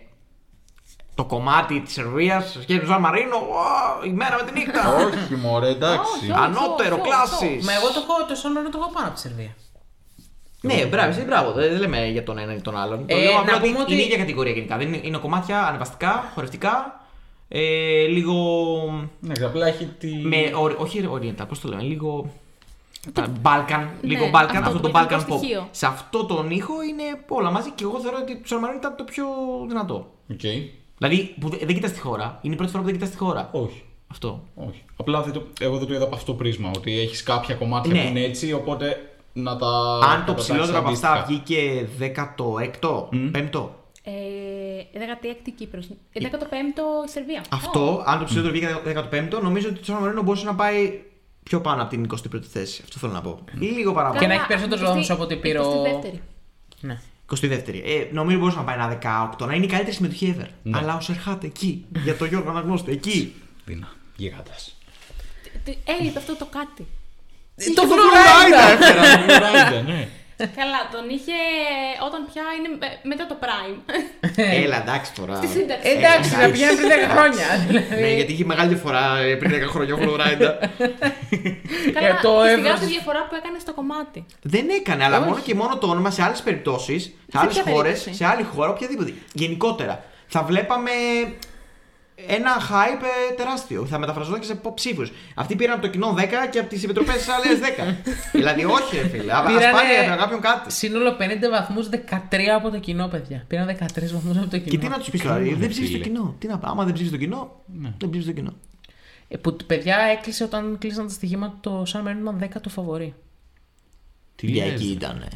C: Το κομμάτι τη Σερβία, σε σχέση με τον Σαν Μαρίνο, «Ω, η μέρα με τη νύχτα.
D: Όχι, μωρέ, εντάξει.
E: Όχι,
C: Ανώτερο,
E: αυτό,
C: κλάση.
B: [LAUGHS] Μα εγώ το, έχω- το Σόνορ το έχω πάνω από τη Σερβία.
C: Ναι, μπράβο, εσύ, μπράβο. Δεν δεν λέμε για τον έναν ή τον άλλον. το
B: Ε,
C: λέω
B: να
C: απλά ότι
B: πούμε ότι-
C: είναι η ίδια κατηγορία γενικά. Δεν είναι, είναι κομμάτια ανεβαστικά, χορευτικά. Ε, λίγο.
D: Ναι, απλά έχει τη.
C: Με, ορι- όχι Oriental, πώς το λέμε, λίγο. τα- Balkan, λίγο
E: ναι,
C: Balkan,
E: αυτό
C: αυτό,
E: το
C: το
E: κεντρικό
C: Balkan pop.
E: στοιχείο.
C: Σε αυτό τον ήχο είναι όλα μαζί και εγώ θεωρώ ότι το Σαρμαρίνο ήταν το πιο δυνατό.
D: Οκ.
C: Δηλαδή που δε- δεν κοιτάς τη χώρα. Είναι η πρώτη φορά που δεν κοιτάς τη χώρα.
D: Όχι.
C: Αυτό.
D: Όχι. Απλά δεν το- εγώ δεν το είδα από αυτό το πρίσμα. Ότι έχεις κάποια κομμάτια
C: Ναι.
D: που είναι έτσι, οπότε να τα.
C: Αν το
D: κατατάξεις
C: ψηλότερο από αυτά
D: αντίστοιχα.
C: βγήκε 16ο, 5ο.
E: Ε, 16η Κύπρος. Ε, 15ο η Σερβία.
C: Αυτό, αν το ψηλότερο βγήκε 15ο, νομίζω ότι το Σαν Μαρίνο μπορούσε να πάει πιο πάνω από την 21η θέση. Αυτό θέλω να πω. Ή λίγο
E: Καλά,
C: παραπάνω.
B: Και να έχει περισσότερους
E: στη-
B: βαθμούς από ό,τι πήρε
E: στη
B: ο-
E: δεύτερη.
C: Ναι. 22η. Ε, νομίζω μπορούσε να πάει ένα 18ο. Να είναι η καλύτερη συμμετοχή ever. Αλλά ο Σερχάτε εκεί. Για τον Γιώργο Αναγνώστε εκεί.
D: Δεινά. Γίγαντα.
E: Τι- Έλειπε αυτό το κάτι.
B: Ε,
C: Ε,
B: Το ε. Φλωράιντα!
D: ναι.
E: Καλά, τον είχε όταν πια είναι με- μετά το Prime.
C: Έλα, εντάξει τώρα. Ε,
E: Στη σύνταξη.
B: Ναι. Εντάξει, να πηγαίνει πριν 10 χρόνια.
C: Ναι,
B: δηλαδή.
C: γιατί είχε μεγάλη διαφορά ε, πριν 10 χρόνια ο Φλωράιντα.
E: Καλά,
B: Ε, το
E: τη
B: εύρος.
E: τη διαφορά που έκανε στο κομμάτι.
C: Δεν έκανε, αλλά μόνο και μόνο το όνομα σε άλλες περιπτώσεις, σε άλλες
E: ποια
C: χώρες,
E: περίπτωση?
C: σε άλλη χώρα, οποιαδήποτε. Γενικότερα. Θα βλέπαμε ένα hype ε, τεράστιο. Θα μεταφραζόταν και σε ψήφους. Αυτοί πήραν από το κοινό 10 και από τις επιτροπές άλλε
B: [LAUGHS]
C: 10. δηλαδή, όχι, ρε φίλε. Α ας
B: Πήρανε
C: πάρει από κάποιον κάτι.
B: Σύνολο 50 βαθμού, 13 από το κοινό, παιδιά. Πήραν 13 βαθμούς από το κοινό.
C: Και τι να τους πεις τώρα,
J: Καλά,
C: δεν ψήφισε το
J: φίλε.
C: κοινό. Τι να πάω, άμα δεν ψήφισε το κοινό,
J: Ναι.
C: δεν ψήφισε το κοινό.
B: Ε, Που παιδιά έκλεισε όταν κλείσαν τα στοιχήματα το Σαν Μερίνο ήταν 10 το φαβορή.
J: Τι
C: Για
J: λες,
C: εκεί
J: ρε.
C: ήταν.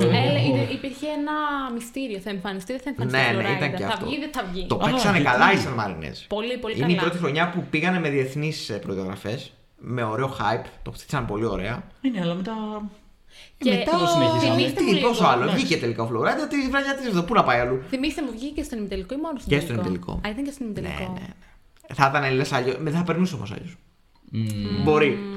E: Έλε, είδε- Ε, υπήρχε ένα μυστήριο. Θα εμφανιστεί, δεν θα εμφανιστεί.
C: Ναι,
E: η
C: ναι,
E: Φλωράιντα.
C: ήταν και
E: θα
C: αυτό.
E: βγει, δεν θα βγει.
C: Το
J: Α,
C: παίξανε
J: γιατί?
C: καλά οι Σαν Μαρινέζοι.
E: Πολύ, πολύ
C: Είναι
E: καλά.
C: η πρώτη χρονιά που πήγανε με διεθνείς προδιαγραφές, με ωραίο hype, το χτίσαν πολύ ωραία.
J: Ναι, αλλά μετά.
E: Και
J: Μετά το συνεχίσαμε.
E: Θυμήστε μου
C: Τι,
E: λίγο. ναι.
C: πόσο άλλο. Βγήκε τελικά ο Φλωρέντα τη βραδιά τη εδώ. Πού να πάει αλλού.
E: Θυμήστε μου, βγήκε στον ημιτελικό ή μόνο στον
C: Και στον ημιτελικό.
E: Α, ήταν και στον ημιτελικό.
C: Ναι, ναι. Θα ήταν λες αλλιώς. Δεν θα περνούσε όμως αλλιώς. Μπορεί.
E: Μμμ,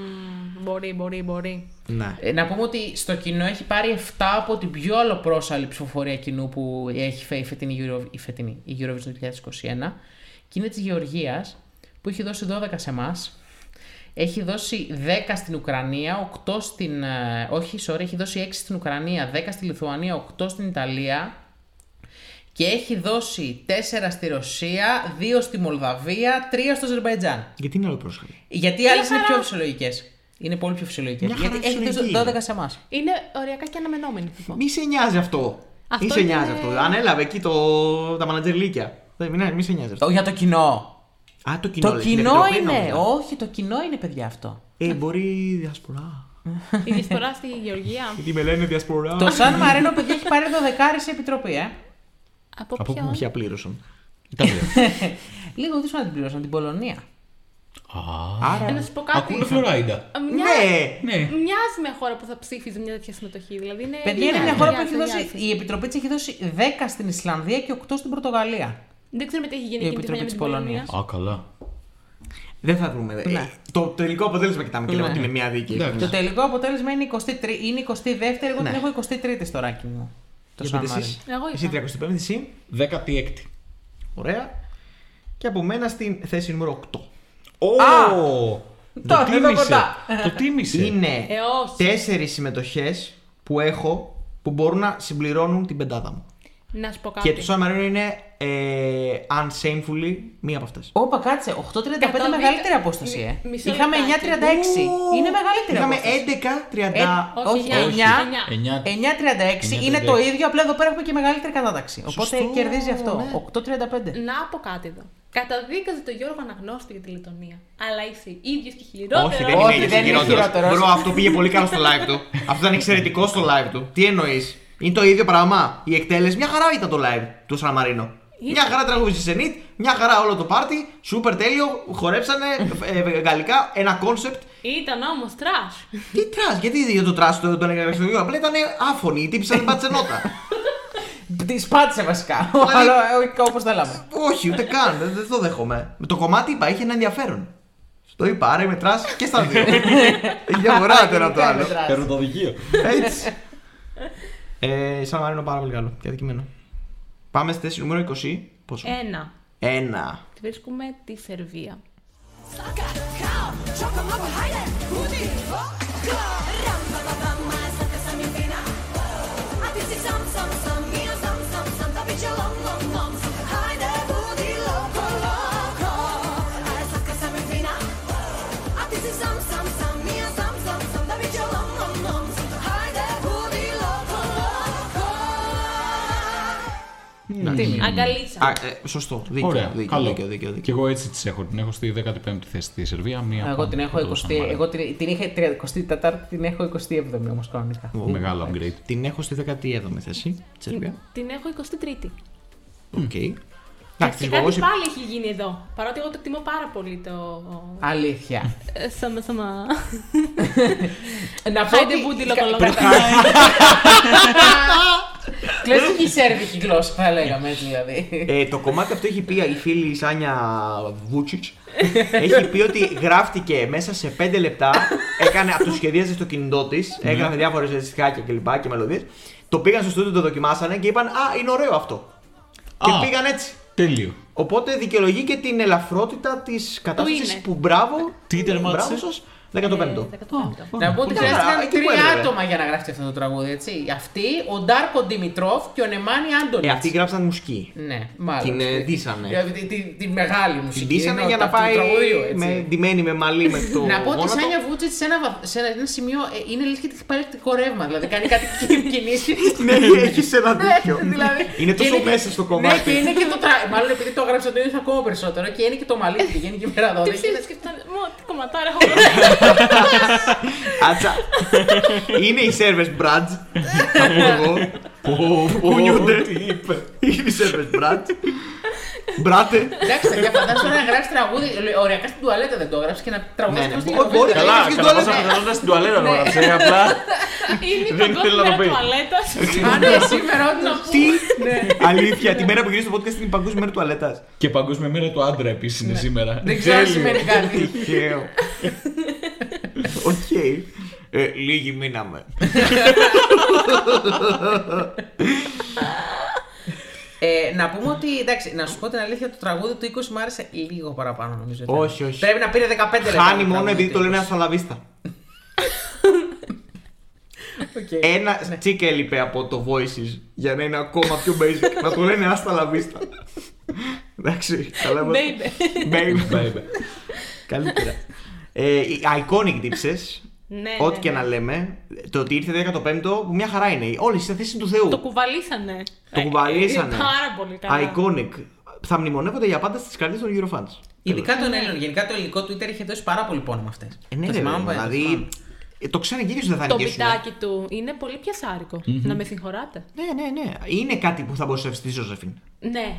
E: Μπορεί, μπορεί, μπορεί.
C: Ναι.
B: Ε, να πούμε ότι στο κοινό έχει πάρει 7 από την πιο αλλοπρόσαλη ψηφοφορία κοινού που έχει φέρει η φετινή, Euro, η φετινή η Eurovision του 2021. Και είναι της Γεωργίας που έχει δώσει 12 σε εμάς. Έχει δώσει 10 στην Ουκρανία, 8 στην. ε, όχι, sorry, έχει δώσει 6 στην Ουκρανία, 10 στη Λιθουανία, 8 στην Ιταλία. Και έχει δώσει 4 στη Ρωσία, 2 στη Μολδαβία, 3 στο Αζερβαϊτζάν.
C: Γιατί είναι όλο πρόσχαρη.
B: Γιατί οι άλλες είναι πιο φυσιολογικές. Είναι πολύ πιο φυσιολογικέ.
C: Μια χαρά
B: Γιατί έχει δώσει
C: φυσιολογική
B: 12 σε εμάς.
E: Είναι οριακά και αναμενόμενη. θα πω.
C: Μη σε νοιάζει αυτό.
E: Αυτό
C: Μη σε νοιάζει
E: είναι-
C: αυτό. Ανέλαβε εκεί το... τα μανατζερλίκια. Δεν- ναι, Μη, μη σε νοιάζει αυτό.
B: Για το κοινό.
C: Α, το κοινό,
B: Το
C: λες,
B: κοινό
C: την επιτροπή
B: είναι.
C: νόμιζα.
B: Όχι, το κοινό είναι, παιδιά, αυτό.
C: Ε, μπορεί η διασπορά.
E: Η διασπορά στη Γεωργία.
C: Τι με λένε διασπορά.
B: Το Σαν Μαρίνο, παιδιά, έχει πάρει 12 σε επιτροπή, ε.
E: Από,
J: Από
E: ποιον.
J: πού?
C: Ποια πλήρωσαν.
J: Ήταν δύο.
B: [LAUGHS] Λίγο δύσκολο να την πληρώσαν την Πολωνία.
E: Ε,
C: Άρα.
E: να σου πω κάτι. Ε,
J: Ακούνε Φλωράιντα.
E: Μια...
C: Ναι!
J: Ναι.
E: Μοιάζει με χώρα που θα ψήφιζε μια τέτοια συμμετοχή. Δηλαδή είναι. ναι,
B: Παιδιά, είναι
E: μοιάζει,
B: μια χώρα που έχει
E: μοιάζει,
B: δώσει.
E: μοιάζει.
B: Η επιτροπή της έχει δώσει 10 στην Ισλανδία και 8 στην Πορτογαλία.
E: Δεν ξέρουμε τι έχει γίνει
B: Η
E: εκείνη
B: Επιτροπή
E: τη χρονιά με
B: της
E: την
B: Πολωνίας.
E: Πολωνία.
J: Α, καλά.
C: Δεν θα δούμε. δε.
B: Ναι.
C: Το τελικό αποτέλεσμα κοιτάμε και λέμε ότι είναι μια δίκη.
J: Εντάξει.
B: Το τελικό αποτέλεσμα είναι 23, είναι 22η, εγώ την
C: Ναι.
B: έχω 23η στο ράκι μου. Το Σαν Μαρίνο.
E: Εγώ
C: Εσύ
E: είχα.
C: 35, εσύ.
J: 16η.
C: Ωραία. Και από μένα στην θέση νούμερο 8.
J: Ω!
B: Α!
J: Το
B: είδα
J: τίμησε.
B: κοντά.
J: Το τίμησε.
C: Είναι
E: Ε, όχι.
C: τέσσερις συμμετοχές που έχω που μπορούν να συμπληρώνουν την πεντάδα μου.
E: Να σου πω
C: Και
E: κάτι.
C: το Σαν Μαρίνο είναι ε, unshamefully μία από αυτές.
B: Όπα, κάτσε. 8.35
E: Κατά
B: μεγαλύτερη
E: βήτα-
B: απόσταση, ε.
E: Μι- μισό
B: Είχαμε 9.36.
E: λεπτάκι.
B: Είναι μεγαλύτερη
C: Είχαμε
B: απόσταση.
C: 11-30.
E: Ε,
B: Όχι,
E: όχι,
B: 9.
E: όχι.
J: 9.
B: 9.36 είναι
J: 9.36.
B: το ίδιο, απλά εδώ πέρα έχουμε και μεγαλύτερη κατάταξη. Οπότε
C: Σωστό,
B: κερδίζει αυτό.
C: ναι.
B: 8.35.
E: Να πω κάτι εδώ. Καταδίκαζε τον Γιώργο Αναγνώστη για τη Λετωνία. Αλλά είσαι ίδιος και χειρότερος.
C: Όχι, δεν
B: Ε, Όχι,
C: είναι
B: δεν είναι
C: ίδιος χειρότερος.
B: χειρότερος.
C: Μπρο, αυτό πήγε πολύ καλά στο live του. αυτό ήταν εξαιρετικό στο live του. Τι εννοείς, Είναι το ίδιο πράγμα. Η εκτέλεση, μια χαρά ήταν το live του Σαν Μαρίνο. Μια χαρά τραγούδισε σε νιτ, μια χαρά όλο το πάρτι. Σούπερ τέλειο, χορέψανε ε, ε, γαλλικά ένα κόνσεπτ.
E: Ήταν όμως τρας.
C: Τι τρας, γιατί για το τρας το, τον έγραψε το βιβλίο, απλά ήταν άφωνη, η τύπησα την πατσενότα.
B: Τη σπάτησε βασικά. [LAUGHS] Αλλά ε, όπω θέλαμε.
C: Όχι, ούτε καν, δεν, δεν το δέχομαι. Με το κομμάτι είπα, είχε ένα ενδιαφέρον. Το είπα, άρα με τρας και στα δύο. Η διαφορά το ένα από το άλλο.
B: Μετράς.
J: Παίρνω το δικείο.
C: Έτσι. ε, σαν Μαρίνο πάρα πολύ καλό και αντικείμενο. Πάμε στη θέση νούμερο 20. Πόσο?
E: Ένα.
C: Ένα.
E: Βρίσκουμε τη Σερβία.
B: Τίμιο.
E: Αγκαλίτσα.
C: Α, ε, σωστό. Δίκιο,
J: Ωραία.
C: δίκιο,
J: καλό.
C: δίκιο, δίκιο,
J: Και
C: δίκιο.
J: εγώ έτσι τις έχω. Την έχω στη 15η θέση στη Σερβία. Μία
B: Εγώ
J: πάνω
B: την έχω
J: από το
B: 20.
J: Σαν Μαρίνο.
B: Εγώ την την είχα 34η, την έχω 27η όμως κανονικά.
J: Μεγάλο upgrade.
C: Την έχω στη 17η θέση. τη Σερβία.
E: Την έχω 23η.
C: Οκ. Εντάξει,
E: Και
C: της
E: κάτι
C: Γογός η-
E: πάλι έχει γίνει εδώ. Παρότι εγώ το εκτιμώ πάρα πολύ το.
B: Αλήθεια.
E: Ε, Σαμα, σαμα.
B: Να πω
E: Χάιντε
B: ότι-
E: βούντι
B: κα-
E: λοκολόγα. [LAUGHS]
B: Κλασική σερβική γλώσσα θα λέγαμε έτσι δηλαδή.
C: Ε, το κομμάτι αυτό έχει πει η φίλη η Σάνια Βούτσιτς έχει πει ότι γράφτηκε μέσα σε 5 λεπτά. Έκανε, από το σχεδίαζε στο κινητό της,
B: Ναι.
C: έγραφε διάφορες ζεστιχάκια και λοιπά και μελωδίες. Το πήγαν στο στούντιο, το δοκιμάσανε και είπαν Α, είναι ωραίο αυτό. Και
J: Α.
C: πήγαν έτσι.
J: Τέλειο.
C: Οπότε δικαιολογεί και την ελαφρότητα της κατάστασης
E: είναι.
C: που μπράβο.
J: Τι τερμάτισε?
C: μπράβο σας,
E: Ε,
B: Ε,
C: 15ο.
B: Να πω ότι
C: Ωραία,
B: χρειάστηκαν
C: Ε, εκεί που
B: τρία
C: έβαλε.
B: άτομα για να γράψει αυτό το τραγούδι, έτσι. Αυτή, ο Ντάρκο Ντιμητρόφ και ο Νεμάνι Άντονιτ.
C: Ε, αυτοί γράψαν μουσική.
B: Ναι, μάλλον.
C: Την, ε, ντύσανε.
B: Ε, Τη, τη- τη μεγάλη μουσική.
C: Την ντύσανε για
B: ενότητα
C: να
B: αυτού του
C: πάει
B: τραγουδιού, έτσι.
C: με, ντυμένη με μαλλί με το
B: Να πω ότι η
C: γόνατο.
B: Σάνια Βούτσετ σε ένα, βαθ- σε ένα- ένα σημείο ε, είναι λες και τη πάρει το ρεύμα. Δηλαδή κάνει κάτι [LAUGHS] κινήσει.
C: Ναι, έχει ένα τέτοιο.
B: δηλαδή,
C: Είναι
B: και
C: τόσο
B: και-
C: μέσα στο
B: Ναι, και
C: κομμάτι.
B: είναι και το τρα... Μάλλον επειδή το έγραψε το ίδιο ακόμα περισσότερο και είναι και το μαλλί που πηγαίνει και πέρα εδώ.
E: Τι
B: Δεν
E: ψήφισε
B: γίνεται-
E: και φτάνε. Μα τι κομματάρα
C: [LAUGHS]
E: έχω.
C: Άτσα. Είναι οι servers branch. Θα πω εγώ. Που κουνιούνται. Είναι οι servers branch. Μπράτε.
B: Εντάξει, παιδιά, φαντάζομαι τώρα να γράψει τραγούδι. λε, Ωριακά στην τουαλέτα δεν το έγραψε και να τραγουδίσει.
C: Ναι,
B: προς
C: ναι.
B: την
C: Ό,
B: καφέ.
C: μπορεί,
B: Ε, Καλά.
C: καλά.
D: Καλά, κατά πάσα πιθανότητα στην τουαλέτα
C: Ναι.
D: να γράψει.
B: ε,
D: Απλά
E: Είναι η
D: Δεν ήθελα να
E: παγκόσμια
D: πει.
E: τουαλέτας.
B: Α, ναι, σήμερα ό,τι να Ναι.
C: Τι.
B: πούμε.
C: Αλήθεια, τη μέρα που γυρίζει το podcast είναι η παγκόσμια μέρα τουαλέτας.
J: Και παγκόσμια μέρα του άντρα επίσης
B: Ναι.
J: είναι σήμερα.
B: Δεν ξέρω αν
J: Τέλειο.
B: σημαίνει [LAUGHS] κάτι.
C: Τυχαίο. Οκ. Ε, Λίγοι μείναμε.
B: Ε, να πούμε ότι, εντάξει, να σου πω την αλήθεια, το τραγούδι του 20 μου άρεσε λίγο παραπάνω νομίζω. ήταν.
C: Όχι, όχι.
B: Πρέπει να πήρε 15 λεπτά.
C: Χάνει
B: το
C: μόνο
B: τραγούδι
C: επειδή
B: του
C: το λένε
B: 20.
C: ασαλαβίστα.
B: [LAUGHS] Οκ.
C: Ένα
E: Ναι.
C: τσίκα έλειπε από το Voices για να είναι ακόμα πιο basic. να το λένε άστα λαβίστα. Εντάξει, καλά είμαστε. Baby.
J: Baby.
C: Καλύτερα. Ε, οι iconic δίψες,
E: Ναι,
C: ό,τι
E: ναι,
C: και
E: ναι.
C: να λέμε, το ότι ήρθε 15ο, που μια χαρά είναι. Όλοι στη θέση του Θεού.
E: Το κουβαλήσανε.
C: Το κουβαλήσανε.
E: Ε, Πάρα πολύ καλά.
C: Iconic. Θα μνημονεύονται για πάντα στις καρδιές των Eurofans.
B: Ειδικά τον Έλληνο, γενικά το ελληνικό Twitter είχε δώσει πάρα πολύ πόνο με αυτές.
C: ναι. Ε, ναι, ρε, δηλαδή. ε, Το ξαναγυρίζουν, δεν θα ε.
E: Το
C: νικήσουνε.
E: πιτάκι του είναι πολύ πιασάρικο. Να με συγχωράτε.
C: Ναι, ναι, ναι. Είναι κάτι που θα μπορούσε να ευστηθεί η Ζωζεφίν.
E: Ναι.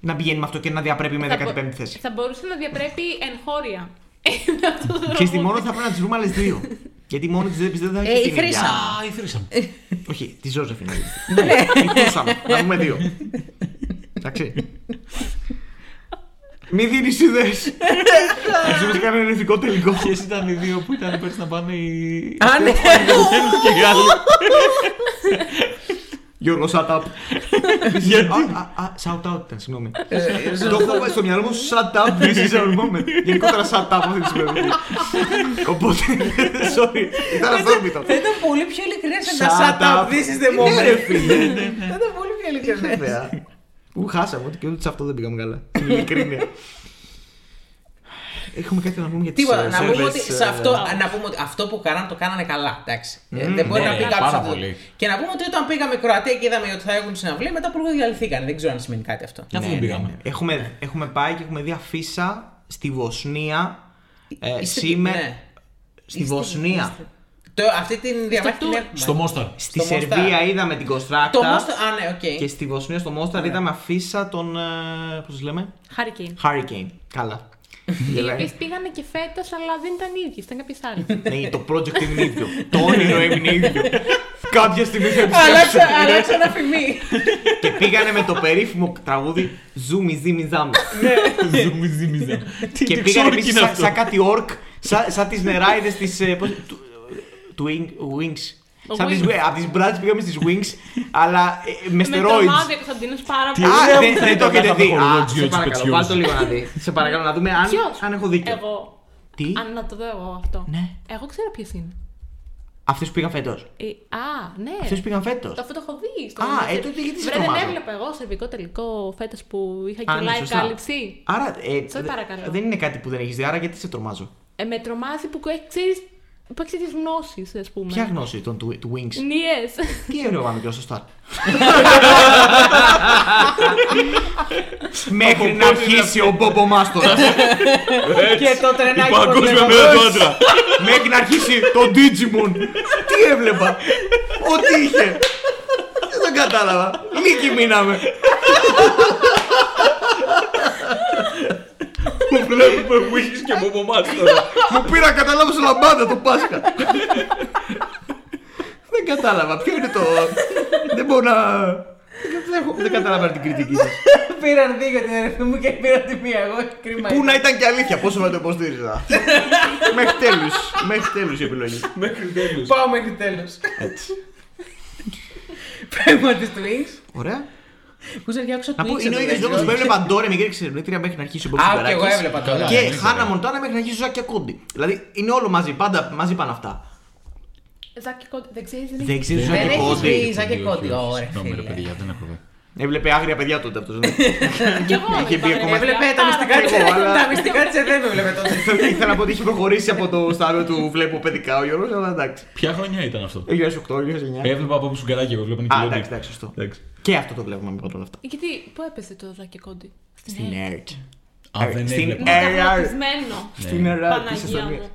C: Να πηγαίνει με αυτό και να διαπρέπει με
E: Θα μπο-
C: 15η θέση.
E: Θα μπορούσε να διαπρέπει εγχώρια. [LAUGHS] Είναι αυτός το
C: Και στη
E: τραγούδι.
C: μόνο θα πρέπει να τις βρούμε άλλες δύο. Γιατί μόνο της δεν πιστεύω δεν θα
B: Ε,
C: έχει
B: η
C: την
B: Χρύσα.
C: ίδια.
J: Α, ήθελα.
C: Όχι, τη Ζώζεφιν. Ναι, Εκτούσαμε. Να πούμε δύο. Εντάξει. Μη δίνεις ιδέες. Πιστεύω ότι κανένα ηθικό τελικό.
J: Ποιε ήταν οι δύο που ήταν πέρσι να πάνε οι.
B: Α, ναι.
J: Έλληνες και οι Γάλλοι.
C: Γιώργο, shut up.
J: Γιατί?
C: Α, α, α, Shout out ήταν, συγγνώμη.
B: Ε,
C: Το έχω στο μυαλό μου shut up, this is our moment. Γενικότερα shut up αυτή τη
B: [LAUGHS]
C: στιγμή. Οπότε, sorry, ήταν αυθόρμητο.
B: Θα ήταν πολύ πιο ειλικρινές
C: Shut
B: ένα shut up,
C: up.
B: this is the
C: [LAUGHS] Ναι, ρε,
B: moment. [LAUGHS]
C: φίλε. Ναι,
B: Θα ήταν πολύ πιο ειλικρινές.
C: Βέβαια. Ου, χάσαμε ότι και ούτε σε αυτό δεν πήγαμε καλά. Στην [LAUGHS] ειλικρίνεια. Έχουμε κάτι να πούμε για τις
B: Τίποτα,
C: ε,
B: να πούμε,
C: σερβές,
B: ότι
C: ε,
B: σε αυτό, να πούμε ότι αυτό που κάναν το κάνανε καλά. Εντάξει. Ε,
C: Μμμ,
B: δεν μπορεί
J: ναι,
B: να πει
J: ναι,
B: κάποιος.
J: πάρα
B: ότι-
J: πολύ.
B: Και να πούμε ότι όταν πήγαμε Κροατία και είδαμε ότι θα έχουν συναυλία, μετά πολύ διαλυθήκανε. Δεν ξέρω αν σημαίνει κάτι αυτό.
C: Ναι,
J: Αφού δεν πήγαμε.
C: Έχουμε, έχουμε πάει και έχουμε δει αφίσα στη Βοσνία. Ε,
B: Είστε-
C: σήμερα.
B: ναι.
C: Στη Βοσνία.
B: Το, αυτή την διαμάχη την
E: tour.
B: έχουμε.
J: Στο Μόσταρ.
C: Στη
B: στο Μοστάρ.
C: Σερβία είδαμε την
B: Το Ναι.
C: Κοστράκτα.
B: Μόστο. Α, ναι, οκ.
C: Και στη Βοσνία στο Μόσταρ είδαμε αφίσα των. Ε, Πώς λέμε.
E: Χαρική.
C: Hurricane.
B: [LAUGHS]
C: Καλά.
E: Οι
C: Γελάει.
E: οποίες πήγανε και φέτος, αλλά δεν ήταν οι ίδιε, ήταν κάποιες άλλες.
C: ναι, το project είναι ίδιο. το όνειρο έμεινε ίδιο. Κάποια στιγμή θα επιστρέψω.
B: Αλλάξα, αλλάξα ένα φημί.
C: Και πήγανε με το περίφημο τραγούδι Ζούμι Ζήμι Ζάμι.
J: Ζουμι, ζουμι, ζουμι. Τι
C: Και
J: τι ξόρκι
C: πήγανε επίση
J: είναι
C: σαν,
J: αυτό.
C: σαν κάτι ορκ, σαν, σαν τις νεράιδες της. ε, του Wing- Wings. Σαν τις,
E: Wings.
C: από τις Brands πήγαμε στις Wings, αλλά ε, με
E: Με Ναι,
C: steroids.
E: τρομάζει ο Κωνσταντίνος πάρα
J: Τι
E: πολύ.
J: ωραία
C: Α,
J: που
C: δεν,
J: θα
C: δεν το
J: ήταν
C: έχετε
J: να
C: δει.
J: είχαμε χορηγό
C: Α,
J: τζιό
C: σε
J: της
C: παρακαλώ,
J: πετσιούς.
C: βάλ' το λίγο να δει. Σε παρακαλώ να δούμε αν,
E: Ποιος?
C: αν έχω δίκιο.
E: Εγώ.
C: Τι,
E: Αν να το δω εγώ αυτό.
C: Ναι.
E: Εγώ ξέρω ποιε είναι.
C: αυτές που πήγαν φέτος.
E: Ε, α, ναι.
C: Αυτές που πήγαν φέτος.
E: Το αυτό το έχω δει. Στο
C: Α,
E: Μάτσερ.
C: ε, τότε γιατί σε
E: Βρε,
C: το
E: δεν
C: μάθω.
E: έβλεπα εγώ σερβικό τελικό φέτος που είχα και
C: Α, ναι,
E: live
C: σωστά.
E: κάλυψη.
C: Άρα ε,
E: Σε παρακαλώ.
C: δεν είναι κάτι που δεν έχεις δει, άρα γιατί σε τρομάζω.
E: Ε, με τρομάζει που ξέρεις. Που έχει τις γνώσεις, ας πούμε.
C: Ποια γνώση των του, του Wings.
E: Νιές.
C: Τι ωραίο πάμε και στο Σταρ. Μέχρι να αρχίσει ο Μπόμπο Μάστορας.
B: Και το τρενάκι
J: Η
B: που
J: παγκόσμια
B: βλέπαμε.
J: μέρα του άντρα.
C: Μέχρι να αρχίσει το Digimon. Τι έβλεπα. Ό,τι είχε. Δεν το κατάλαβα. Λίγοι μείναμε.
J: Που βλέπουμε Wings και Bobo Master.
C: Μου πήρα κατά λάθος λαμπάδα το Πάσχα. Δεν κατάλαβα. Ποιο είναι το. Δεν μπορώ να. Δεν έχω- Δεν κατάλαβα την κριτική σας.
B: Πήραν δύο για την ερευνή μου και πήραν τη μία. Εγώ κρίμα.
C: Πού να ήταν και αλήθεια, πόσο με το υποστήριζα. μέχρι τέλους. Μέχρι τέλους η επιλογή.
J: Μέχρι τέλους.
B: Πάω μέχρι τέλος.
C: Έτσι.
B: Πέμπα τη Twins.
C: Ωραία.
B: Πού σε διάκουσα
C: Να
B: του
C: πω, είναι ο ίδιο
B: ίδιο
C: λόγο που έβλεπα τώρα μικρή ξερολήτρια μέχρι να αρχίσει ο Μπομπ
B: Α, και εγώ έβλεπα τώρα.
C: Και
J: Ναι, ναι,
C: Χάνα
J: ναι.
C: Μοντάνα μέχρι να αρχίσει ο Ζάκια Κόντι. Δηλαδή είναι όλο μαζί, πάντα μαζί πάνε αυτά.
E: Ζάκη Κόντι, δεν ξέρεις, δεν
C: Δεν
E: έχεις.
C: ξέρεις ο
B: Ναι, Δεν
C: Ζάκια
B: έχεις
C: Κόντι.
B: δει Ζάκη Κόντι. Ωραία,
J: Συγγνώμη, ρε
B: φίλε.
J: παιδιά, δεν έχω δει.
C: Έβλεπε άγρια παιδιά τότε ναι. αυτό.
E: Κι εγώ
C: Είχε
E: δεν
C: μπει
E: είπα,
C: ακόμα-
E: ρε,
B: Έβλεπε τα
E: πάρα
B: μυστικά
E: πολύ.
B: της
C: εγώ, αλλά-
B: τα μυστικά της ΕΔΕ με βλέπε τότε.
C: [LAUGHS] Ήθελα να πω ότι έχει προχωρήσει από το στάδιο του βλέπω παιδικά ο Γιώργος, αλλά εντάξει.
J: Ποια χρονιά ήταν αυτό.
C: 2008, 2009.
J: Έβλεπα από πίσω γκαράκι, εγώ βλέπω
C: Α,
J: Nickelodeon.
C: εντάξει, εντάξει, σωστό.
J: Εντάξει.
C: Και αυτό το βλέπουμε με όλα αυτά.
E: Ε, Γιατί, πού έπεσε το Ζάκη Κόντι.
C: Στην
B: Ε.
C: ΕΡΤ.
J: Α, δεν
C: Στην
J: έβλεπα.
C: Ε,
E: Μεταγραφισμένο.
C: Στην ΕΡΤ.
E: Ναι. Παναγία μου.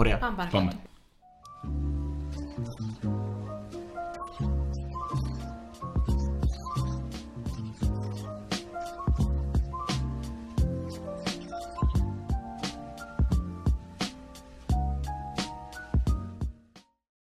C: Ωραία.
E: Πάμε παρακάτω.
J: Πάμε.